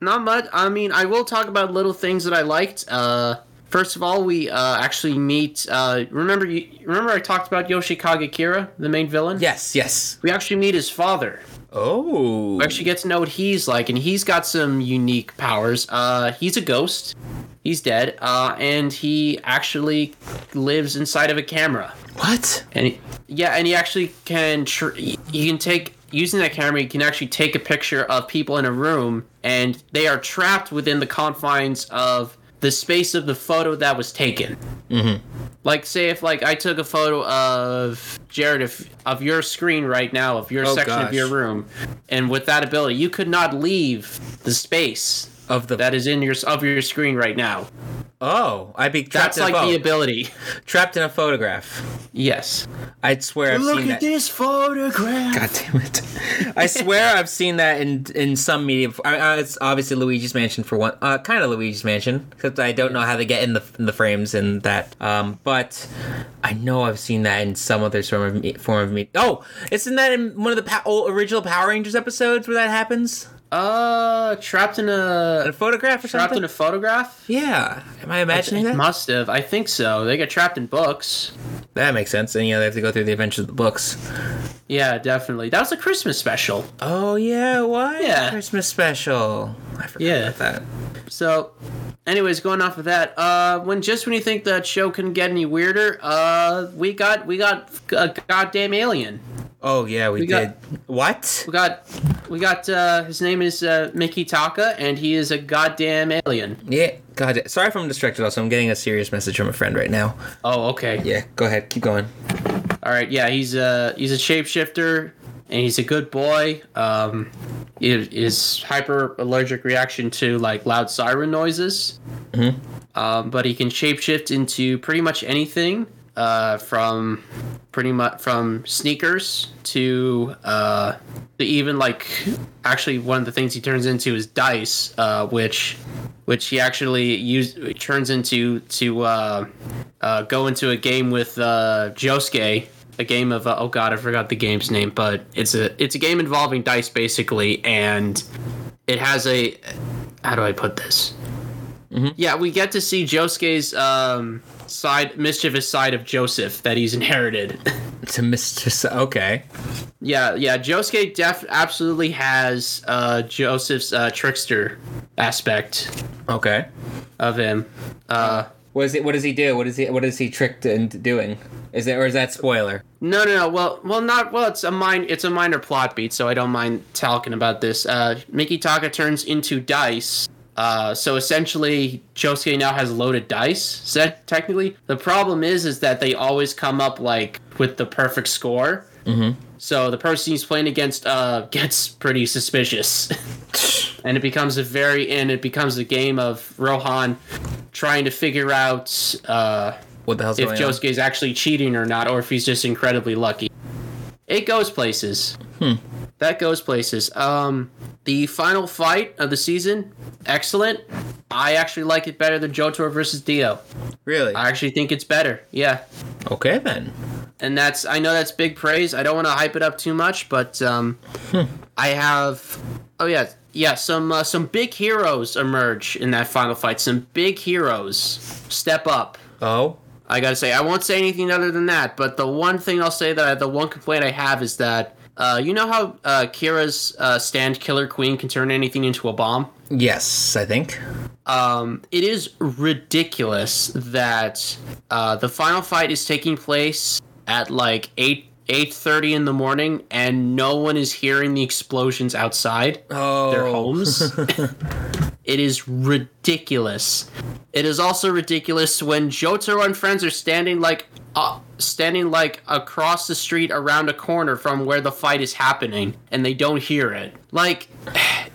Speaker 1: not much. I mean, I will talk about little things that I liked. Uh first of all, we uh actually meet uh remember you remember I talked about Yoshikage Kira, the main villain?
Speaker 2: Yes, yes.
Speaker 1: We actually meet his father.
Speaker 2: Oh.
Speaker 1: We actually get to know what he's like and he's got some unique powers. Uh he's a ghost. He's dead. Uh and he actually lives inside of a camera.
Speaker 2: what?
Speaker 1: And he, yeah, and he actually can. Tr- he he can take using that camera. He can actually take a picture of people in a room, and they are trapped within the confines of the space of the photo that was taken. Like, say if like I took a photo of Jared if, of your screen right now, of your
Speaker 2: Oh,
Speaker 1: section
Speaker 2: gosh.
Speaker 1: of your room, and with that ability, you could not leave the space
Speaker 2: Of the
Speaker 1: that is in your of your screen right now.
Speaker 2: oh, I'd be trapped
Speaker 1: That's
Speaker 2: in a
Speaker 1: like the
Speaker 2: photo.
Speaker 1: ability. *laughs*
Speaker 2: trapped in a photograph.
Speaker 1: Yes.
Speaker 2: I swear I've seen that.
Speaker 1: this photograph.
Speaker 2: God damn it! I swear I've seen that in in some media. Before. I, I, it's obviously Luigi's Mansion for one, uh, kind of Luigi's Mansion, except I don't know how they get in the in the frames and that. Um, but I know I've seen that in some other form of me, form of me. Oh, isn't that in one of the pa- old, original Power Rangers episodes where that happens?
Speaker 1: Uh, trapped in
Speaker 2: A
Speaker 1: a
Speaker 2: photograph or
Speaker 1: trapped
Speaker 2: something?
Speaker 1: in a photograph.
Speaker 2: yeah. Am I imagining
Speaker 1: It
Speaker 2: that?
Speaker 1: must have. I think so. They get trapped in books.
Speaker 2: That makes sense. And you know they have to go through the adventures of the books.
Speaker 1: Yeah, definitely. That was a Christmas special.
Speaker 2: Oh yeah, what?
Speaker 1: Yeah.
Speaker 2: Christmas special. I forgot
Speaker 1: Yeah.
Speaker 2: about that.
Speaker 1: So, anyways, going off of that, uh, when just when you think that show couldn't get any weirder, uh, we got we got a goddamn alien.
Speaker 2: Oh yeah, we,
Speaker 1: We
Speaker 2: did.
Speaker 1: got-
Speaker 2: what?
Speaker 1: We got we got uh, his name is uh, Mickey Taka, and he is a goddamn alien.
Speaker 2: Yeah. God. Sorry if I'm distracted. Also, I'm getting a serious message from a friend right now.
Speaker 1: Oh, okay.
Speaker 2: Yeah. Go ahead. Keep going.
Speaker 1: All right. Yeah, he's a he's a shapeshifter, and he's a good boy. Um, i- his hyper allergic reaction to like loud siren noises. Um, but he can shapeshift into pretty much anything, uh, from pretty much from sneakers to uh, to even like actually one of the things he turns into is dice, uh, which which he actually use turns into to uh, uh, go into a game with uh, Josuke. A game of uh, oh god, I forgot the game's name, but it's a it's a game involving dice basically, and it has a how do I put this? Yeah, we get to see Josuke's um, side, mischievous side of Joseph that he's inherited. *laughs*
Speaker 2: To Mr. S- okay.
Speaker 1: yeah, yeah, Josuke def absolutely has uh, Joseph's uh, trickster aspect
Speaker 2: Okay.
Speaker 1: of him. Uh,
Speaker 2: What is it? What does he do? What is he? What is he tricked into doing? Is it or is that spoiler?
Speaker 1: No, no, no. Well, well, not well. It's a mine. It's a minor plot beat, so I don't mind talking about this. Uh, Mickey Taka turns into dice. Uh, so essentially, Josuke now has loaded dice. Set technically, the problem is is that they always come up like with the perfect score. Mm-hmm. So the person he's playing against uh, *laughs* gets pretty suspicious, and it becomes a very and it becomes a game of Rohan trying to figure out. Uh,
Speaker 2: What the hell's
Speaker 1: if
Speaker 2: going on?
Speaker 1: Josuke is actually cheating or not, or if he's just incredibly lucky. It goes places. That goes places. Um, the final fight of the season, excellent. I actually like it better than Jotor versus Dio.
Speaker 2: Really?
Speaker 1: I actually think it's better. Yeah,
Speaker 2: okay then.
Speaker 1: and that's I know that's big praise. I don't want to hype it up too much, but um, I have. Oh yeah, yeah. Some uh, some big heroes emerge in that final fight. Some big heroes step up.
Speaker 2: Oh.
Speaker 1: I gotta say, I won't say anything other than that. But the one thing I'll say that the one complaint I have is that uh, you know how uh, Kira's uh, stand Killer Queen can turn anything into a bomb.
Speaker 2: Yes, I think.
Speaker 1: Um, it is ridiculous that uh, the final fight is taking place at like eight eight thirty in the morning, and no one is hearing the explosions outside
Speaker 2: Oh.
Speaker 1: their homes. *laughs* it is ridiculous. It is also ridiculous when Jotaro and friends are standing like uh, standing like across the street around a corner from where the fight is happening and they don't hear it. Like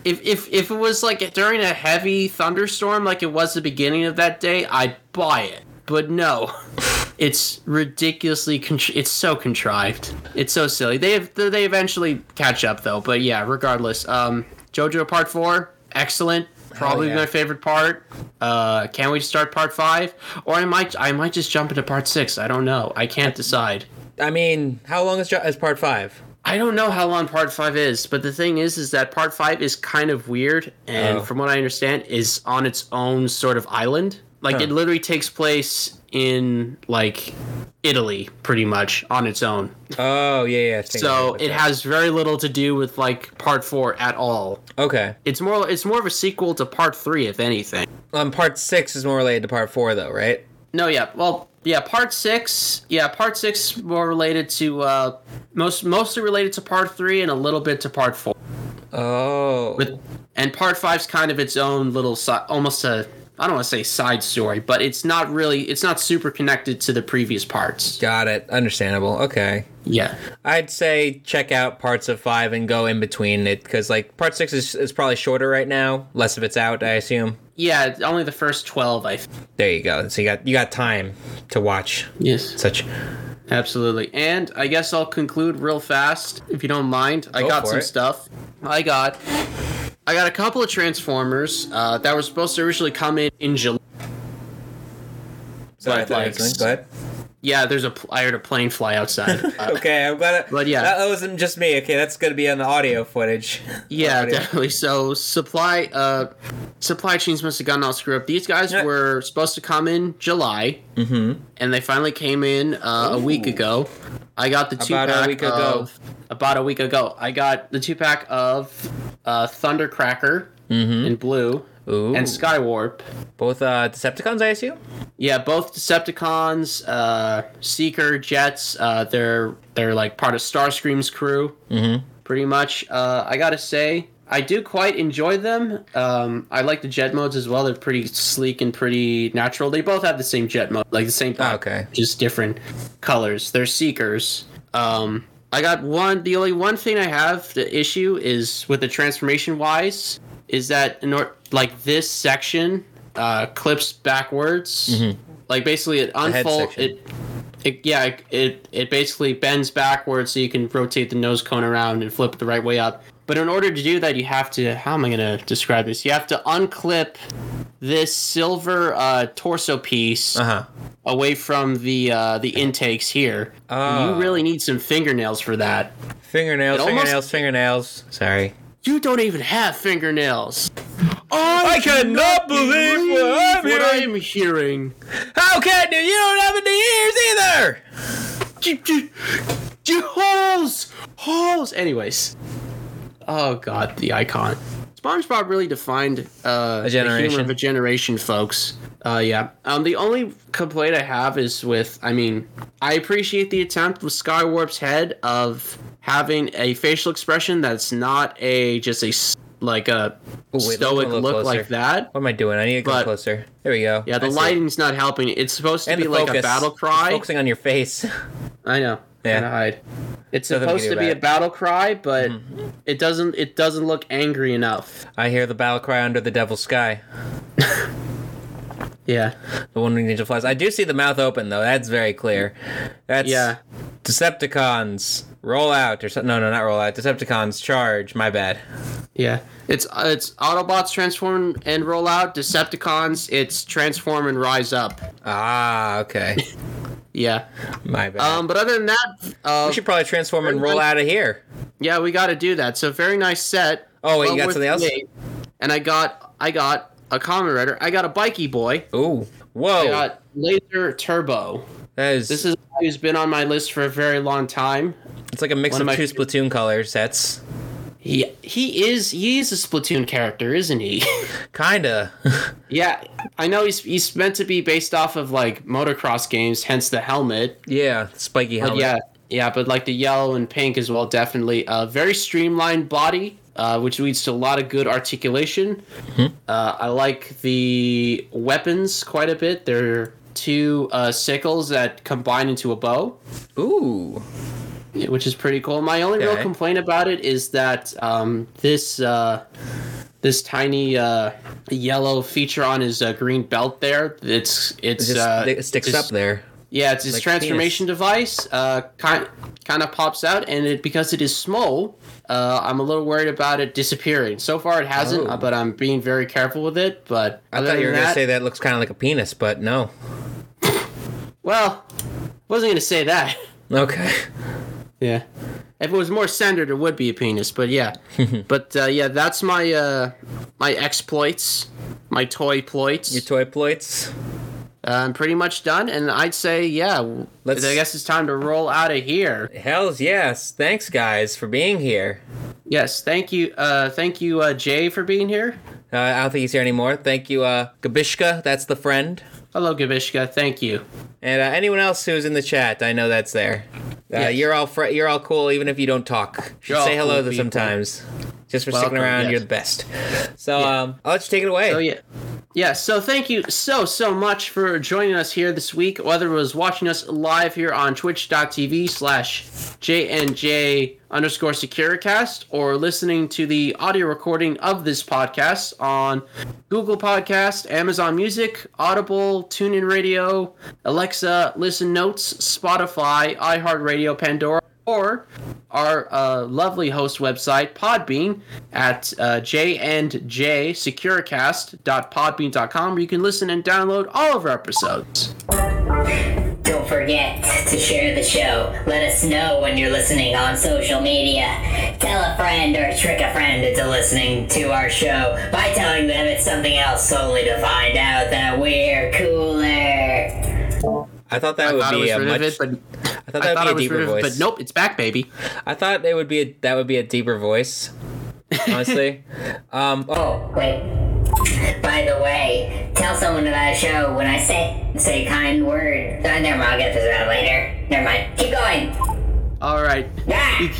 Speaker 1: if if if it was like during a heavy thunderstorm like it was the beginning of that day, I'd buy it. But no. *laughs* It's ridiculously contr it's so contrived. It's so silly. They have, they eventually catch up though. But yeah, regardless. Um, JoJo Part Four, excellent. Probably
Speaker 2: yeah.
Speaker 1: my favorite part. Uh, can't wait to start Part Five. Or I might I might just jump into Part Six. I don't know. I can't decide.
Speaker 2: I mean, how long is, jo- is part five?
Speaker 1: I don't know how long Part Five is, but the thing is, is that Part Five is kind of weird, and
Speaker 2: Oh.
Speaker 1: from what I understand, is on its own sort of island. Like it literally takes place in like Italy, pretty much on its own.
Speaker 2: Oh yeah, yeah. I think I
Speaker 1: So
Speaker 2: know.
Speaker 1: it has very little to do with like Part Four at all.
Speaker 2: okay.
Speaker 1: It's more it's more of a sequel to Part Three, if anything.
Speaker 2: Um, part six is more related to part four, though, right?
Speaker 1: No, yeah, well, yeah, part six, yeah, part six more related to uh, most mostly related to part three and a little bit to part four,
Speaker 2: Oh.
Speaker 1: but and part five's kind of its own little si- almost a I don't want to say side story, but it's not really it's not super connected to the previous parts.
Speaker 2: Got it. Understandable. Okay.
Speaker 1: Yeah.
Speaker 2: I'd say check out parts of five and go in between it because like part six is, is probably shorter right now. Less of it's out, I assume.
Speaker 1: Yeah, only the first 12 I th-
Speaker 2: There you go. So you got you got time to watch
Speaker 1: Yes.
Speaker 2: such.
Speaker 1: Absolutely. And I guess I'll conclude real fast, if you don't mind. I
Speaker 2: Go
Speaker 1: got
Speaker 2: for
Speaker 1: some
Speaker 2: it.
Speaker 1: stuff. I got I got a couple of Transformers uh, that were supposed to originally come in in July.
Speaker 2: Sorry, I
Speaker 1: But,
Speaker 2: thought I
Speaker 1: like,
Speaker 2: was- go ahead.
Speaker 1: Yeah, there's a pl- I heard a plane fly outside.
Speaker 2: *laughs*
Speaker 1: Uh,
Speaker 2: Okay, I'm glad. I,
Speaker 1: But yeah.
Speaker 2: that, that wasn't just me. Okay, that's gonna be on the audio footage.
Speaker 1: yeah,
Speaker 2: Audio.
Speaker 1: definitely. So supply uh, supply chains must have gotten all screwed up. These guys
Speaker 2: Yeah.
Speaker 1: were supposed to come in July, mm-hmm. and they finally came in uh, a week
Speaker 2: Ooh.
Speaker 1: ago. I got the two
Speaker 2: About a
Speaker 1: pack
Speaker 2: week ago.
Speaker 1: of about a week ago. I got the two pack of uh, Thundercracker in blue
Speaker 2: Mm-hmm. Ooh.
Speaker 1: and Skywarp.
Speaker 2: Both uh, Decepticons, I assume.
Speaker 1: Yeah, both Decepticons, uh, Seeker, Jets. Uh, they're they're like part of Starscream's crew, mm-hmm. pretty much. Uh, I gotta say, I do quite enjoy them. Um, I like the jet modes as well. They're pretty sleek and pretty natural. They both have the same jet mode, like the same.
Speaker 2: Oh, okay.
Speaker 1: Just different colors. They're Seekers. Um, I got one. The only one thing I have the issue is with the transformation wise is that in or, like this section uh, clips backwards. Like basically it
Speaker 2: Mm-hmm. head
Speaker 1: unfolds
Speaker 2: section.
Speaker 1: it. It, yeah, it- it it basically bends backwards so you can rotate the nose cone around and flip it the right way up. But in order to do that, you have to. How am I going to describe this? You have to unclip this silver uh, torso piece
Speaker 2: Uh huh.
Speaker 1: away from the uh, the intakes here.
Speaker 2: Ah.
Speaker 1: You really need some fingernails for that.
Speaker 2: Fingernails,
Speaker 1: It almost-
Speaker 2: fingernails, fingernails. Sorry.
Speaker 1: You don't even have fingernails.
Speaker 2: I cannot believe what I'm
Speaker 1: What I
Speaker 2: hearing.
Speaker 1: am hearing.
Speaker 2: How can you? You don't have any ears either.
Speaker 1: Ju- ju- ju- Holes, holes. Anyways, oh god, the icon. SpongeBob really defined uh, the humor
Speaker 2: generation.
Speaker 1: of a generation, folks. Uh, yeah. Um, the only complaint I have is with. I mean, I appreciate the attempt with Skywarp's head of having a facial expression that's not a just a s- like a
Speaker 2: wait, let me
Speaker 1: stoic
Speaker 2: go a little
Speaker 1: look like
Speaker 2: closer.
Speaker 1: that.
Speaker 2: What am I doing? I need to
Speaker 1: But-
Speaker 2: come closer. There we go.
Speaker 1: Yeah, the
Speaker 2: I see it.
Speaker 1: lighting's not helping. It's supposed to
Speaker 2: and
Speaker 1: be
Speaker 2: the
Speaker 1: like
Speaker 2: focus.
Speaker 1: a battle
Speaker 2: It's
Speaker 1: cry.
Speaker 2: focusing on your face. *laughs*
Speaker 1: I know.
Speaker 2: Yeah.
Speaker 1: Kinda hide. It's
Speaker 2: Nothing we can
Speaker 1: supposed
Speaker 2: do
Speaker 1: to be a
Speaker 2: about
Speaker 1: battle cry, but
Speaker 2: Mm-hmm.
Speaker 1: it doesn't. It doesn't look angry enough.
Speaker 2: I hear the battle cry under the devil's sky.
Speaker 1: Yeah.
Speaker 2: The one Ninja flies. I do see the mouth open though. That's very clear. That's
Speaker 1: Yeah.
Speaker 2: Decepticons roll out or something. No, no, not roll out. Decepticons charge. My bad.
Speaker 1: Yeah. It's uh, it's Autobots transform and roll out. Decepticons it's transform and rise up.
Speaker 2: Ah,
Speaker 1: *laughs*
Speaker 2: okay.
Speaker 1: Yeah.
Speaker 2: My bad.
Speaker 1: Um. But other than that, uh,
Speaker 2: we should probably transform and roll out of here.
Speaker 1: yeah, we got to do that. So very nice set.
Speaker 2: Oh, wait, you
Speaker 1: Well
Speaker 2: got
Speaker 1: worth
Speaker 2: something else?
Speaker 1: the wait. And I got I got a common writer. I got a bikey boy.
Speaker 2: Ooh.
Speaker 1: I
Speaker 2: Whoa.
Speaker 1: got laser turbo.
Speaker 2: That is,
Speaker 1: This is a guy who's been on my list for a very long time.
Speaker 2: it's like a mix
Speaker 1: one
Speaker 2: of,
Speaker 1: of my
Speaker 2: two
Speaker 1: favorite-
Speaker 2: Splatoon color sets.
Speaker 1: He he is he is a Splatoon character, isn't he? *laughs*
Speaker 2: Kinda. *laughs*
Speaker 1: yeah, I know he's he's meant to be based off of like motocross games, hence the helmet.
Speaker 2: yeah. Spiky
Speaker 1: But
Speaker 2: helmet.
Speaker 1: yeah, yeah, but like the yellow and pink as well, definitely. Uh, very streamlined body, uh, which leads to a lot of good articulation. Uh, I like the weapons quite a bit. They're two uh, sickles that combine into a bow.
Speaker 2: Ooh.
Speaker 1: which is pretty cool. My only
Speaker 2: Okay.
Speaker 1: real complaint about it is that um, this uh, this tiny uh, yellow feature on his uh, green belt there it's
Speaker 2: It
Speaker 1: it's
Speaker 2: just
Speaker 1: uh,
Speaker 2: it sticks
Speaker 1: his-
Speaker 2: up there.
Speaker 1: Yeah, it's his
Speaker 2: like
Speaker 1: transformation device. Uh, kind kind of pops out, and it because it is small. Uh, I'm a little worried about it disappearing. So far, it hasn't,
Speaker 2: Oh.
Speaker 1: uh, but I'm being very careful with it. But
Speaker 2: I thought you were gonna say that looks kind of like a penis, but no.
Speaker 1: Well, wasn't gonna say that. *laughs*
Speaker 2: Okay.
Speaker 1: Yeah. If it was more centered, it would be a penis. But *laughs* yeah. but uh, yeah, that's my uh, my exploits, my toy ploits.
Speaker 2: Your toy ploits.
Speaker 1: uh, I'm pretty much done, and I'd say yeah.
Speaker 2: Let's-
Speaker 1: Let's. I guess it's time to roll out of here.
Speaker 2: Hell's yes. Thanks, guys, for being here.
Speaker 1: Yes, thank you, uh, thank you, uh, Jay, for being here.
Speaker 2: Uh, I don't think he's here anymore. Thank you, uh, Gabishka. That's the friend.
Speaker 1: Hello, Gabishka. Thank you.
Speaker 2: And uh, anyone else who's in the chat, I know that's there. Uh,
Speaker 1: Yes.
Speaker 2: You're all fr- you're all cool, even if you don't talk. You should
Speaker 1: You're
Speaker 2: say
Speaker 1: all
Speaker 2: hello to
Speaker 1: cool people.
Speaker 2: sometimes. Just for sticking
Speaker 1: Welcome,
Speaker 2: around,
Speaker 1: yes.
Speaker 2: you're the best. So um, I'll let you take it away.
Speaker 1: Oh yeah. Yeah, so thank you so, so much for joining us here this week, whether it was watching us live here on twitch.tv slash JNJ underscore Securicast or listening to the audio recording of this podcast on Google Podcast, Amazon Music, Audible, TuneIn Radio, Alexa, Listen Notes, Spotify, iHeartRadio, Pandora, or our uh, lovely host website, Podbean, at uh, jndjsecurecast.podbean.com, where you can listen and download all of our episodes.
Speaker 3: Don't forget to share the show. Let us know when you're listening on social media. Tell a friend or trick a friend into listening to our show by telling them it's something else only to find out that we're cooler.
Speaker 2: I thought that would
Speaker 1: I
Speaker 2: be
Speaker 1: was
Speaker 2: a
Speaker 1: rid
Speaker 2: much.
Speaker 1: of it, but
Speaker 2: I thought
Speaker 1: I
Speaker 2: that
Speaker 1: thought I
Speaker 2: would be a deeper
Speaker 1: was rid of it,
Speaker 2: voice.
Speaker 1: but nope, it's back, baby.
Speaker 2: I thought it would be a, that would be a deeper voice.
Speaker 1: *laughs*
Speaker 2: Honestly, um, oh,
Speaker 3: Oh, wait. By the way, tell someone about a show when I say say kind word. Uh, never mind, I'll get to that later. Never mind. Keep going.
Speaker 1: All right.
Speaker 3: Ah!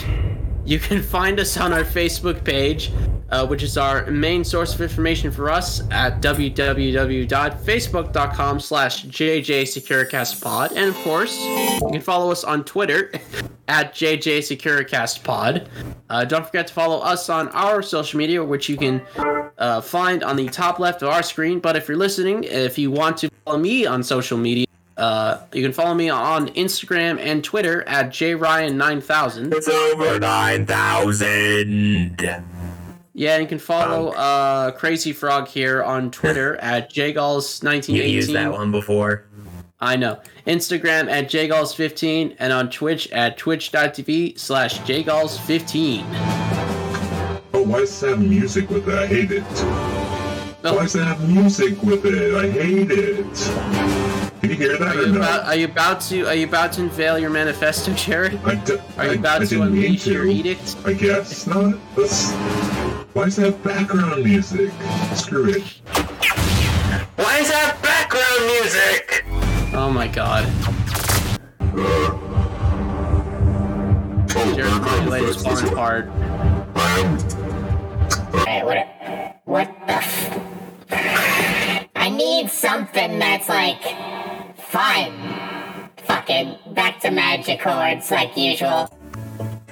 Speaker 1: You can find us on our Facebook page, uh, which is our main source of information for us at www.facebook.com slash jjsecurecastpod. And of course, you can follow us on Twitter *laughs* at jjsecurecastpod. Uh, don't forget to follow us on our social media, which you can uh, find on the top left of our screen. But if you're listening, if you want to follow me on social media, uh, you can follow me on Instagram and Twitter at jryan9000.
Speaker 4: It's over 9,000.
Speaker 1: Yeah, and you can follow uh, Crazy Frog here on
Speaker 4: *laughs*
Speaker 1: Twitter at jgalls1918.
Speaker 4: You used that one before.
Speaker 1: I know. Instagram at jgalls15 and on Twitch at twitch.tv slash jgalls15.
Speaker 5: Oh, why does it have music with it? I hate it. Why
Speaker 1: Oh,
Speaker 5: does it have music with it? I hate it. Can you hear that
Speaker 1: are,
Speaker 5: or
Speaker 1: you
Speaker 5: no?
Speaker 1: about, are you about to are you about to unveil your manifesto, Jared?
Speaker 5: I d-
Speaker 1: Are you
Speaker 5: I-
Speaker 1: about
Speaker 5: I
Speaker 1: to
Speaker 5: didn't mean
Speaker 1: unleash your
Speaker 5: to.
Speaker 1: edict?
Speaker 5: I guess not. That's... Why does it have background music? Screw it.
Speaker 4: Why is that background music?
Speaker 1: Oh my god.
Speaker 4: Oh,
Speaker 1: Jared, my latest porn card.
Speaker 3: Hey, what? What the? F- I need something that's like fun. Fucking back to magic chords like usual.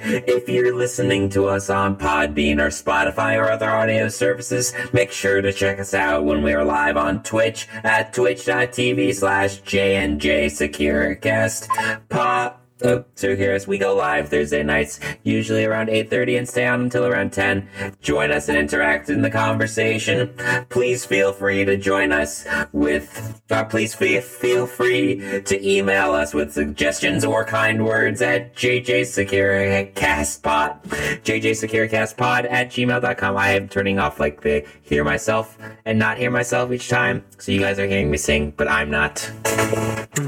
Speaker 4: If you're listening to us on Podbean or Spotify or other audio services, make sure to check us out when we are live on Twitch at twitch.tv slash JNJ Securecast. Pop. Oh, so here's we go live Thursday nights, usually around 8.30 and stay on until around 10. Join us and interact in the conversation. Please feel free to join us with, uh, please feel, feel free to email us with suggestions or kind words at jjsecurecastpod, jjsecurecastpod at gmail.com. I am turning off like the hear myself and not hear myself each time. So you guys are hearing me sing, but I'm not.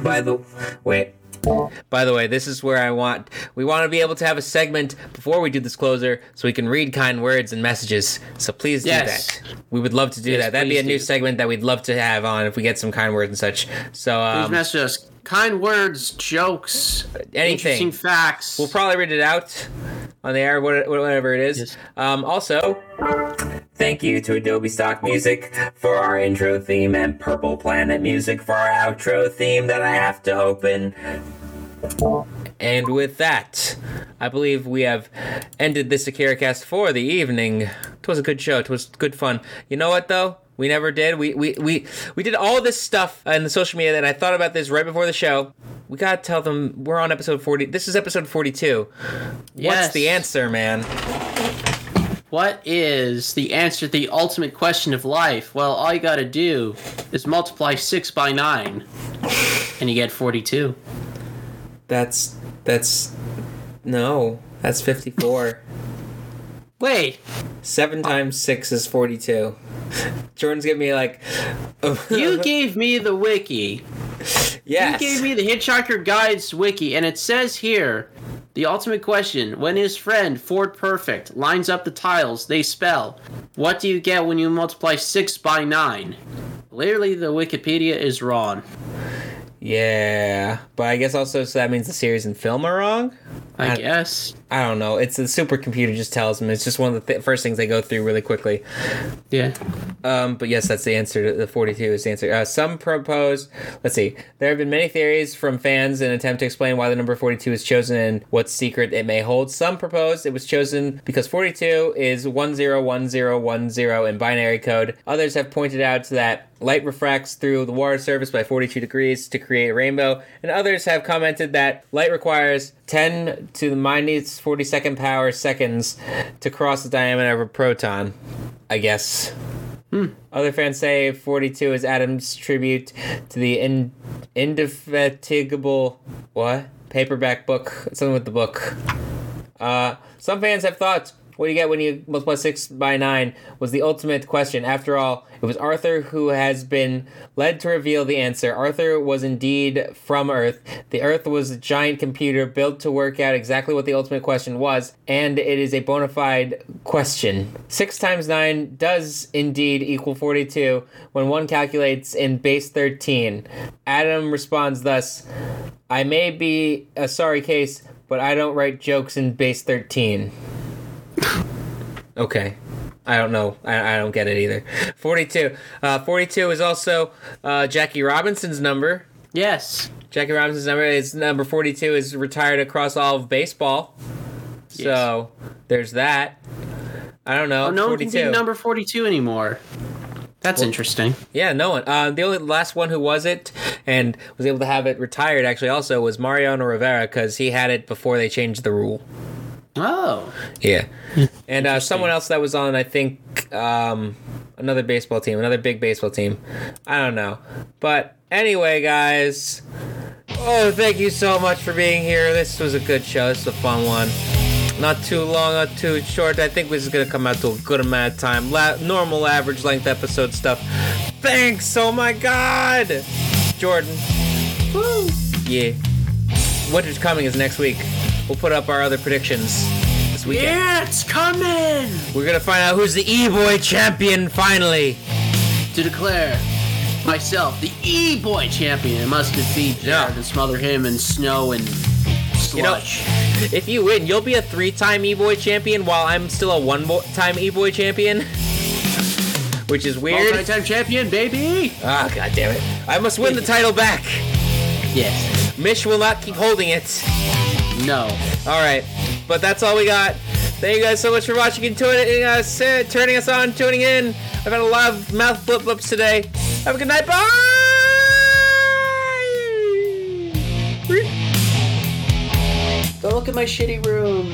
Speaker 4: By the way,
Speaker 2: by the way, this is where I want. We want to be able to have a segment before we do this closer, so we can read kind words and messages. So please
Speaker 1: Yes.
Speaker 2: do that. We would love to do that. That'd be
Speaker 1: please
Speaker 2: a new
Speaker 1: do.
Speaker 2: segment that we'd love to have on if we get some kind words and such. So
Speaker 1: Please
Speaker 2: um,
Speaker 1: message us. Kind words, jokes,
Speaker 2: Anything.
Speaker 1: interesting facts.
Speaker 2: we'll probably read it out on the air, what- whatever it is.
Speaker 1: Yes.
Speaker 2: Um, also,
Speaker 4: Thank you to Adobe Stock Music for our intro theme and Purple Planet Music for our outro theme that I have to open.
Speaker 2: and with that, I believe we have ended this Akira cast for the evening. It was a good show. It was good fun. You know what though? We never did. We we we, we did all this stuff in the social media, and I thought about this right before the show. We gotta tell them we're on episode forty. This is episode forty-two.
Speaker 1: Yes.
Speaker 2: What's the answer, man?
Speaker 1: What is the answer to the ultimate question of life? Well, all you gotta do is multiply 6 by 9, and you get 42.
Speaker 2: That's that's no. That's fifty-four.
Speaker 1: Wait!
Speaker 2: Seven times six is forty-two. Jordan's gonna be like, *laughs*
Speaker 1: You gave me the wiki.
Speaker 2: yes.
Speaker 1: You gave me the Hitchhiker Guides wiki, and it says here the ultimate question when his friend Ford Perfect lines up the tiles they spell, what do you get when you multiply 6 by 9? Clearly, the Wikipedia is wrong.
Speaker 2: Yeah, but I guess also so that means the series and film are wrong.
Speaker 1: I
Speaker 2: I-
Speaker 1: guess.
Speaker 2: I don't know. It's the supercomputer just tells them. It's just one of the th- first things they go through really quickly.
Speaker 1: Yeah.
Speaker 2: Um, but yes, that's the answer. To the 42 is the answer. Uh, some propose, let's see, there have been many theories from fans in an attempt to explain why the number 42 is chosen and what secret it may hold. Some propose it was chosen because 42 is 101010 in binary code. Others have pointed out that light refracts through the water surface by 42 degrees to create a rainbow, and others have commented that light requires 10 to the minus 42nd power seconds to cross the diameter of a proton. I guess. Other fans say 42 is Adam's tribute to the in- indefatigable what paperback book something with the book. Uh, some fans have thought what do you get when you multiply six by nine was the ultimate question. After all, it was Arthur who has been led to reveal the answer. Arthur was indeed from Earth. The Earth was a giant computer built to work out exactly what the ultimate question was, and it is a bona fide question. Six times nine does indeed equal 42 when one calculates in base 13. Adam responds thus I may be a sorry case, but I don't write jokes in base 13. Okay. I don't know. I, I don't get it either. 42. Uh, 42 is also uh, Jackie Robinson's number.
Speaker 1: Yes.
Speaker 2: Jackie Robinson's number is number 42 is retired across all of baseball. So there's that. I don't know.
Speaker 1: Oh, no one can
Speaker 2: 42.
Speaker 1: be number 42 anymore. That's interesting.
Speaker 2: Yeah, no one. Uh, the only last one who was it and was able to have it retired actually also was Mariano Rivera because he had it before they changed the rule.
Speaker 1: Oh.
Speaker 2: Yeah. And uh, someone else that was on, I think, um, another baseball team, another big baseball team. I don't know. But anyway, guys, oh, thank you so much for being here. This was a good show. This was a fun one. Not too long, not too short. I think this is going to come out to a good amount of time. La- normal average length episode stuff. Thanks. Oh, my God. Jordan. Woo. Yeah. Winter's Coming is next week. We'll put up our other predictions this weekend.
Speaker 1: Yeah, it's coming!
Speaker 2: We're gonna find out who's the E-boy champion finally.
Speaker 1: To declare myself the E Boy champion. I must defeat
Speaker 2: Yeah.
Speaker 1: Jared and smother him in snow and
Speaker 2: know-
Speaker 1: slush.
Speaker 2: If you win, you'll be a three-time E-boy champion while I'm still a one-time E-boy champion. Which is
Speaker 1: Multi
Speaker 2: weird.
Speaker 1: time champion, baby!
Speaker 2: Ah, god damn it. I must win the title back.
Speaker 1: Yes.
Speaker 2: Mish will not keep holding it.
Speaker 1: No.
Speaker 2: Alright. But that's all we got. Thank you guys so much for watching and tuning us in, turning us on, tuning in. I've had a lot of mouth flip ups today. Have a good night. Bye!
Speaker 1: Go look at my shitty room.